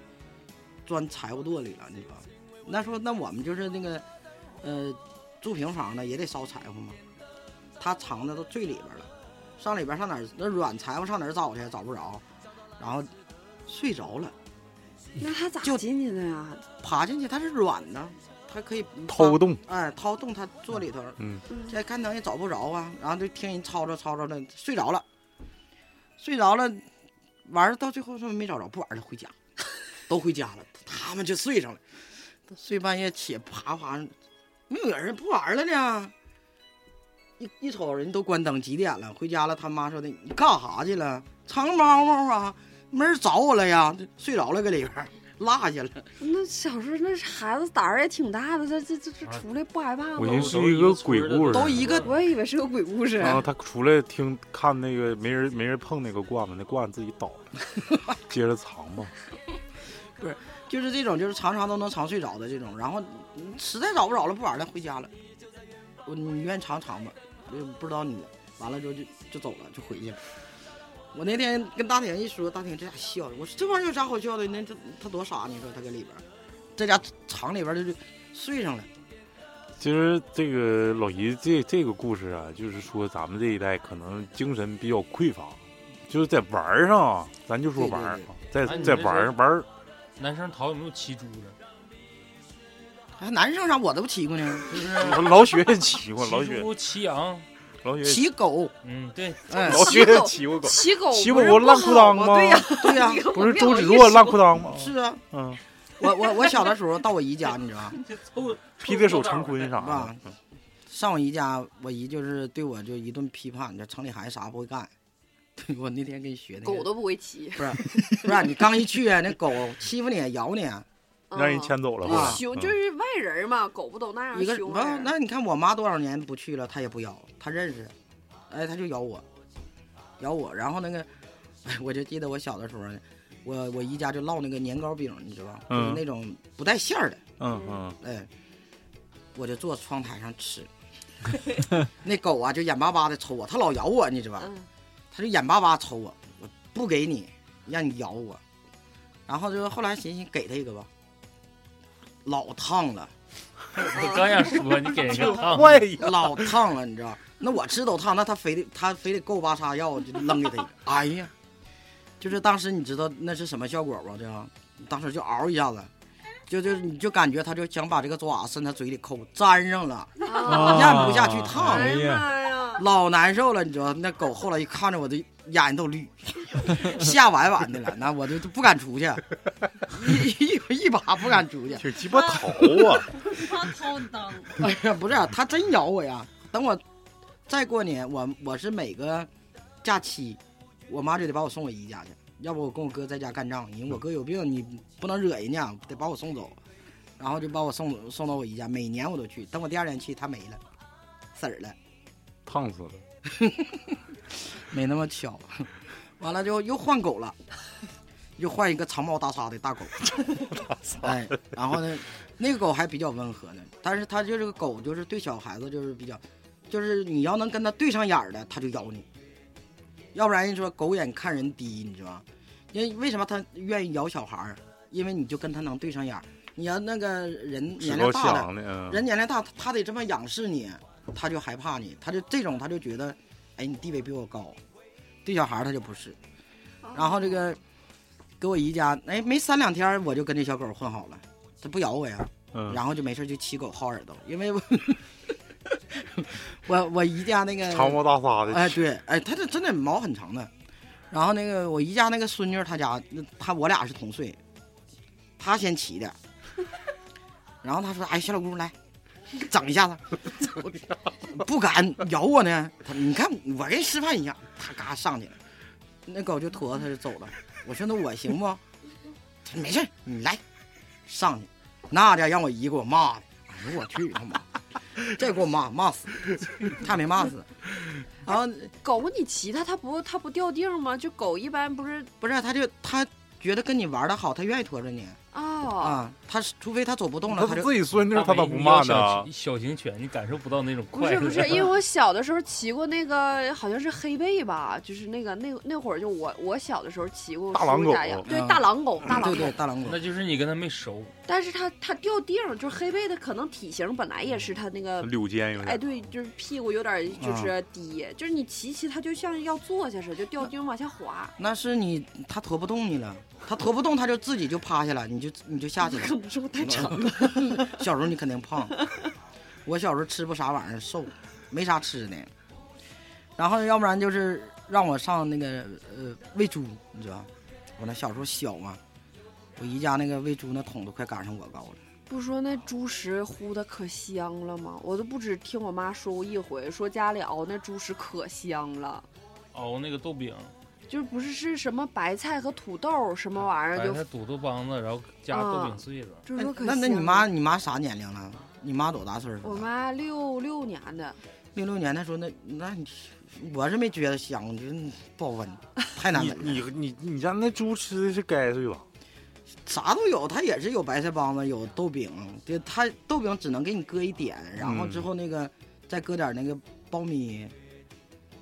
Speaker 6: 钻财务垛里了，你知道吗？那时候那我们就是那个，呃，住平房的也得烧柴火嘛，他藏的都最里边了，上里边上哪儿那软柴火上哪儿找去找不着，然后睡着了，
Speaker 5: 那他咋
Speaker 6: 就
Speaker 5: 进去的呀？
Speaker 6: 爬进去它是软的，它可以
Speaker 7: 掏个洞，
Speaker 6: 哎掏洞，它坐里头，
Speaker 5: 嗯
Speaker 6: 这看能也找不着啊，然后就听人吵吵吵吵的，睡着了，睡着了，玩儿到最后说没找着，不玩儿了，回家， [laughs] 都回家了，他们就睡上了，都睡半夜起爬爬，没有人不玩儿了呢，一一瞅人都关灯，几点了？回家了，他妈说的你干啥去了？藏猫猫啊，没人找我了呀，睡着了搁里边儿落下了，
Speaker 5: 那小时候那孩子胆儿也挺大的，这这这这
Speaker 3: 啊
Speaker 5: 出来不害怕
Speaker 7: 我
Speaker 5: 吗？
Speaker 7: 寻思是一个啊鬼故事
Speaker 6: 都一个
Speaker 5: 我也以为是个鬼故事，
Speaker 7: 然后他出来听看那个没人没人碰那个罐子，那罐子自己倒了，
Speaker 6: [laughs]
Speaker 7: 接着藏吧。
Speaker 6: 就是这种，就是常常都能藏睡着的这种，然后嗯实在找不着了，不玩了，回家了。我你愿意藏藏吧，就不知道你了。完了之后就就走了，就回去了。我那天跟大婷一说，大婷这俩笑的，我说这玩意儿有啥好笑的？那他他多傻，啊你说他搁里边儿，这家藏里边儿就是睡上了。
Speaker 7: 其实这个老姨这这个故事啊，就是说咱们这一代可能精神比较匮乏，就是在玩儿上啊，咱就说玩儿啊，在
Speaker 3: 哎你
Speaker 7: 在
Speaker 3: 这
Speaker 7: 玩
Speaker 3: 是
Speaker 7: 儿玩儿
Speaker 3: 男生淘有没有骑猪的？
Speaker 6: 还哎男生啥我都不骑过呢，
Speaker 7: 老 [laughs] 老雪也骑过，老
Speaker 3: 骑
Speaker 7: 雪
Speaker 3: 猪、骑羊，
Speaker 7: 老 [laughs] 雪
Speaker 6: 骑狗，
Speaker 3: 嗯，对，
Speaker 6: 哎，
Speaker 7: 老雪也骑过狗，
Speaker 5: 骑狗
Speaker 7: 骑
Speaker 5: 不
Speaker 7: 过
Speaker 5: 是
Speaker 7: 我
Speaker 5: 不
Speaker 7: 烂裤
Speaker 5: 好
Speaker 7: 裆
Speaker 5: 吗
Speaker 7: 吗 [laughs]
Speaker 5: 对呀、[laughs]
Speaker 6: 对呀、
Speaker 5: 你看我
Speaker 7: 不是
Speaker 5: 没
Speaker 7: 周
Speaker 5: 好
Speaker 7: 芷
Speaker 5: 意
Speaker 7: 若
Speaker 5: 思
Speaker 7: 烂裤裆吗？
Speaker 6: 是啊。
Speaker 7: 嗯，
Speaker 6: 我我我小的时候到我姨家，你知道吗？
Speaker 7: 披着手成婚啥的
Speaker 6: 啊，上我姨家，我姨就是对我就一顿批判，这城里孩子啥不会干。对我那天跟你学那个，
Speaker 5: 狗都不会
Speaker 7: [laughs]
Speaker 5: 骑，
Speaker 6: 不是你刚一去啊，那狗欺负你咬你，
Speaker 7: 让人牵走了吧嗯
Speaker 6: 啊？
Speaker 5: 凶嗯就是外人嘛，狗不都那样
Speaker 6: 一个
Speaker 5: 凶
Speaker 6: 不
Speaker 5: 人啊儿
Speaker 6: 那你看我妈多少年不去了，她也不咬，她认识，哎，她就咬我，咬我，然后那个，哎，我就记得我小的时候，我我姨家就烙那个年糕饼，你知道吧？就是
Speaker 7: 嗯
Speaker 6: 那种不带馅儿的，
Speaker 7: 嗯嗯，
Speaker 6: 哎，我就坐窗台上吃，那狗啊就眼巴巴的瞅我，它老咬我，你知道吧？
Speaker 5: 嗯，
Speaker 6: 他就眼巴巴瞅我，我不给你，让你咬我。然后就后来寻思给他一个吧，老烫了，
Speaker 3: 我刚想说你给人家烫，
Speaker 7: [laughs] 坏哎呀！
Speaker 6: 老烫了，你知道？那我吃都烫，那他非得他非得够巴叉要，我就扔给他一个。 [laughs] 哎呀，就是当时你知道那是什么效果吧？这样，当时就嗷一下子，就就你就感觉他就想把这个爪伸他嘴里抠，粘上了，
Speaker 5: 啊
Speaker 6: 咽不下去烫
Speaker 5: 哎
Speaker 10: 哎
Speaker 5: 呀
Speaker 10: 呀，
Speaker 5: 妈呀！
Speaker 6: 老难受了，你知道？那狗后来一看着我的眼睛都绿， [laughs] 吓完完的了，那我就不敢出去，一 [laughs] 一一把不敢出去。 [laughs]
Speaker 7: 挺鸡巴淘啊！
Speaker 9: 他掏裆，
Speaker 6: 哎呀，不是、它真咬我呀！等我再过年，我我是每个假期，我妈就得把我送我姨家去，要不我跟我哥在家干仗，因为我哥有病，你不能惹人家，得把我送走。然后就把我送送到我姨家，每年我都去。等我第二年去，它没了，死儿了。
Speaker 7: 烫死了。
Speaker 6: [laughs] 没那么巧。完了就又换狗了，又换一个长毛大沙的大狗。哎，然后呢，那个狗还比较温和呢，但是它就这个狗就是对小孩子就是比较，就是你要能跟它对上眼儿的，它就咬你。要不然人说狗眼看人低，你知道吗？因为为什么它愿意咬小孩儿？因为你就跟它能对上眼儿。你要那个人
Speaker 7: 趾
Speaker 6: 年
Speaker 7: 高
Speaker 6: 龄
Speaker 7: 气
Speaker 6: 大了，
Speaker 7: 昂的，嗯
Speaker 6: 人年龄大，他得这么仰视你，他就害怕你，他就这种他就觉得，哎，你地位比我高。对小孩儿他就不是。然后这个给我姨家，哎，没三两天儿我就跟这小狗混好了，它不咬我呀，
Speaker 7: 嗯，
Speaker 6: 然后就没事儿就骑狗薅耳朵，因为我 [laughs] 我我姨家那个
Speaker 7: 嗯 [laughs] 长毛大撒的，
Speaker 6: 哎，对，哎，他这真的毛很长的。然后那个我姨家那个孙女儿，她家那她我俩是同岁，她先骑的，然后她说：“哎，小老姑来， [laughs] 整一下子。”我不敢咬我呢，她你看我给你示范一下，她嘎上去了，那狗就驮着她就走了。我说：“那我行不？”她说没事儿，你来，上去。那家让我姨给我骂的，哎呦我去他妈，这给我骂骂死，差点骂死。然后
Speaker 5: 狗你骑它，它不它不掉腚吗？就狗一般不是
Speaker 6: 不是，他就他觉得跟你玩的好，他愿意驮着你
Speaker 5: 哦，
Speaker 6: 啊。他是除非他走不动
Speaker 7: 他
Speaker 6: 了，他
Speaker 7: 是
Speaker 6: 就
Speaker 7: 自己孙女儿，他咋
Speaker 3: 大
Speaker 7: 不
Speaker 3: 美
Speaker 7: 骂
Speaker 3: 你要
Speaker 7: 呢
Speaker 3: 小？小型犬，你感受不到那种
Speaker 5: 不
Speaker 3: 快
Speaker 5: 是
Speaker 3: 乐。
Speaker 5: 不是，因为我小的时候骑过那个好像是黑背吧，就是那个那那会儿就我我小的时候骑过
Speaker 7: 大狼
Speaker 5: 叔
Speaker 7: 狗啊
Speaker 5: 家养对
Speaker 6: 嗯
Speaker 5: 大狼狗大狼
Speaker 6: 对
Speaker 5: 狗
Speaker 6: 对，大狼狗
Speaker 3: [laughs] 那。就是你跟它没熟，
Speaker 5: 但是它它掉腚，就是黑背的可能体型本来也是它那个。
Speaker 7: 柳肩有
Speaker 5: 哎，
Speaker 7: 点，
Speaker 5: 对，就是屁股有点
Speaker 6: 嗯
Speaker 5: 就是低，就是你骑骑它就像要坐下似的，就掉腚往下滑。
Speaker 6: 那是你他驮不动你了，他驮不动他就自己就趴下了，你就你就下去了。
Speaker 5: 可能是我太长了，
Speaker 6: [laughs] 小时候你肯定胖，我小时候吃不啥玩意儿，瘦，没啥吃的。然后要不然就是让我上那个呃喂猪，你知道吧，我那小时候小嘛，我姨家那个喂猪那桶都快赶上我高了。
Speaker 5: 不说那猪食烀的可香了吗？我都不止听我妈说过一回，说家里熬那猪食可香了，
Speaker 3: 熬那个豆饼，
Speaker 5: 就是不是是什么白菜和土豆什么玩意儿
Speaker 3: 把
Speaker 5: 就
Speaker 3: 它堵豆帮子，然后加豆饼碎了。
Speaker 5: 就是
Speaker 6: 那
Speaker 5: 说可
Speaker 6: 哎那
Speaker 5: 香了
Speaker 6: 那你妈你妈啥年龄了？你妈多大岁数了？
Speaker 5: 我妈六六年的，
Speaker 6: 零六年那时候，那那你我是没觉得香，我觉得不
Speaker 5: [laughs]
Speaker 6: 好闻，太难
Speaker 7: 你
Speaker 6: 闻了。
Speaker 7: 你你你家那猪吃的是该碎吧？
Speaker 6: 啥都有，它也是有白菜帮子，有豆饼，就它豆饼只能给你搁一点，然后之后那个、再搁点那个苞米，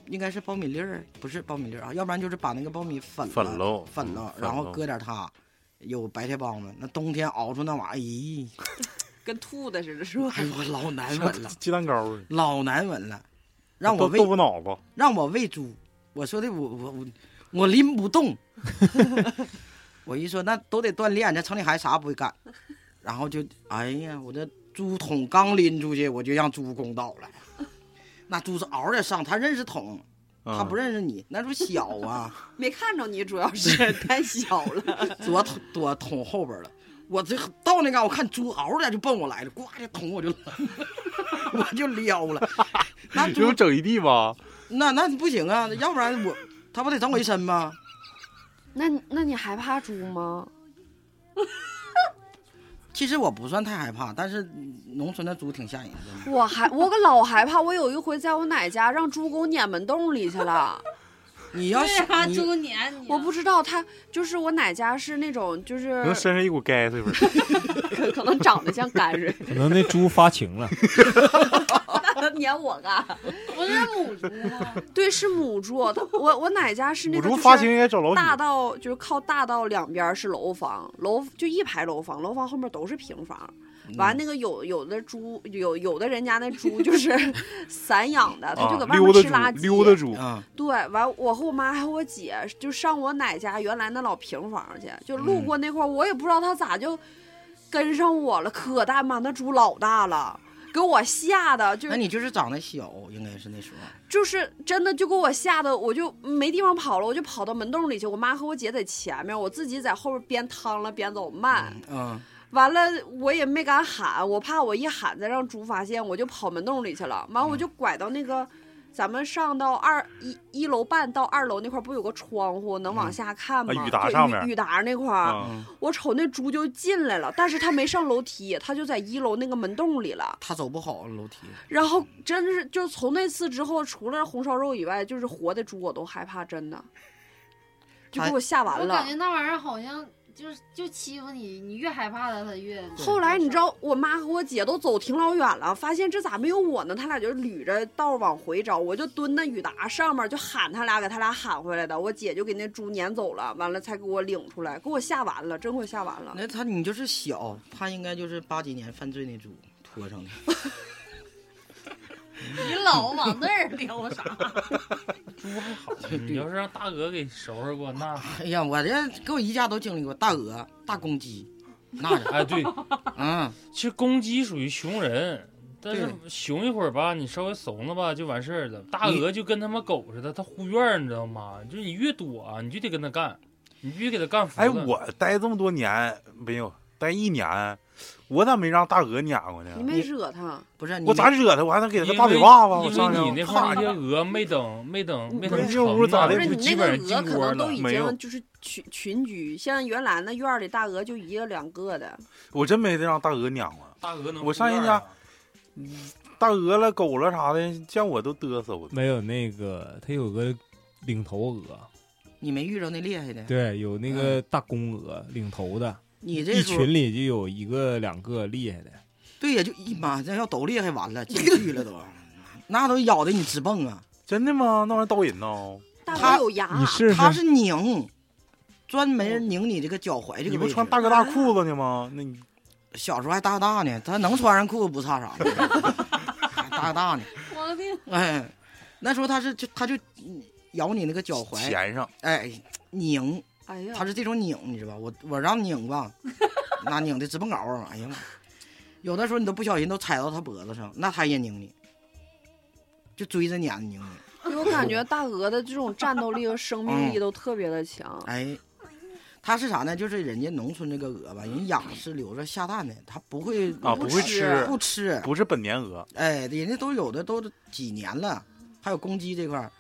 Speaker 6: 应该是苞米粒儿，不是苞米粒儿啊，要不然就是把那个苞米粉了嗯
Speaker 7: 粉喽，
Speaker 6: 粉了，然后搁点它，有白菜帮子，那冬天熬出那玩意儿，
Speaker 5: 跟兔子似的，是吧？
Speaker 6: 哎呦，老难闻了， [laughs]
Speaker 7: 鸡蛋糕似的，
Speaker 6: 老难闻了，让
Speaker 7: 豆
Speaker 6: 我喂
Speaker 7: 豆腐脑子，
Speaker 6: 让我喂猪，我说的我我我我拎不动。我一说那都得锻炼，这城里孩子啥不会干，然后就哎呀，我这猪桶刚拎出去，我就让猪拱倒了。那猪是嗷着上，它认识桶，它不
Speaker 7: 认
Speaker 6: 认识你，那猪小啊，
Speaker 5: 没看着你，主要是 [laughs] 太小了。
Speaker 6: 躲
Speaker 7: [laughs]
Speaker 6: 桶躲桶后边了。我这到那嘎、我看猪嗷着就奔我来了， [laughs] 呱这桶我就我就撩了。 [laughs] 那猪
Speaker 7: 就整一地吧。
Speaker 6: 那那不行啊，要不然我它不得整我一身吗？
Speaker 5: 那你那你还怕猪吗？
Speaker 6: 其实我不算太害怕，但是农村的猪挺吓人的。
Speaker 5: 我还我可老害怕，我有一回在我奶家让猪给我撵门洞里去了。
Speaker 6: 你要
Speaker 9: 对
Speaker 6: 是
Speaker 9: 哎呀，
Speaker 6: 你
Speaker 9: 猪撵你啊，
Speaker 5: 我不知道它就是我奶家是那种就是
Speaker 7: 可能身上一股该碎味儿，
Speaker 6: [laughs]
Speaker 5: 可可能长得像泔
Speaker 7: [laughs]
Speaker 5: 水，
Speaker 10: 可能那猪发情了，
Speaker 5: 那它撵我干？
Speaker 9: 不是母猪吗？
Speaker 5: 对，是母猪。它我我奶家是那
Speaker 7: 母
Speaker 5: 个
Speaker 7: 猪
Speaker 5: 就是
Speaker 7: 发情也找老
Speaker 5: 大
Speaker 7: 许，
Speaker 5: 道就是靠大道两边是楼房，楼就一排楼房，楼房后面都是平房。
Speaker 6: 嗯
Speaker 7: 嗯
Speaker 5: 完，那个有有的猪，有有的人家那猪就是 [laughs] 散养的，它就搁
Speaker 7: 啊，
Speaker 5: 外
Speaker 7: 溜
Speaker 5: 面吃
Speaker 7: 达
Speaker 5: 垃
Speaker 7: 猪，
Speaker 5: 圾。
Speaker 7: 溜达猪，
Speaker 6: 啊，
Speaker 5: 对，完我和我妈还有我姐就上我奶家原来那老平房去，就路
Speaker 6: 嗯
Speaker 5: 过那块儿，我也不知道她咋就跟上我了，可大妈那猪老大了，给我吓的就
Speaker 6: 那你就是长得小，应该是那时候。
Speaker 5: 就是真的就给我吓得，我就没地方跑了，我就跑到门洞里去。我妈和我姐在前面，我自己在后边边趟了边走慢。
Speaker 6: 嗯，
Speaker 5: 完了，我也没
Speaker 7: 嗯
Speaker 5: 敢喊，我怕我一喊再让猪发现，我就跑门洞里去了。完，我就拐到那个咱们上到二一一楼半到二楼那块儿不有个窗户能往下看吗？
Speaker 7: 啊雨达
Speaker 5: 对
Speaker 7: 上
Speaker 5: 雨
Speaker 7: 面
Speaker 5: 雨达那块儿，
Speaker 6: 嗯
Speaker 7: 啊，
Speaker 5: 我瞅那猪就进来了，但是它没上楼梯，它就在一楼那个门洞里了。
Speaker 6: 他走不好楼梯，
Speaker 5: 然后真是，就从那次之后，除了红烧肉以外，就是活的猪我都害怕，真的，就给我吓完
Speaker 9: 我
Speaker 5: 了
Speaker 9: 感觉。那玩意儿好像就是就欺负你，你越害怕它，它越。
Speaker 5: 后来你知道，我妈和我姐都走挺老远了，发现这咋没有我呢？他俩就捋着道往回找，我就蹲那雨达上面就喊他俩，给他俩喊回来的。我姐就给那猪撵走了，完了才给我领出来，给我吓完了，真给我吓完了。
Speaker 6: 那他你就是小，他应该就是八几年犯罪那猪拖上的。
Speaker 9: 你老往那儿撩啥？
Speaker 6: 嗯
Speaker 3: 嗯
Speaker 7: 嗯
Speaker 6: [laughs]
Speaker 3: 你要是让大鹅给收拾过，那
Speaker 6: 哎呀，我这给我姨家都经历过大鹅、大公鸡，
Speaker 7: [laughs]
Speaker 6: 那是
Speaker 3: 哎对，
Speaker 6: 嗯，
Speaker 3: 其实公鸡属于熊人，但是
Speaker 6: 对
Speaker 3: 熊一会儿吧，你稍微怂了吧就完事儿了。大鹅就跟他妈狗似的，它呼院儿，你知道吗？就是你越躲啊、你就得跟它干，你必须给它干服了。
Speaker 7: 哎，我待这么多年没有待一年，我咋没让大鹅撵过
Speaker 5: 你
Speaker 7: 呢？
Speaker 5: 没惹他，
Speaker 6: 不是你
Speaker 7: 我咋惹他？我还能给
Speaker 3: 因
Speaker 7: 他
Speaker 3: 为
Speaker 7: 个大嘴巴子？我
Speaker 3: 因
Speaker 7: 上
Speaker 3: 为你
Speaker 7: 去
Speaker 3: 那块儿那
Speaker 7: 啪
Speaker 3: 些鹅没等没等没等
Speaker 7: 不是
Speaker 3: 成啊
Speaker 7: 进屋咋
Speaker 3: 呢
Speaker 7: 的
Speaker 5: 不
Speaker 7: 哎
Speaker 5: 是
Speaker 3: 就
Speaker 5: 你
Speaker 3: 基
Speaker 5: 那
Speaker 3: 本
Speaker 5: 个
Speaker 3: 上
Speaker 5: 鹅
Speaker 3: 进
Speaker 5: 可
Speaker 3: 窝
Speaker 5: 能
Speaker 3: 了
Speaker 5: 都。已
Speaker 7: 没有
Speaker 5: 经就是群群居，像原来那院儿里大鹅就一个两个的。
Speaker 7: 我真没让大鹅撵过。
Speaker 3: 大鹅能
Speaker 7: 我上人家
Speaker 3: 啊
Speaker 7: 大鹅了、狗了啥的，见我都嘚瑟我。
Speaker 10: 没有那个，它有个领头鹅，
Speaker 6: 你没遇着那厉害
Speaker 5: 嗯
Speaker 6: 的，
Speaker 10: 对，有那个大公鹅领头的，
Speaker 6: 你这
Speaker 10: 一
Speaker 6: 时候
Speaker 10: 群里就有一个两个厉害的。
Speaker 6: 对呀，就一妈，这要都厉害完了，进不
Speaker 7: [laughs]
Speaker 6: 去了都，那都咬的你直蹦啊！
Speaker 7: 真的吗？那玩意儿刀人呢？
Speaker 5: 大
Speaker 6: 它
Speaker 5: 鹅有牙，
Speaker 10: 你试
Speaker 6: 它
Speaker 10: 试，
Speaker 6: 是拧，专门拧你这个脚踝这
Speaker 7: 你
Speaker 6: 个
Speaker 7: 不
Speaker 6: 位置。
Speaker 7: 穿大哥大裤子呢吗？那你
Speaker 6: 小时候还大大呢，他能穿上裤子不差啥，还大大呢。
Speaker 9: 皇帝，
Speaker 6: 哎，那时候他是就他就嗯咬你那个脚踝，
Speaker 7: 钱上
Speaker 6: 哎，拧，
Speaker 5: 哎呀，
Speaker 6: 他是这种拧，你知道吧？我我让
Speaker 5: [laughs]
Speaker 6: 拧吧，那拧的直蹦高啊！哎呀妈，有的时候你都不小心都踩到他脖子上，那他也拧你，就追着撵拧你。
Speaker 5: 因为我感觉大鹅的这种战斗力和生命力都特别的强。
Speaker 6: 哎，它是啥呢？就是人家农村这个鹅吧，人养是留着下蛋的，它不会
Speaker 7: 啊，
Speaker 5: 不
Speaker 7: 不会
Speaker 5: 吃
Speaker 7: 吃，
Speaker 6: 不吃。
Speaker 7: 不是本年鹅。
Speaker 6: 哎，人家都有的都几年了，还有公鸡这块儿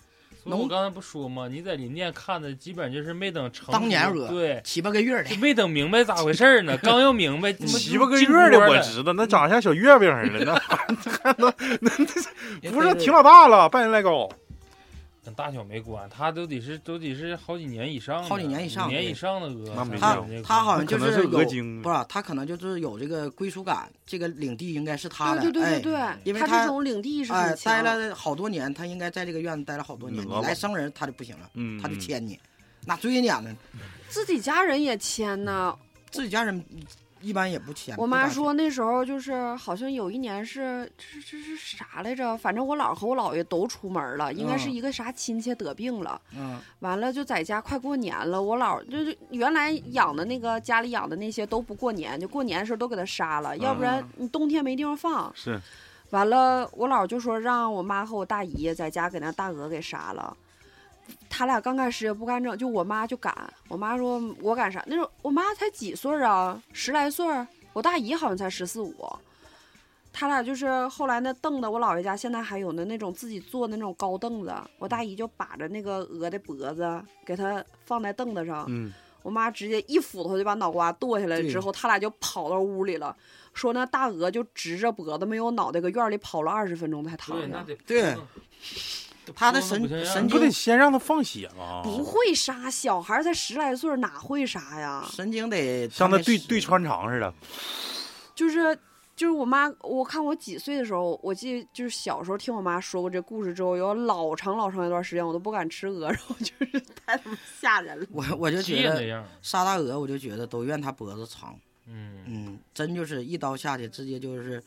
Speaker 3: 所以我
Speaker 6: 能
Speaker 3: 刚才不说吗？你在林甸看的，基本上就是没等成
Speaker 6: 当年
Speaker 3: 熟
Speaker 6: 鹅
Speaker 3: 对，
Speaker 6: 七八个月的
Speaker 3: 就，没等明白咋回事儿呢，刚要明白，他妈
Speaker 7: 七
Speaker 3: 就
Speaker 7: 八个
Speaker 3: 进
Speaker 7: 月的
Speaker 3: 窝
Speaker 7: 我
Speaker 3: 了
Speaker 7: 知道，那长得像小月饼似的，那还能那不是
Speaker 6: 对
Speaker 7: 挺老大了，半人来高。
Speaker 3: 跟大小没关，它都得是都得是好几年以上的，
Speaker 6: 好几年以上
Speaker 3: 五年以
Speaker 6: 对
Speaker 3: 上的鹅，
Speaker 7: 那没
Speaker 3: 才
Speaker 7: 有
Speaker 3: 有个
Speaker 6: 它好像就
Speaker 7: 可能是
Speaker 6: 有
Speaker 7: 鹅精
Speaker 6: 不是，它可能就是有这个归属感，这个领地应该是它的。
Speaker 5: 对对对对
Speaker 6: 哎
Speaker 5: 对，
Speaker 6: 因为
Speaker 5: 它
Speaker 6: 它
Speaker 5: 这种领地意识很，
Speaker 6: 哎
Speaker 5: 强。
Speaker 6: 待了好多年，它应该在这个院子待了好多年。
Speaker 7: 鹅吧
Speaker 6: 你来生人，它就不行了，
Speaker 7: 嗯，
Speaker 6: 它就牵你，那追撵呢。
Speaker 5: 自己家人也牵呢。
Speaker 6: 自己家人一般也不牵。
Speaker 5: 我
Speaker 6: 不咋
Speaker 5: 妈
Speaker 6: 牵
Speaker 5: 说那时候就是好像有一年是这这是啥来着？反正我姥儿和我姥爷都出门了，应该是
Speaker 6: 嗯
Speaker 5: 一个啥亲戚得病了。
Speaker 6: 嗯，
Speaker 5: 完了就在家快过年了，我姥儿就是原来养的那个家里养的那些都不过年，就过年的时候都给它杀了，要不然你冬天没地方放。
Speaker 7: 是
Speaker 5: 完了，我姥儿就说让我妈和我大姨在家给那大鹅给杀了。他俩刚开始也不干正，就我妈就赶，我妈说我赶啥？那时候我妈才几岁儿啊，十来岁儿，我大姨好像才十四五。他俩就是后来那凳子，我姥爷家现在还有呢，那种自己坐的那种高凳子，我大姨就把着那个鹅的脖子，给它放在凳子上，
Speaker 7: 嗯，
Speaker 5: 我妈直接一斧头就把脑瓜剁下来，
Speaker 6: 对
Speaker 5: 之后他俩就跑到屋里了，说那大鹅就直着脖子没有脑袋搁院里跑了二十分钟才躺
Speaker 3: 对，那
Speaker 5: 下。
Speaker 3: 得
Speaker 6: 对
Speaker 3: 扑腾，
Speaker 6: 它的
Speaker 3: 扑腾不像样
Speaker 6: 神神
Speaker 3: 儿
Speaker 7: 你不得先让它放血吗？
Speaker 5: 不会杀，小孩儿才十来岁儿，哪会杀呀？
Speaker 6: 神经得
Speaker 7: 像
Speaker 6: 他
Speaker 7: 那
Speaker 6: 们
Speaker 7: 对
Speaker 6: 是
Speaker 7: 对穿肠似的，
Speaker 5: 就是就是我妈，我看我几岁的时候，我记得就是小时候听我妈说过这故事之后，有老长老长一段时间我都不敢吃鹅，然后 [laughs] 就是太他妈吓人了。
Speaker 6: 我我就
Speaker 3: 鸡
Speaker 6: 觉
Speaker 3: 也那
Speaker 6: 得
Speaker 3: 样儿，
Speaker 6: 杀大鹅，我就觉得都怨它脖子长，
Speaker 3: 嗯，
Speaker 6: 嗯，真就是一刀下去，直接就是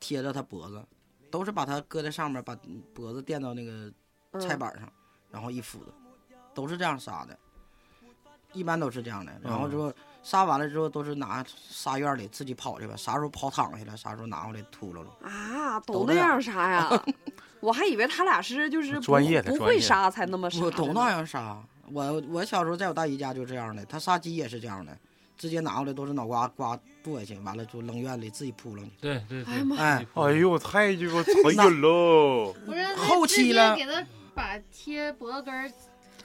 Speaker 6: 贴着它脖子，都是把它搁在上面，把脖子垫到那个
Speaker 5: 嗯
Speaker 6: [laughs] 菜板上，然后一斧子，都是这样杀的，一般都是这样的。然后
Speaker 5: 嗯
Speaker 6: 之后杀完了之后，都是拿杀院里自己跑去吧，啥时候跑躺下了，啥时候拿回来秃噜噜。
Speaker 5: 嗯啊，都
Speaker 6: 都
Speaker 5: 那
Speaker 6: 那样
Speaker 5: 样杀呀？ [laughs] 我还以为他俩是就是不
Speaker 7: 专业的
Speaker 5: 不
Speaker 7: 专业
Speaker 5: 会
Speaker 7: 的
Speaker 5: 杀才那么杀
Speaker 6: 我
Speaker 5: 的
Speaker 6: 都
Speaker 5: 呢
Speaker 6: 那样杀，我我小时候在我大姨家就这样的，她杀鸡也是这样的，直接拿过来都是脑瓜瓜剁下去，完了就扔院里自己扑棱去。
Speaker 3: 对对
Speaker 5: 哎呀
Speaker 3: 对，
Speaker 5: 妈，
Speaker 6: 哎，
Speaker 7: 哎呦，太鸡巴残忍喽！
Speaker 9: 不是
Speaker 6: 后期了
Speaker 9: 给他把贴脖根儿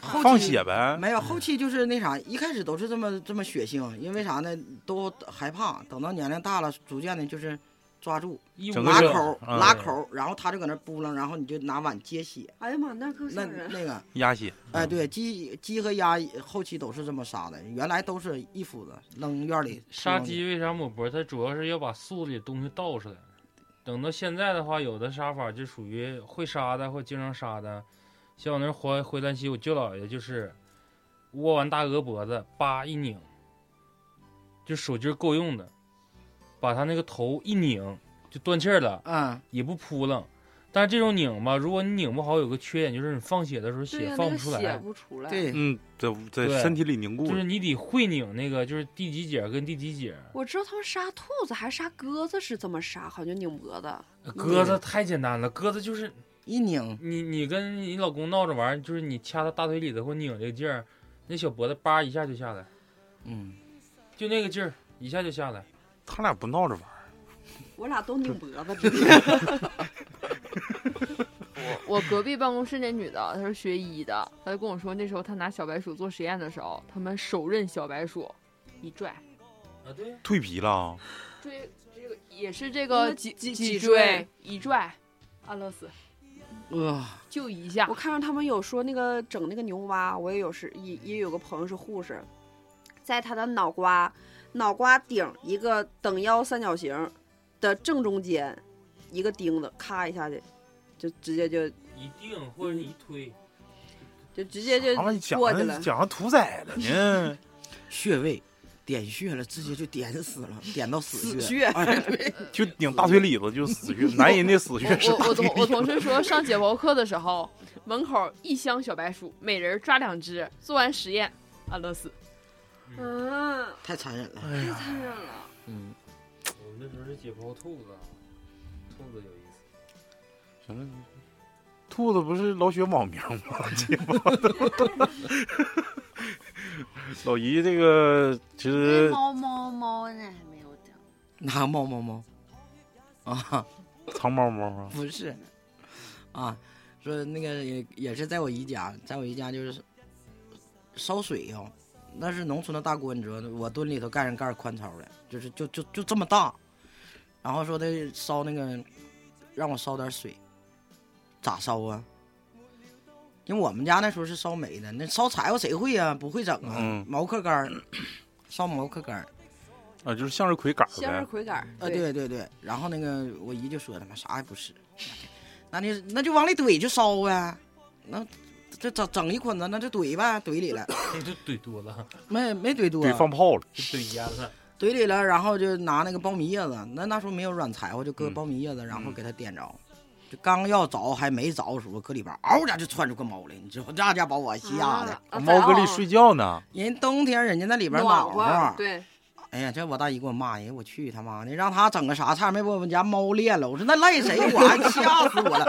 Speaker 6: 后期
Speaker 7: 放血
Speaker 5: 嗯
Speaker 7: 呗，
Speaker 6: 没有，后期就是那啥，一开始都是这么这么血腥，因为啥呢？都害怕。等到年龄大了，逐渐的就是抓住
Speaker 3: 一
Speaker 7: 整
Speaker 3: 捂
Speaker 7: 个
Speaker 6: 拉
Speaker 7: 是
Speaker 6: 口
Speaker 7: 啊
Speaker 6: 拉口，然后他就搁那儿扑棱，然后你就拿碗接血。
Speaker 5: 哎呀妈，那更吓
Speaker 6: 那
Speaker 5: 人。
Speaker 6: 那
Speaker 7: [laughs]
Speaker 6: 个，
Speaker 7: 鸭血。
Speaker 6: 哎，对，鸡鸡和鸭后期都是这么杀的，原来都是一斧子扔院里
Speaker 3: 嗯杀鸡为啥抹脖？它主要是要把肚子里东西倒出来。等到现在的话，有的杀法就属于会杀的或经常杀的，像我那回回兰溪，我舅姥爷就是窝完大鹅脖子，叭一拧，就手劲儿够用的，把他那个头一拧就断气儿了，
Speaker 6: 嗯，
Speaker 3: 也不扑棱。但是这种拧吧，如果你拧不好，有个缺点就是你放血的时候
Speaker 5: 对
Speaker 3: 血
Speaker 5: 呀那
Speaker 3: 放
Speaker 5: 个
Speaker 3: 不出来，
Speaker 5: 血不出来。
Speaker 6: 对，
Speaker 7: 嗯，在在
Speaker 3: 对
Speaker 7: 身体里凝固
Speaker 3: 就是
Speaker 7: 了。
Speaker 3: 你得会拧那个，就是第几节跟第几节。
Speaker 5: 我知道他们杀兔子还是杀鸽子是这么杀，好像拧脖子。
Speaker 3: 鸽子太简单了，鸽子就是
Speaker 6: 一拧，
Speaker 3: 你你跟你老公闹着玩儿，就是你掐他大腿里头或拧这个劲儿，那小脖子叭一下就下来，
Speaker 6: 嗯，
Speaker 3: 就那个劲儿一下就下来。
Speaker 7: 他俩不闹着玩儿，
Speaker 5: 我俩都拧脖子，直接 [laughs]
Speaker 8: 我隔壁办公室那女的，她是学医的，她就跟我说，那时候她拿小白鼠做实验的时候，他们手刃小白鼠，一拽，
Speaker 3: 啊，对，
Speaker 7: 蜕皮了。
Speaker 8: 追这个也是这
Speaker 5: 那
Speaker 8: 个
Speaker 5: 脊
Speaker 8: 脊
Speaker 5: 脊
Speaker 8: 椎一拽，安乐死，
Speaker 6: 呃，
Speaker 8: 就一下
Speaker 5: 我。看着他们有说那个整那个牛蛙，我也有是也也有个朋友是护士，在他的脑瓜脑瓜顶一个等腰三角形的正中间一个钉子，咔一下去，就直接就
Speaker 3: 一定或者你一推，
Speaker 5: 就直接就
Speaker 7: 啥玩意儿啊讲
Speaker 5: 过去
Speaker 7: 的
Speaker 5: 了。
Speaker 7: 讲的屠宰了呢？
Speaker 6: 穴位点穴了，直接就点死了，点到死
Speaker 5: 死
Speaker 6: 穴。
Speaker 5: 穴
Speaker 6: 哎对
Speaker 7: 就顶大腿里子就死穴，男人的死穴是
Speaker 8: 我
Speaker 7: 大
Speaker 8: 我
Speaker 7: 腿
Speaker 8: 同我同
Speaker 7: 里。
Speaker 8: 事说，上解剖课的时候，门口一箱小白鼠，每人抓两只，做完实验安乐死。
Speaker 5: 嗯，
Speaker 6: 太残忍了。
Speaker 7: 哎
Speaker 5: 太
Speaker 7: 呀，
Speaker 5: 残忍了。
Speaker 7: 嗯，
Speaker 3: 我们那时候是解剖兔子，兔子有意思。
Speaker 7: 行了。兔子不是老雪网名吗？ [laughs] 结巴老姨，这个其
Speaker 9: 哎
Speaker 7: 实
Speaker 9: 猫猫猫呢还没有讲，
Speaker 6: 拿猫猫猫，啊，
Speaker 7: 藏猫猫啊，
Speaker 6: 不是，啊，说那个也也是在我姨家，在我姨家就是烧水呀、那是农村的大锅，你知道的，我蹲里头盖上盖儿宽超的，就是就就就这么大，然后说的烧那个，让我烧点水，咋烧啊？因为我们家那时候是烧煤的，那烧柴火谁会啊？不会整啊，
Speaker 7: 嗯
Speaker 6: 毛克杆儿，烧毛克杆儿，
Speaker 7: 啊，就是向日葵杆儿
Speaker 5: 向日
Speaker 7: 呗。
Speaker 5: 葵杆儿，
Speaker 6: 啊，，对对对，然后那个我姨就说他妈啥也不是，那就那就往里怼就烧呗，那这整整一捆子那就怼呗，怼里了，
Speaker 3: [laughs] 这就怼多了，
Speaker 6: 没没怼多，
Speaker 7: 对，放炮了。
Speaker 3: 就怼淹了。
Speaker 6: 怼里了，然后就拿那个苞米叶子，那那时候没有软柴火，就搁
Speaker 7: 嗯
Speaker 6: 苞米叶子，然后
Speaker 7: 嗯
Speaker 6: 给它点着，就刚要着还没着的时候，搁里边嗷家就窜出个猫来，你知道那家把我吓的，
Speaker 5: 啊
Speaker 7: 猫搁里睡觉呢，
Speaker 6: 人冬天人家那里边暖
Speaker 5: 暖
Speaker 6: 和，
Speaker 8: 对，
Speaker 6: 哎呀，这我大姨给我骂，哎呀，我去他妈的，让他整个啥菜没把我们家猫练了。我说那赖谁？我还吓死我了。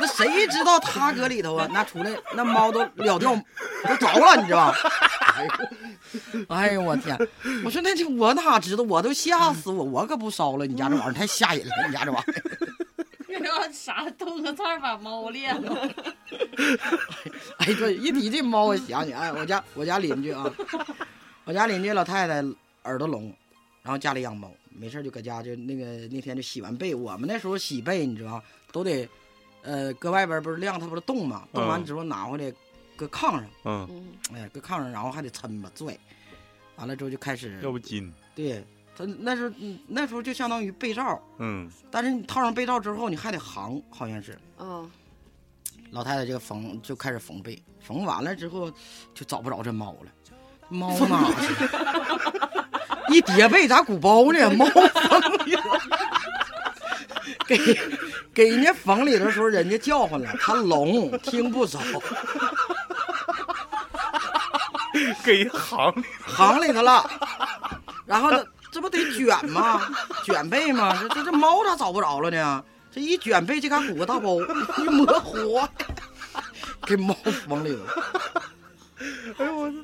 Speaker 6: 那谁知道他搁里头啊？那出来那猫都了掉，都着了，你知道吧？ [laughs] 哎呦，哎呦我天！我说那这我哪知道？我都吓死我，我可不烧了。你家这玩意儿太吓人了，你家这玩意儿。
Speaker 9: 然后啥动个菜把猫练了，
Speaker 6: 哎，对，一提这猫，我想起，哎，我家我家邻居啊，我家邻居老太太耳朵聋，然后家里养猫，没事儿就搁家就那个那天就洗完被，我们那时候洗被你知道都得，呃，搁外边儿不是晾它不是冻嘛，冻完
Speaker 7: 嗯
Speaker 6: 之后拿回来搁炕上，
Speaker 7: 嗯，
Speaker 5: 嗯，
Speaker 6: 哎，搁炕上，然后还得抻吧拽，完了之后就开始
Speaker 7: 嗯要不金，
Speaker 6: 对，它那时候嗯那时候就相当于被罩，
Speaker 7: 嗯，
Speaker 6: 但是你套上被罩之后你还得行，好像是。
Speaker 5: 嗯，
Speaker 6: 老太太这个缝就开始缝被，缝完了之后就找不着这猫了，猫哪儿去了？ [laughs] 一叠被咋鼓包呢？ [laughs] 猫缝里了， [laughs] 给给人家缝里的时候，人家叫唤了，它聋听不着，
Speaker 7: [laughs] 给行 [laughs]
Speaker 6: 行里头了，然后呢，这不得卷吗？卷被吗？这这这猫咋找不着了呢？这一卷被，这嘎鼓个大包， [laughs] 一模糊，啊 [laughs] 给猫缝里了。
Speaker 7: 哎呦我操，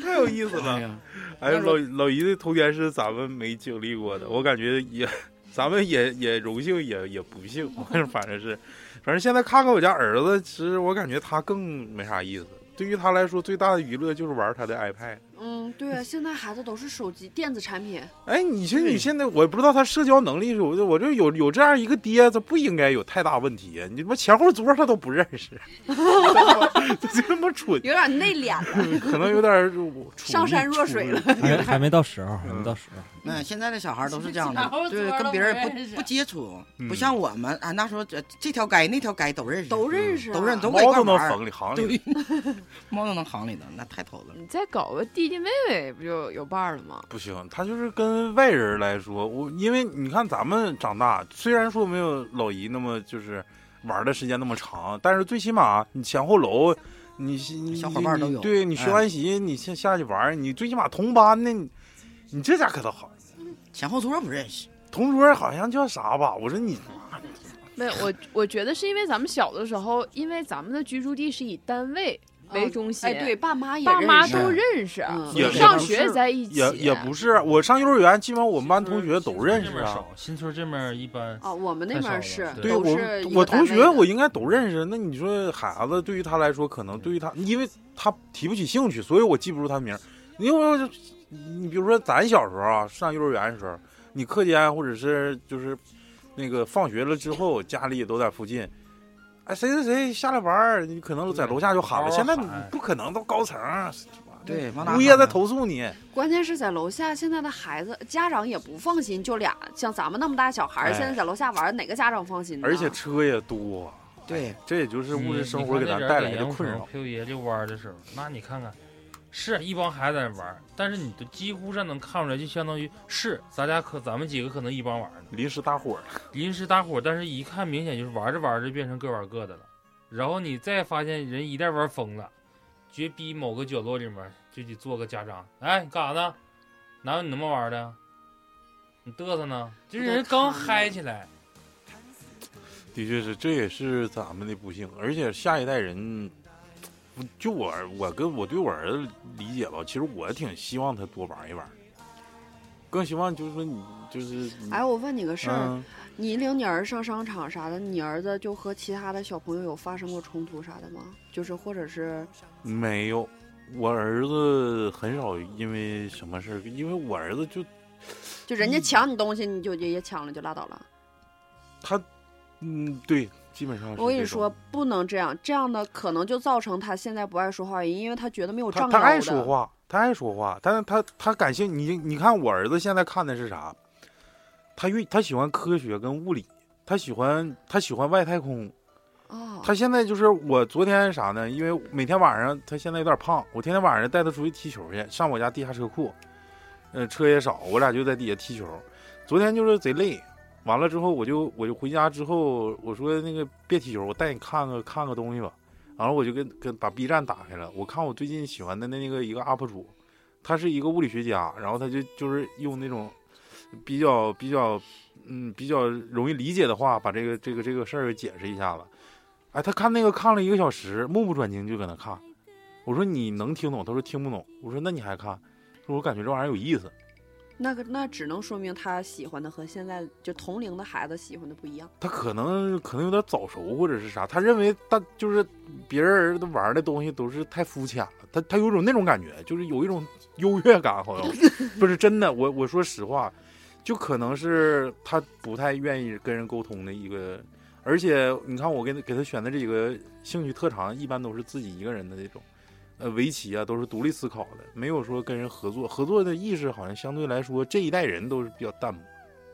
Speaker 7: 太有意思了！哎呀，哎，老老姨的童年是咱们没经历过的，我感觉也，咱们也也荣幸也也不幸， [laughs] 反正是，反正现在看看我家儿子，其实我感觉他更没啥意思。对于他来说，最大的娱乐就是玩他的 iPad。
Speaker 5: 嗯，对啊，现在孩子都是手机电子产品，
Speaker 7: 哎，你其实你现在我也不知道他社交能力是，我就我就有有这样一个爹，他不应该有太大问题啊！你他妈前后桌他都不认识， [laughs] 这他妈蠢，
Speaker 5: 有点内敛了，
Speaker 7: [laughs] 可能有点儿处
Speaker 5: 上
Speaker 7: 于
Speaker 5: 善若水了。
Speaker 6: 哎
Speaker 7: [laughs]
Speaker 10: 还还没到时候，还没到时候。
Speaker 6: 那现在的小孩都是这样
Speaker 9: 哪
Speaker 6: 的
Speaker 9: 有，
Speaker 6: 对，
Speaker 9: 桌
Speaker 6: 跟
Speaker 9: 都
Speaker 6: 别
Speaker 9: 不
Speaker 6: 人
Speaker 9: 认识
Speaker 6: 不不接触，不
Speaker 7: 嗯
Speaker 6: 像我们啊，那时候这这条街那条街都认识，
Speaker 5: 都认识啊，
Speaker 6: 都认都
Speaker 7: 猫都
Speaker 6: 能
Speaker 7: 能缝里行里。
Speaker 6: 对，猫都能行里头，那太头子了。
Speaker 8: 你再搞个弟弟妹妹，不就有伴儿了吗？
Speaker 7: 不行，他就是跟外人来说，我因为你看咱们长大，虽然说没有老姨那么就是玩的时间那么长，但是最起码你前后楼，你你
Speaker 6: 小伙伴都有
Speaker 7: 你对你学完习，你下下去玩，你最起码同班的，你你这家可倒好，
Speaker 6: 前后桌不认识，
Speaker 7: 同桌好像叫啥吧？我说你
Speaker 8: [laughs] 没有，我我觉得是因为咱们小的时候，因为咱们的居住地是以单位为
Speaker 5: 嗯
Speaker 8: 中心，
Speaker 5: 哎，对，，爸妈也
Speaker 8: 爸妈
Speaker 5: 认识
Speaker 8: 都啊认识，
Speaker 5: 嗯
Speaker 7: 也
Speaker 8: 上学在一起，
Speaker 7: 也也不是，我上幼儿园，基本上我们班同学都认
Speaker 3: 新
Speaker 7: 识
Speaker 3: 村这边
Speaker 7: 啊。
Speaker 3: 少，新村这边一般
Speaker 5: 啊，我们那
Speaker 3: 太少
Speaker 5: 边
Speaker 3: 了
Speaker 5: 是
Speaker 3: 对
Speaker 7: 对
Speaker 5: 都
Speaker 7: 我
Speaker 5: 是一个
Speaker 7: 我
Speaker 5: 单
Speaker 7: 同
Speaker 5: 位
Speaker 7: 学
Speaker 5: 的
Speaker 7: 我应该都认识。那你说孩子对于他来说，可能对于他，因为他提不起兴趣，所以我记不住他名儿。因为我就你比如说咱小时候啊，上幼儿园的时候，你课间啊或者是就是那个放学了之后，家里也都在附近。哎，谁谁谁下来玩儿，你可能在楼下就喊了。
Speaker 3: 对
Speaker 7: 现在
Speaker 3: 嗷嗷
Speaker 7: 你
Speaker 3: 喊
Speaker 7: 不可能，到高层，
Speaker 6: 对，往哪
Speaker 7: 物业在
Speaker 6: 喊呢
Speaker 7: 投诉你。
Speaker 5: 关键是在楼下，现在的孩子家长也不放心，就俩像咱们那么大小孩儿，
Speaker 7: 哎
Speaker 5: 现在在楼下玩儿，哪个家长放心呢？
Speaker 7: 而且车也多，哎
Speaker 6: 对，
Speaker 7: 这也就是物质生活
Speaker 3: 你
Speaker 7: 给
Speaker 3: 看
Speaker 7: 咱
Speaker 3: 那
Speaker 7: 带
Speaker 3: 阵儿
Speaker 7: 来
Speaker 3: 给
Speaker 7: 的
Speaker 3: 杨
Speaker 7: 困
Speaker 3: 虎
Speaker 7: 扰。
Speaker 3: 陪我爷爷遛弯儿的时候，那你看看，是一帮孩子在那玩儿，但是你都几乎上能看出来，就相当于是咱家可咱们几个可能一帮玩儿呢，
Speaker 7: 临时搭伙儿了，
Speaker 3: 临时搭伙，但是一看明显就是玩着玩着变成各玩各的了。然后你再发现人一旦玩疯了，绝逼某个角落里面就得做个家长，哎，你干啥呢？哪有你那么玩的？你嘚瑟呢？就是人刚嗨起来，
Speaker 7: 的确是，这也是咱们的不幸。而且下一代人，就我儿我跟我对我儿子理解吧，其实我挺希望他多玩一玩，更希望就是说你就是你
Speaker 5: 哎，我问你个事儿，
Speaker 7: 嗯，
Speaker 5: 你领你儿上商场啥的，你儿子就和其他的小朋友有发生过冲突啥的吗？就是或者是
Speaker 7: 没有，我儿子很少因为什么事儿，因为我儿子就
Speaker 5: 就人家抢你东西，你就也也抢了就拉倒了。
Speaker 7: 嗯，对，基本上是
Speaker 5: 我跟你
Speaker 7: 这种
Speaker 5: 说，，不能这样，这样的可能就造成他现在不爱说话，因为他觉得没有
Speaker 7: 他
Speaker 5: 丈
Speaker 7: 他
Speaker 5: 腰
Speaker 7: 爱
Speaker 5: 的。
Speaker 7: 说话，他爱说话，但是他他感兴你你看我儿子现在看的是啥？他愿他喜欢科学跟物理，他喜欢他喜欢外太空。
Speaker 5: 啊，
Speaker 7: 他现在就是我昨天啥呢？因为每天晚上他现在有点胖，我天天晚上带他出去踢球去，上我家地下车库，呃，车也少，我俩就在底下踢球。昨天就是贼累，完了之后我就我就回家之后，我说那个别踢球，我带你看个看个东西吧。然后我就跟跟把 B 站打开了，我看我最近喜欢的那个一个 UP 主，他是一个物理学家，然后他就就是用那种比较比较嗯比较容易理解的话，把这个这个这个事儿给解释一下子。哎，他看那个看了一个小时，目不转睛就搁那看。我说你能听懂？他说听不懂。我说那你还看？他说我感觉这玩意儿有意思。
Speaker 5: 那个那只能说明他喜欢的和现在就同龄的孩子喜欢的不一样。
Speaker 7: 他可能可能有点早熟或者是啥，他认为他就是别人都玩的东西都是太肤浅了，他他有种那种感觉，就是有一种优越感，好像不是真的。我我说实话，就可能是他不太愿意跟人沟通的一个，而且你看我给他给他选的这个兴趣特长，一般都是自己一个人的那种。呃，围棋啊，都是独立思考的，没有说跟人合作。合作的意识好像相对来说，这一代人都是比较淡漠。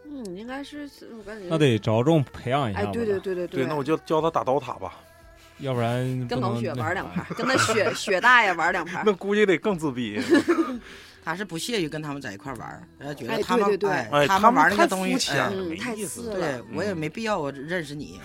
Speaker 5: 嗯，应该是我感觉
Speaker 10: 那得着重培养一下
Speaker 5: 哎，
Speaker 10: 吧，
Speaker 5: 对对对对
Speaker 7: 对，那我就教他打刀塔吧，
Speaker 10: 要不然
Speaker 5: 跟
Speaker 10: 不
Speaker 5: 老
Speaker 10: 能
Speaker 5: 雪
Speaker 10: 那
Speaker 5: 玩两
Speaker 10: [laughs]
Speaker 5: 盘儿，跟那雪雪大爷玩两盘
Speaker 7: 那
Speaker 5: 儿。
Speaker 7: 估计得更自闭。
Speaker 6: 他是不屑于跟他们在一块儿玩儿，他觉
Speaker 5: 哎
Speaker 6: 得他们
Speaker 5: 对对对
Speaker 7: 哎
Speaker 6: 他
Speaker 7: 他们
Speaker 6: 们玩那
Speaker 7: 太
Speaker 6: 些东
Speaker 7: 肤
Speaker 6: 西，
Speaker 7: 浅
Speaker 6: 哎
Speaker 7: 了
Speaker 5: 嗯，
Speaker 7: 没
Speaker 5: 太
Speaker 7: 意
Speaker 5: 次
Speaker 7: 思
Speaker 5: 了
Speaker 6: 对。我也没必要我认识你，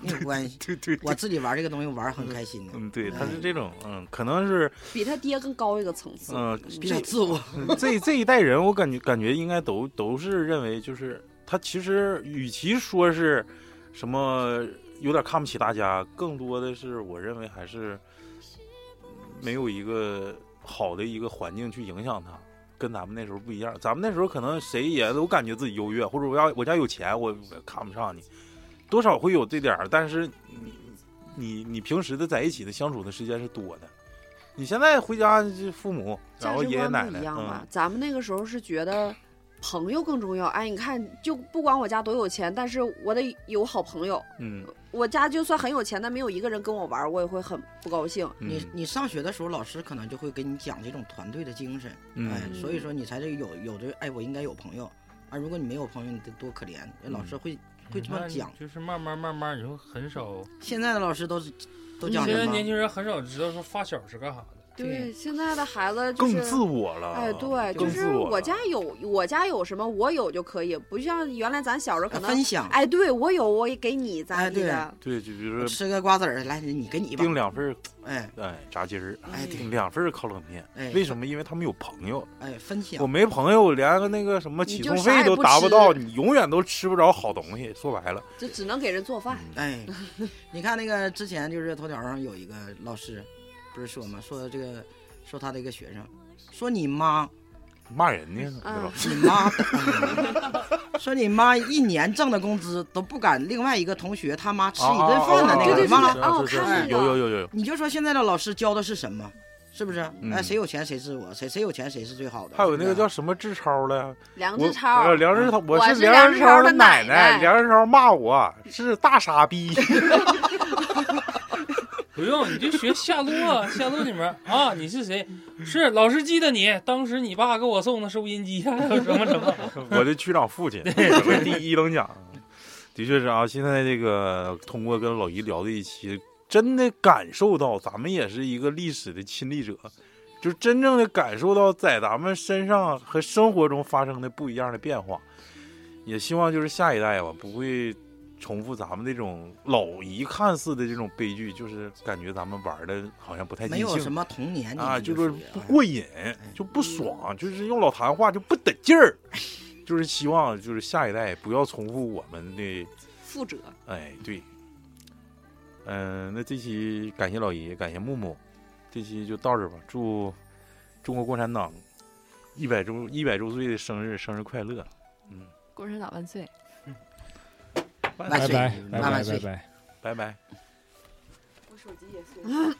Speaker 6: 没有关系，
Speaker 7: [laughs] 对对，
Speaker 6: 我自己玩这个东西玩儿很开心的，
Speaker 7: 嗯，对，他是这种，嗯，可能是，
Speaker 5: 比他爹更高一个层次。
Speaker 7: 嗯，
Speaker 6: 比较自我。
Speaker 7: 嗯这这一代人，我感觉感觉应该都都是认为，就是他其实与其说是什么有点看不起大家，更多的是我认为还是没有一个好的一个环境去影响他，跟咱们那时候不一样，咱们那时候可能谁也都感觉自己优越，或者我要我家有钱，我看不上你，多少会有这点儿，但是你你你平时的在一起的相处的时间是多的。你现在回家就父母，然
Speaker 5: 价
Speaker 7: 后
Speaker 5: 值
Speaker 7: 爷爷
Speaker 5: 观
Speaker 7: 奶
Speaker 5: 不
Speaker 7: 奶，
Speaker 5: 一样吧？
Speaker 7: 嗯，
Speaker 5: 咱们那个时候是觉得朋友更重要。哎，你看，就不管我家多有钱，但是我得有好朋友。
Speaker 7: 嗯
Speaker 5: 我家就算很有钱，但没有一个人跟我玩，我也会很不高兴。
Speaker 7: 嗯
Speaker 6: 你你上学的时候，老师可能就会给你讲这种团队的精神，
Speaker 7: 嗯
Speaker 6: 哎，所以说你才是有有的，哎，我应该有朋友啊。如果你没有朋友，你得多可怜。
Speaker 7: 嗯
Speaker 6: 老师会会这么讲。
Speaker 3: 就是慢慢慢慢，你会很少。
Speaker 6: 现在的老师都是都讲
Speaker 3: 现在
Speaker 6: 什
Speaker 3: 年
Speaker 6: 么？
Speaker 3: 轻人很少知道说发小是干啥的。
Speaker 5: 对，现在的孩子就
Speaker 7: 更
Speaker 5: 是。
Speaker 7: 自我了。
Speaker 5: 哎，对，就
Speaker 7: 更自
Speaker 5: 是
Speaker 7: 我
Speaker 5: 我
Speaker 7: 了
Speaker 5: 家有，我家有什么我有就可以，不像原来咱小时候可
Speaker 6: 啊
Speaker 5: 能，
Speaker 6: 分享，
Speaker 5: 哎，对我有我也给你咋
Speaker 6: 哎
Speaker 5: 地
Speaker 6: 对
Speaker 5: 的，
Speaker 7: 对，就比如说
Speaker 6: 吃个瓜子儿，来，你给你一把
Speaker 7: 订，两份儿
Speaker 6: 哎
Speaker 7: 哎炸鸡儿，
Speaker 5: 嗯
Speaker 6: 哎对
Speaker 7: 订两份儿烤冷面。
Speaker 6: 哎
Speaker 7: 为什么？因为他们有朋友，
Speaker 6: 哎，分享
Speaker 7: 我。没朋友，我连个那个什么
Speaker 5: 你
Speaker 7: 启
Speaker 5: 就
Speaker 7: 动
Speaker 5: 啥
Speaker 7: 费
Speaker 5: 也
Speaker 7: 都
Speaker 5: 不
Speaker 7: 达不
Speaker 5: 吃
Speaker 7: 到，你永远都吃不着好东西。说白了，
Speaker 5: 就只能给人做
Speaker 7: 嗯
Speaker 5: 饭。
Speaker 6: 哎，你看那个之前就是头条上有一个老师，不是说吗？说这个说他的一个学生，说你妈，
Speaker 7: 骂人呢，是
Speaker 5: 嗯
Speaker 7: 吧？
Speaker 6: 你妈，说你妈一年挣的工资都不敢另外一个同学他妈吃一
Speaker 7: 啊
Speaker 6: 顿饭的
Speaker 5: 哦
Speaker 6: 那
Speaker 5: 对
Speaker 6: 个，
Speaker 5: 对
Speaker 6: 你忘了？
Speaker 5: 对哦
Speaker 7: 是
Speaker 5: 看
Speaker 7: 是
Speaker 5: 那
Speaker 7: 有
Speaker 5: 个
Speaker 7: 有有有有，
Speaker 6: 你就说现在的老师教的是什么？是不是？
Speaker 7: 嗯
Speaker 6: 哎，谁有钱谁是我，谁谁有钱谁是最好的。
Speaker 7: 还有那个
Speaker 6: 是不
Speaker 7: 叫
Speaker 6: 是
Speaker 7: 什么志超了，
Speaker 5: 梁
Speaker 7: 我
Speaker 5: 志超
Speaker 7: 呃，梁志超，我
Speaker 5: 嗯我
Speaker 7: 是
Speaker 5: 是梁
Speaker 7: 志
Speaker 5: 志
Speaker 7: 超
Speaker 5: 超的
Speaker 7: 奶
Speaker 5: 奶奶
Speaker 7: 梁志超骂我是大傻逼，
Speaker 3: 不用，你就学夏洛，夏洛里面啊，你是谁？是老师记得你，当时你爸给我送的收音机，啊还有什么什么。
Speaker 7: 我的区长父
Speaker 6: [laughs]
Speaker 7: 亲，我是第一等奖。的确是啊，现在这个通过跟老姨聊的一期，真的感受到咱们也是一个历史的亲历者，就真正的感受到在咱们身上和生活中发生的不一样的变化。也希望就是下一代吧，不会重复咱们这种老姨看似的这种悲剧，就是感觉咱们玩的好像不太尽
Speaker 6: 没有什
Speaker 7: 兴
Speaker 6: 么童年
Speaker 7: 啊，
Speaker 6: 就
Speaker 7: 就是
Speaker 6: 属于
Speaker 7: 不过瘾，就不爽，就是用老谭话就不得劲
Speaker 6: [laughs]
Speaker 7: 儿。就是希望，就是下一代不要重复我们的
Speaker 5: 负责。
Speaker 7: 哎，对，嗯、那这期感谢老姨，感谢木木，这期就到这儿吧。祝中国共产党一百周一百周岁的生日生日快乐！
Speaker 8: 共产党万岁！
Speaker 6: 万
Speaker 10: 拜
Speaker 6: 岁
Speaker 10: 拜拜
Speaker 6: 万
Speaker 10: 拜
Speaker 6: 万岁
Speaker 10: 拜拜。
Speaker 7: 拜拜。
Speaker 5: 我手机也碎了。